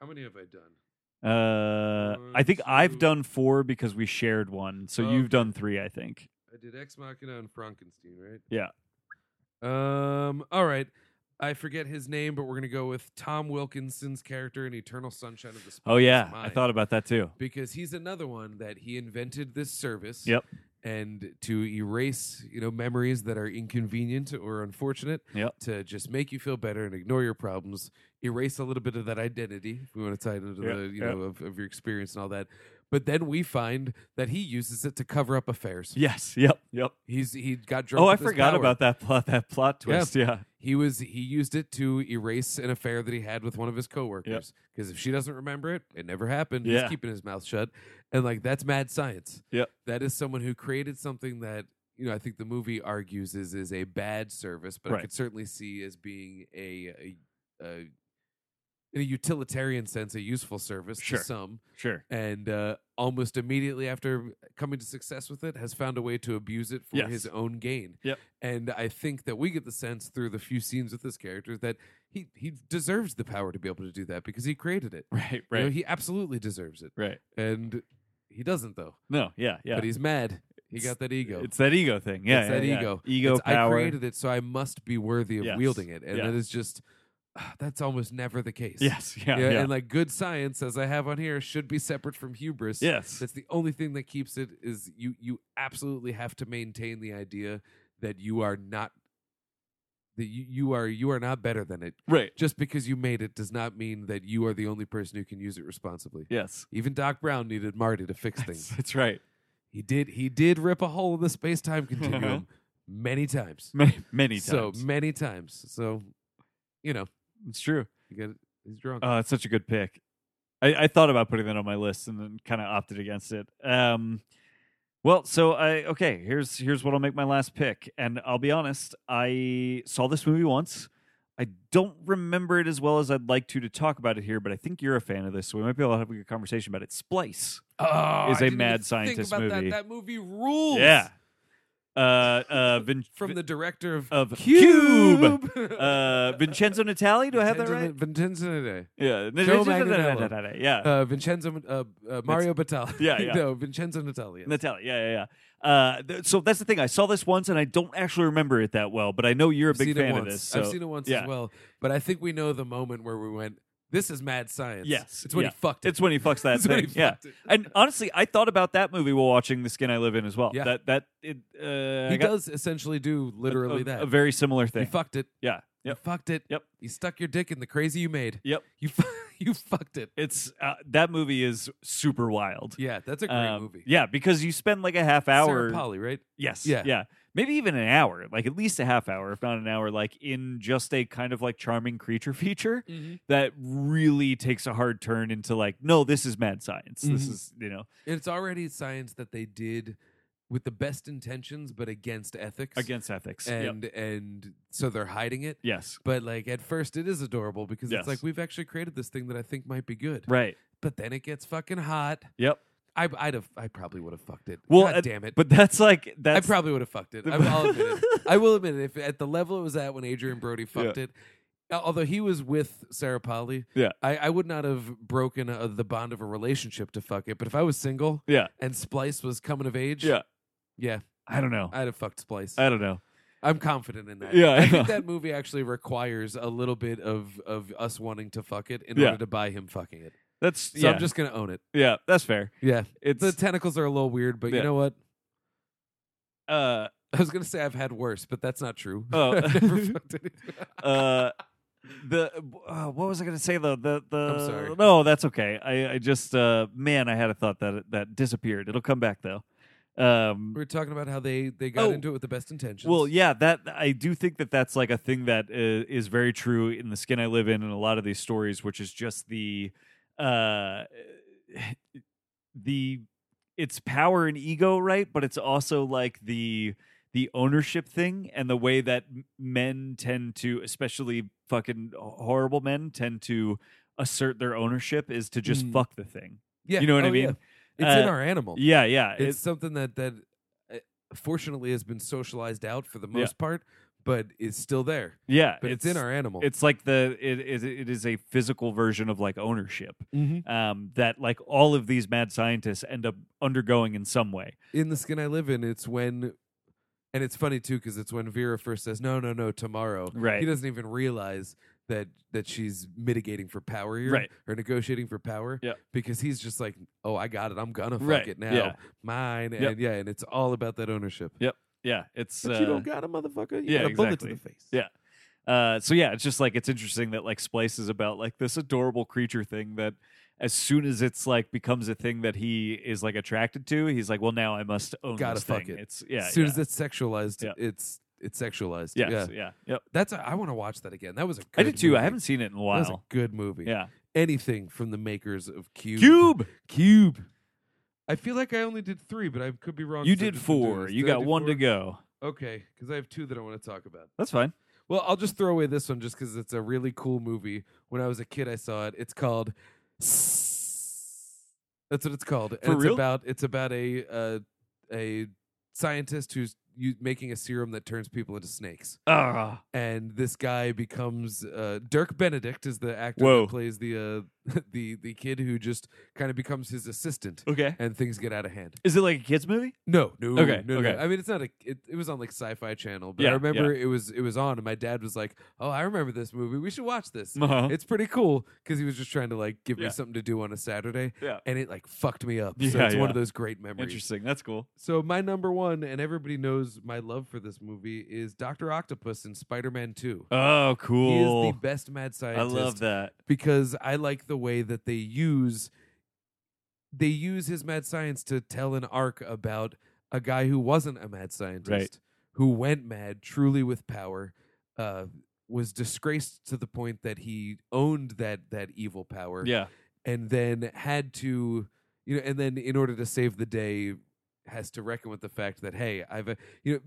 How many have I done? Uh, I One, think I've two- done four because we shared one. So Okay. you've done three, I think. I did Ex Machina and Frankenstein, right? Yeah. Um. All right. I forget his name, but we're gonna go with Tom Wilkinson's character in Eternal Sunshine of the Spotless Oh yeah, I Mind. thought about that too. because he's another one that he invented this service. Yep. And to erase, you know, memories that are inconvenient or unfortunate. Yep. To just make you feel better and ignore your problems, erase a little bit of that identity. If we want to tie it into Yeah, the, you yeah. know, of, of your experience and all that. But then we find that he uses it to cover up affairs. Yes. Yep. Yep. He's he got drunk. Oh, I with his forgot power. about that plot. That plot Yeah. twist. Yeah. He was he used it to erase an affair that he had with one of his coworkers. Because if she doesn't remember it, it never happened. Yeah. He's keeping his mouth shut, and like that's mad science. Yeah. that is someone who created something that you know I think the movie argues is is a bad service, but Right. I could certainly see as being a, a, a in a utilitarian sense a useful service Sure. to some Sure. and uh, almost immediately after coming to success with it, has found a way to abuse it for Yes. his own gain. Yep. And I think that we get the sense through the few scenes with this character that he he deserves the power to be able to do that because he created it. Right. You know, Right. he absolutely deserves it, right. and he doesn't though. No. Yeah. Yeah. But he's mad. He It's- got that ego. It's that ego thing. Yeah. It's yeah, that yeah. ego. Ego It's, I power. created it, so I must be worthy of Yes. wielding it, and Yeah. that is just ah, that's almost never the case. Yes. Yeah. Yeah, Yeah. and like good science, as I have on here, should be separate from hubris. yes. That's the only thing that keeps it is you you absolutely have to maintain the idea that you are not that you, you are you are not better than it. Right. Just because you made it does not mean that you are the only person who can use it responsibly. Yes. Even Doc Brown needed Marty to fix That's, things. that's right. He did he did rip a hole in the space time continuum many times. Many, many times. So Uh-huh. many times. So you know, it's true. you get he's drunk. Oh, it's such a good pick. I, I thought about putting that on my list and then kind of opted against it. Um, well, so I okay. Here's here's what I'll make my last pick, and I'll be honest. I saw this movie once. I don't remember it as well as I'd like to to talk about it here, but I think you're a fan of this, so we might be able to have a good conversation about it. Splice. Oh, is I a didn't mad even think scientist about That. movie. that movie rules. Yeah. Uh, uh, Vin- From the director of, of Cube. uh, Vincenzo Natali. Do I have that Vincenzo- right? Vincenzo today. Yeah. Magniello. Yeah. Uh, Vincenzo uh, uh, Mario Batali. yeah, yeah. no, Vincenzo Natali. yes. Natalia, yeah, yeah, yeah. Uh, th- so that's the thing. I saw this once, and I don't actually remember it that well, but I know you're a I've big seen it fan once. of this. I've so- seen it once yeah. as well, but I think we know the moment where we went. This is mad science. Yes, it's when yeah. he fucked it. It's when he fucks that It's when thing. he Yeah, fucked it. and honestly, I thought about that movie while watching The Skin I Live In as well. Yeah. That that it, uh, I he got does essentially do a- literally a, that. a very similar you thing. fucked it. yeah, You yep, fucked it. Yep. You stuck your dick in the crazy you made. yep. You fu- you fucked it. It's uh, that movie is super wild. Yeah, that's a great Um, movie. Yeah, because you spend like a half hour. Sarah Polly, right? Yes. Yeah. Yeah. Maybe even an hour, like at least a half hour, if not an hour, like in just a kind of like charming creature feature that really takes a hard turn into like, no, this is mad science. This Mhm. is, you know, It's already science that they did with the best intentions but against ethics. against ethics. Yep. and and so they're hiding it. Yes. But like at first, it is adorable because Yes. it's like we've actually created this thing that I think might be good. Right. But then it gets fucking hot. Yep. I, I'd have, I probably would have fucked it. Well, God uh, damn it. But that's like I that's probably would have fucked it. I, will admit it. I will admit it. If at the level it was at when Adrian Brody fucked it, al- although he was with Sarah Polly, Yeah. I, I would not have broken uh the bond of a relationship to fuck it. But if I was single, Yeah. and Splice was coming of age, Yeah. yeah, I don't know. I'd have fucked Splice. I don't know. I'm confident in that. Yeah, I I think know. that movie actually requires a little bit of of us wanting to fuck it in Yeah. order to buy him fucking it. That's So yeah. I'm just gonna own it. yeah. That's fair. Yeah, It's the tentacles are a little weird, but Yeah. you know what? uh I was gonna say I've had worse, but that's not true. Oh. I've never fucked anything. uh the uh, what was I going to say though? The the I'm sorry. no, that's okay. I I just uh man, I had a thought that that disappeared. It'll come back though. Um, We were talking about how they they got Oh. into it with the best intentions. Well, yeah, that I do think that that's like a thing that uh, is very true in the skin I live in, and a lot of these stories, which is just the, uh, the, it's power and ego, right? But it's also like the the ownership thing and the way that m- men tend to, especially fucking horrible men, tend to assert their ownership is to just Mm. fuck the thing. yeah, You know what I oh, yeah. mean? It's in Uh, our animal. Yeah, yeah. it's something that that uh, fortunately has been socialized out for the Yeah. most part, but is still there. It- yeah, But it's, in our animal. It's like the it is it is a physical version of like ownership Mhm. um, that like all of these mad scientists end up undergoing in some way. in the skin I live in. It's when. And it's funny too because it's when Vera first says, "No, no, no, tomorrow." Right. He doesn't even realize that that she's mitigating for power here, Right. or negotiating for power. Yeah. Because he's just like, "Oh, I got it. I'm gonna fuck Right. it now, Yeah. mine." Yep. And yeah, and it's all about that ownership. Yeah, it's But uh, you don't got a motherfucker. You yeah, got a bullet to exactly. the face. Yeah. uh, so yeah, it's just like it's interesting that like Splice is about like this adorable creature thing that as soon as it's like becomes a thing that he is like attracted to, he's like, well, now I must own Gotta this fuck thing. it. It's yeah, as soon yeah. as it's sexualized, Yeah. it's it's sexualized. yes, Yeah. yeah, yep. That's a, I want to watch that again. That was a good I did too. Movie. I haven't seen it in a That was a while. good movie. Yeah, Anything from the makers of Cube. Cube. Cube. I feel like I only did three, but I could be wrong. You so did just been doing four. this. You Did I got do one to four? go. Okay, because I have two that I want to talk about. That's fine. Well, I'll just throw away this one just because it's a really cool movie. When I was a kid, I saw it. It's called. That's what it's called. And For it's real? about it's about a uh, a scientist who's u- making a serum that turns people into snakes. Ah. And this guy becomes uh, Dirk Benedict is the actor Whoa. that plays the uh, the the kid who just kind of becomes his assistant, Okay. and things get out of hand. Is it like a kids movie? No, no, Okay, no, okay. no. I mean, it's not a. It, it was on like Sci-Fi Channel, but Yeah, I remember it was it was on, and my dad was like, "Oh, I remember this movie. We should watch this. Uh-huh. It's pretty cool." Because he was just trying to like give Yeah. me something to do on a Saturday, Yeah. and it like fucked me up. so Yeah, it's one yeah. of those great memories. Interesting. That's cool. So my number one, and everybody knows my love for this movie is Doctor Octopus in Spider-Man Two. Oh, He is the cool. best mad I scientist love that. because I like the way that they use they use his mad science to tell an arc about a guy who wasn't a mad scientist, who went mad truly with power, uh, was disgraced to the point that he owned that that evil power, Yeah. and then had to you know, and then in order to save the day, has to reckon with the fact that hey, I've a, you know.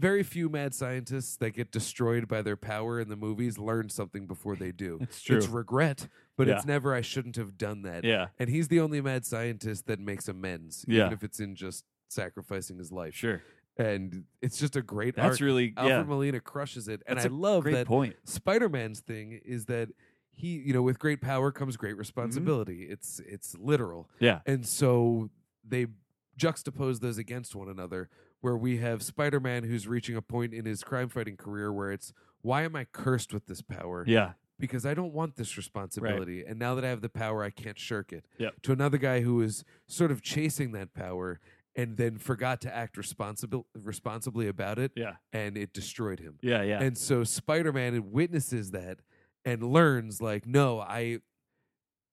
Very few mad scientists that get destroyed by their power in the movies learn something before they do. It's It's regret, but it's Yeah. never I shouldn't have done that. yeah. And he's the only mad scientist that makes amends, Yeah. even if it's in just sacrificing his life. Sure. And it's just a great That's arc. really Alfred yeah. Molina crushes it, and That's I love Great that point. Spider-Man's thing is that he, you know, with great power comes Mm-hmm. great responsibility. It's it's literal. Yeah. And so they juxtapose those against one another, where we have Spider Man who's reaching a point in his crime fighting career where it's, why am I cursed with this power? Yeah. Because I don't want this responsibility. And now that I have the power, I can't shirk it. Yep. To another guy who is sort of chasing that power and then forgot to act responsibil- responsibly about it, Yeah. and it destroyed him. Yeah. Yeah. And so Spider Man witnesses that and learns, like, no, I,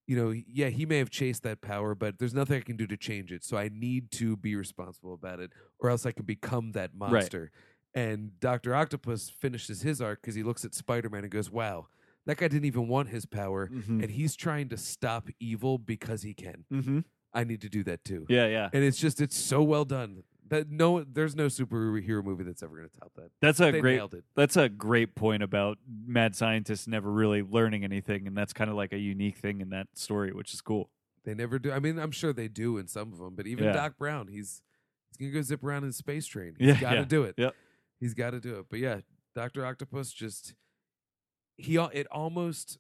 you know, yeah, he may have chased that power, but there's nothing I can do to change it. So I need to be responsible about it, or else I can become that monster. And Dr. Octopus finishes his arc because he looks at Spider Man and goes, wow, that guy didn't even want his power. mm-hmm. And he's trying to stop evil because he can. mm-hmm. I need to do that too. Yeah. Yeah. And it's just, it's so well done. That no, there's no superhero movie that's ever going to top that. That's a they great nailed it. that's a great point about mad scientists never really learning anything, and that's kind of like a unique thing in that story, which is cool. They never do. I mean, I'm sure they do in some of them, but even Yeah. Doc Brown, he's he's gonna go zip around in a space train. He's Yeah, got to yeah, do it. yep. He's got to do it. But yeah, Doctor Octopus just he al- it almost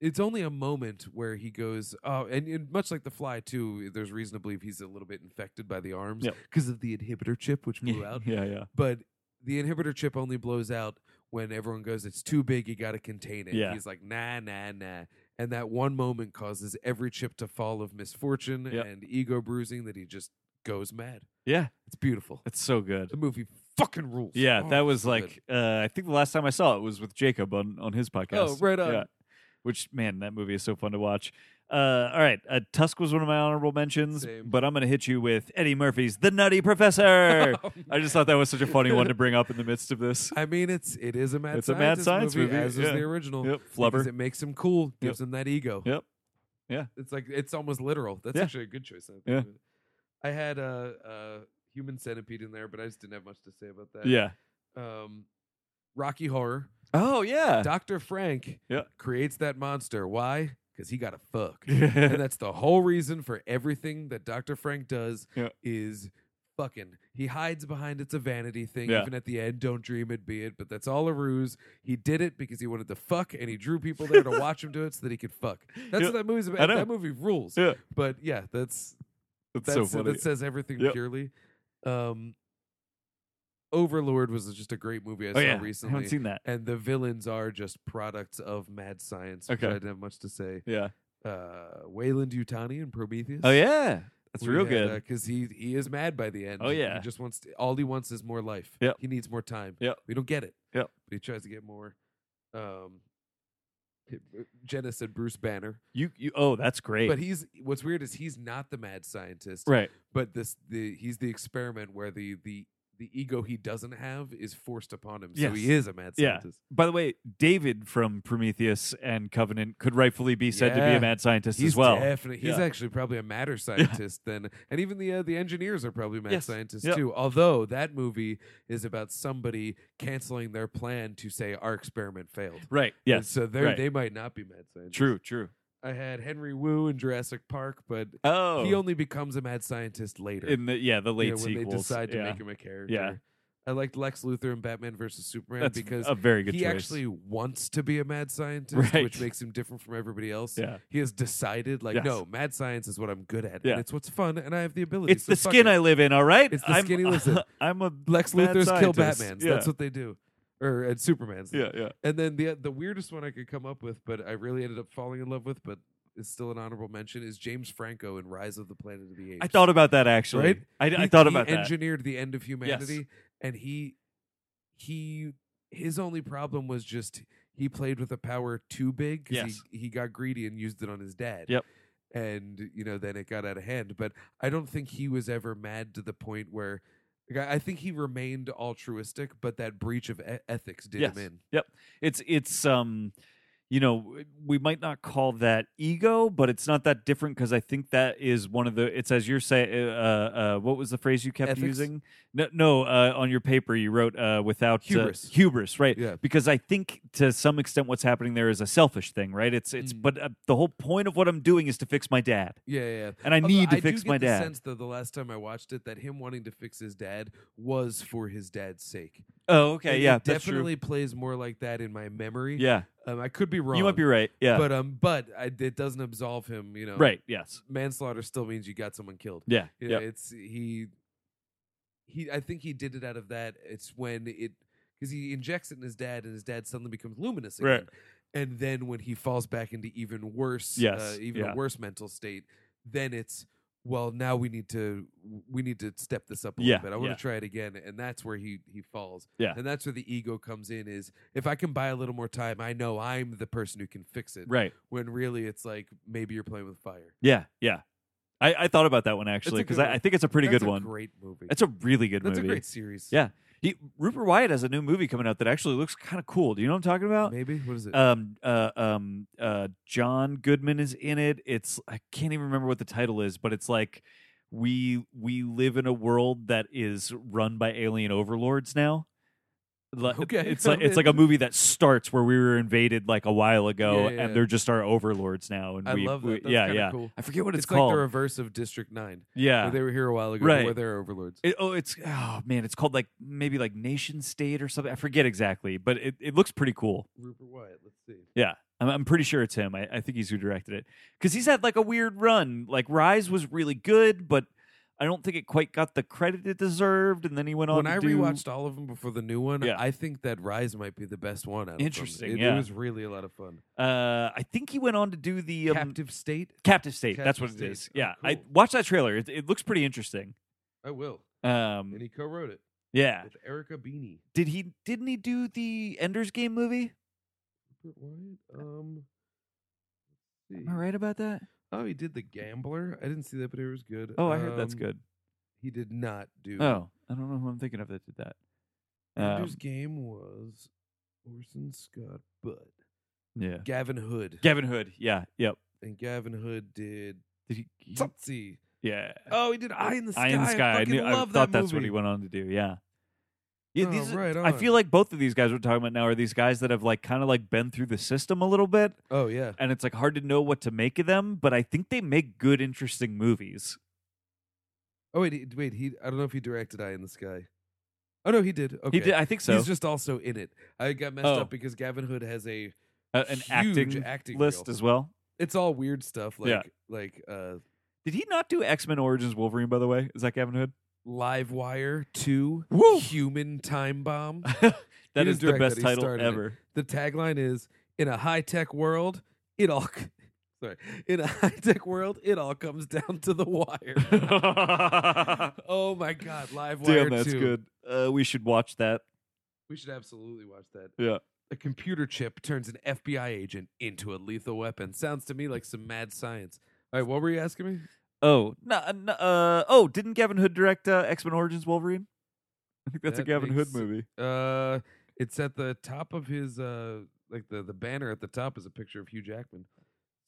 it's only a moment where he goes oh and, and much like the fly too there's reason to believe he's a little bit infected by the arms Yep. because of the inhibitor chip which blew out yeah, yeah, but the inhibitor chip only blows out when everyone goes, "It's too big. You got to contain it." Yeah. He's like, "Nah, nah, nah." And that one moment causes every chip to fall of misfortune Yep. and ego bruising that he just goes mad. yeah. It's beautiful. It's so good. The movie fucking rules. Yeah, Oh, that it's was so like uh, I think the last time I saw it was with Jacob on on his podcast. Oh, right on. Yeah. Which man, that movie is so fun to watch. Uh, all right, uh, Tusk was one of my honorable mentions, Same. but I'm going to hit you with Eddie Murphy's The Nutty Professor. good. Oh, er, I just man. thought that was such a funny one to bring up in the midst of this. I mean, it's it is a mad It's a science mad science movie, movie, as was yeah. the original. Yep, Because flubber. it makes him cool, gives him that ego. Yep. Yeah. It's like it's almost literal. That's Yeah. actually a good choice. I think. Yeah. of it. I had a, a human centipede in there, but I just didn't have much to say about that. yeah. Um, Rocky Horror. Oh yeah. Doctor Frank. Yeah. Creates that monster. Why? Because he got a fuck. and yeah. that's the whole reason for everything that Dr. Frank does Yeah. is fucking. He hides behind it's a vanity thing, Yeah. even at the end. Don't dream it, be it. But that's all a ruse. He did it because he wanted to fuck, and he drew people there to watch him do it so that he could fuck. That's Yeah. what that movie's I about. know. That movie rules. That's But yeah, that's that's so it. funny. that says everything Yep. purely. Um, Overlord was just a great movie I oh saw yeah. I recently. haven't seen that. and the villains are just products of mad science. which Okay. I didn't have much to say Yeah. uh, Wayland Yutani in Prometheus. Oh yeah. That's real good. because he he is mad by the end. Oh, yeah. he just wants to, all he wants is more life. Yep. he needs more time. Yep. we don't get it. Yep. but he tries to get more. Um, it- Jenna said Bruce Banner, you you oh that's great. but he's what's weird is he's not the mad scientist, right. but this the he's the experiment where the the the ego he doesn't have is forced upon him, so he Yes. is a mad Yeah. scientist. By the way, David from Prometheus and Covenant could rightfully be said to be Yeah. a mad scientist He's as well. definitely he's Yeah. actually probably a madder scientist than, and even the uh, the engineers are probably mad Yes. scientists Yep. too. Although that movie is about somebody canceling their plan to say our experiment failed. right. And Yes. so they right. they might not be mad scientists. True. True. I had Henry Wu in Jurassic Park, but Oh. he only becomes a mad scientist later. in the yeah the you late know, when sequels. they decide to yeah. make him a character. I liked Lex Luthor in Batman versus Superman that's because a very good he choice. actually wants to be a mad scientist, Right. which makes him different from everybody else yeah. he has decided like Yes. no mad science is what i'm good at Yeah. and it's what's fun and i have the ability It's the skin I live in. All right. It's the I'm, skin he lives in. I'm a lex mad luthor's kill scientist. batmans Yeah. that's what they do or and supermans yeah yeah and then the the weirdest one i could come up with but i really ended up falling in love with but it's still an honorable mention is james franco in rise of the planet of the apes I thought about that actually. Right? I, I He- thought he about that. engineered the end of humanity and he he his only problem was just he played with a power too big 'cause Yes. he, he got greedy and used it on his dad Yep. and you know then it got out of hand but i don't think he was ever mad to the point where like, I I think he remained altruistic, but that breach of e- ethics did Yes. him in. it's it's um you know we might not call that ego but it's not that different because i think that is one of the it's as you're saying uh, uh what was the phrase you kept Ethics? using no no uh, on your paper you wrote uh without uh, Hubris. hubris right Yeah. because i think to some extent what's happening there is a selfish thing right it's it's Mm. but uh, the whole point of what i'm doing is to fix my dad Yeah, yeah. yeah. and i Although need to I fix do get my the dad Sense though the last time I watched it, that him wanting to fix his dad was for his dad's sake. oh okay It- yeah it that's true. definitely plays more like that in my memory. yeah um, I could be wrong. you might be right yeah but um, but I, it doesn't absolve him. You know, right yes Manslaughter still means you got someone killed. yeah You know, it's he, he. I think he did it out of that. It's when it because he injects it in his dad, and his dad suddenly becomes luminous again. Right. And then when he falls back into even worse, Yes, uh, even yeah. a worse mental state, then it's well now we need to we need to step this up a Yeah, little bit. I want yeah. to try it again, and that's where he he falls. Yeah. and that's where the ego comes in. Is if I can buy a little more time, I know I'm the person who can fix it. right When really it's like maybe you're playing with fire. Yeah, yeah. I, I thought about that one actually good because I, one. I think it's a pretty That's good a one. Great movie. It's a really good That's movie. a great series. Yeah. He, Rupert Wyatt has a new movie coming out that actually looks kind of cool. Do you know what I'm talking about? Maybe what is it? Um, uh, um, uh, John Goodman is in it. It's I can't even remember what the title is, but it's like we we live in a world that is run by alien overlords now. Like, Okay. it's like it's like a movie that starts where we were invaded like a while ago, Yeah, yeah, and yeah. they're just our overlords now. And I we, love we- that. That's yeah, kinda yeah. Cool. I forget what it's, It's, called. like the reverse of District Nine. yeah, where they were here a while ago. Right. Where they're overlords. It, oh, it's oh man, it's called like maybe like Nation State or something. I forget exactly, but it, it looks pretty cool. Rupert Wyatt. Let's see. Yeah, I'm, I'm pretty sure it's him. I, I think he's who directed it because he's had like a weird run. Like Rise was really good, but I don't think it quite got the credit it deserved. And then he went on. When to I do- rewatched all of them before the new one, Yeah. I think that Rise might be the best one. Out of them. Interesting, It, yeah. it was really a lot of fun. uh, I think he went on to do the um, Captive State. Captive State. That's Captive what State. it is. Oh, Yeah, I cool. watched that trailer. It, it looks pretty interesting. I will. Um, And he co-wrote it yeah, with Erica Beanie. did he? Didn't he do the Ender's Game movie? Rupert Wyatt. Um. let's see. Am I right about that? Oh, he did the Gambler. I didn't see that, but it was good. Oh, I heard that's Um, good. He did not do. Oh, I don't know who I'm thinking of that did that. Um, Ender's game was Orson Scott, but yeah, Gavin Hood. Gavin Hood. Yeah, yep. and Gavin Hood did Did he, he- Tootsie. yeah, Oh, he did Eye in the Sky. Eye in the Sky. I, fucking knew, I love thought that that's what movie. he went on to do. Yeah, yeah. Oh, These, right I on. feel like both of these guys we're talking about now are these guys that have like kind of like been through the system a little bit, Oh yeah. and it's like hard to know what to make of them. But I think they make good, interesting movies. Oh wait, he- wait. He. I don't know if he directed Eye in the Sky. Oh no, he did. Okay. He did. I think so. He's just also in it. I got messed Oh. up because Gavin Hood has a. Uh, an huge acting, acting list reel. as well. It's all weird stuff like Yeah. like uh, Did he not do X Men Origins Wolverine? By the way, is that Gavin Hood? Live Wire Two, Woo! Human Time Bomb. that didn't is the direct best that, he title started it. ever. the tagline is in a high tech world, it all sorry. In a high tech world, it all comes down to the wire. Damn, oh my god, live wire that's 2. good. Uh, we should watch that. We should absolutely watch that. Yeah. A computer chip turns an FBI agent into a lethal weapon. Sounds to me like some mad science. All right, what were you asking me? Oh, no, uh, no, uh, oh, didn't Gavin Hood direct uh, X Men Origins Wolverine? I think that's a That Gavin Hood makes- movie. Uh it's at the top of his uh like the the banner at the top is a picture of Hugh Jackman.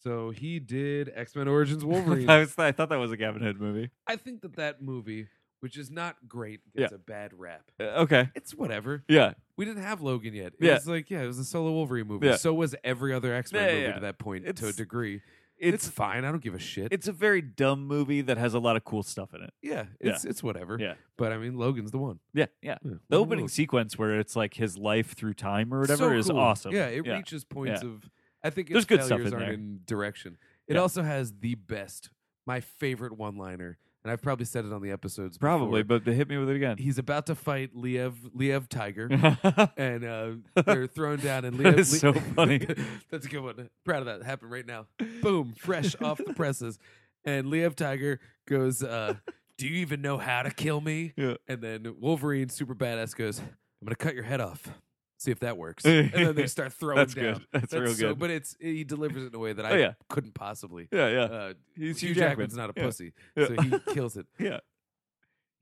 So he did X-Men Origins Wolverine. I, was, I thought that was a Gavin Hood movie. I think that that movie, which is not great, Yeah. gets a bad rap. Uh, okay. It's whatever. Yeah. We didn't have Logan yet. It Yeah. was like, yeah, it was a solo Wolverine movie. Yeah. So was every other X Men Yeah, movie yeah. to that point, to a It's- degree. It's, It's fine. I don't give a shit. it's a very dumb movie that has a lot of cool stuff in it. yeah, yeah. it's it's whatever. Yeah. But I mean, Logan's the one. Yeah. Yeah. Yeah, The Logan opening rules. sequence where it's like his life through time or whatever So is cool. awesome. Yeah, it reaches points of. I think There's its good stuff failures in aren't there. in direction. It Yeah. also has the best, my favorite one liner, and I've probably said it on the episodes. before. Probably, but they hit me with it again. he's about to fight Liev Liev Tiger. yeah. and uh, they're thrown down. And That Leah- is Le- so funny. That's a good one. Proud of that. Happened right now. Boom, fresh off the presses. And Liev Tiger goes, uh, "Do you even know how to kill me?" Yeah. And then Wolverine, super badass, goes, "I'm gonna cut your head off. See if that works." And then they start throwing That's down. good. That's, real so- good. But it's he delivers it in a way that I Oh, yeah. couldn't possibly. yeah, yeah. Uh, He's Hugh Jackman's not a Yeah. pussy, Yeah. so he kills it. Yeah.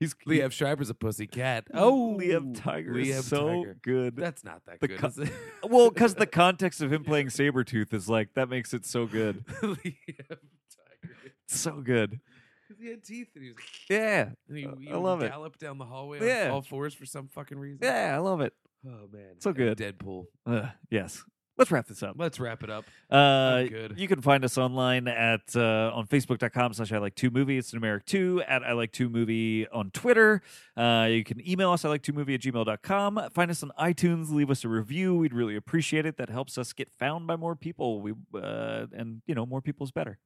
He's Liev Schreiber's a pussy cat. Oh, Oh, Liam Tiger Liev is so Tiger. good. That's not that The good. co- is it? well, because the context of him playing Sabretooth is like, that makes it so good. Liam Tiger. so good. Because he had teeth and he was Yeah. and he, Uh, he I love would it. gallop down the hallway Yeah. on all fours for some fucking reason. Yeah, I love it. Oh man. So And good. Deadpool. Ugh, yes. Let's wrap this up. Let's wrap it up. Uh, I'm good. You can find us online at uh, on Facebook.com slash I like two movie. It's numeric two at I like two movie on Twitter. Uh, you can email us I like two movie at gmail.com. Find us on iTunes. Leave us a review. We'd really appreciate it. That helps us get found by more people. We uh, and you know more people's better.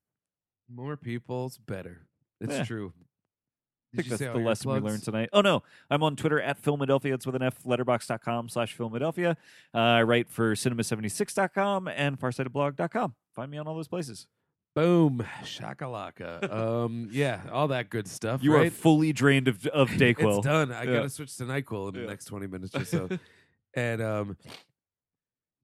More people's better. It's Yeah. true. Did I think you that's say the all your lesson we plugs? learned tonight. Oh no, I'm on Twitter at Philadelphia. It's with an F. Letterbox.com slash Philadelphia. Uh, I write for Cinema76.com and FarsightedBlog.com. Find me on all those places. Boom. Shakalaka. um yeah, all that good stuff. You right? are fully drained of of Dayquil. It's done. I Yeah. gotta switch to NyQuil in Yeah. the next twenty minutes or so. and um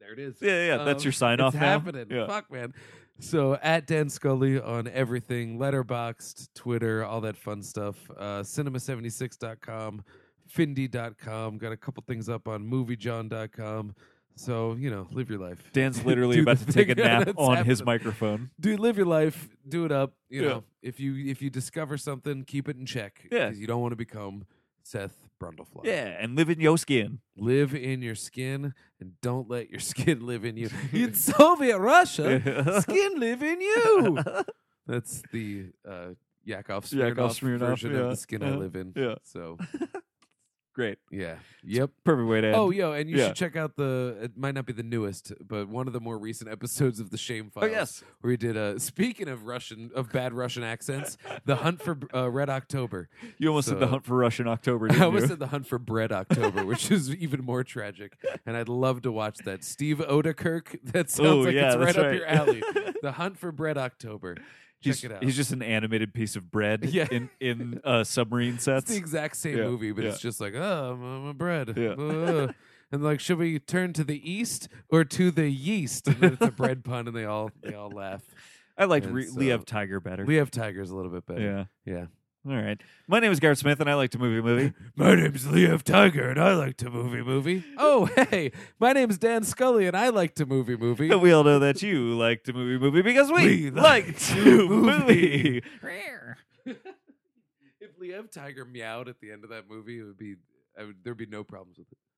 there it is. Yeah, yeah, that's Um, your sign off It's now. happening. Yeah. Fuck, man. So at Dan Scully on everything, letterboxed, Twitter, all that fun stuff. Uh, cinema76.com, findy.com. Got a couple things up on moviejohn.com. So you know, live your life, Dan's literally Do about the to take a thing nap that's on his happening. microphone. dude. Live your life, do it up. You Yeah. know, if you if you discover something, keep it in check. Yeah. 'cause you don't want to become Seth Brundlefly. Yeah, and live in your skin. live in your skin and don't let your skin live in you. In Soviet Russia, skin live in you. That's the uh, Yakov Smirnov, Yakov Smirnoff, version yeah. of the skin I Uh-huh. live in. Yeah. So Great. yeah, yep. Perfect way to end. Oh, yo, and you yeah. should check out the. It might not be the newest, but one of the more recent episodes of the Shame Files. Oh, yes. where we did. Uh, speaking of Russian, of bad Russian accents, the hunt for uh, Red October. You almost said the So- hunt for Russian October. I didn't almost you? said the hunt for bread October, which is even more tragic. And I'd love to watch that. Steve Odekirk. That sounds Ooh, like yeah, it's right that's up your alley. right. the hunt for bread October. he's, Check it out. He's just an animated piece of bread Yeah. in in uh, submarine it's sets. the exact same Yeah, movie, but yeah. it's just like, oh, I'm, I'm a bread. Yeah. Ugh. and like, should we turn to the east or to the yeast? And then it's a bread pun, and they all they all laugh. I liked and Re- so- Liev Tiger better. We have tigers a little bit better. yeah. Yeah. All right. My name is Garrett Smith, and I like to movie movie. My name's Liev Tiger, and I like to movie movie. Oh, hey, my name's Dan Scully, and I like to movie movie. And we all know that you like to movie movie because We we, like like to movie. movie. If Liev Tiger meowed at the end of that movie, it would be I would, there'd be no problems with it.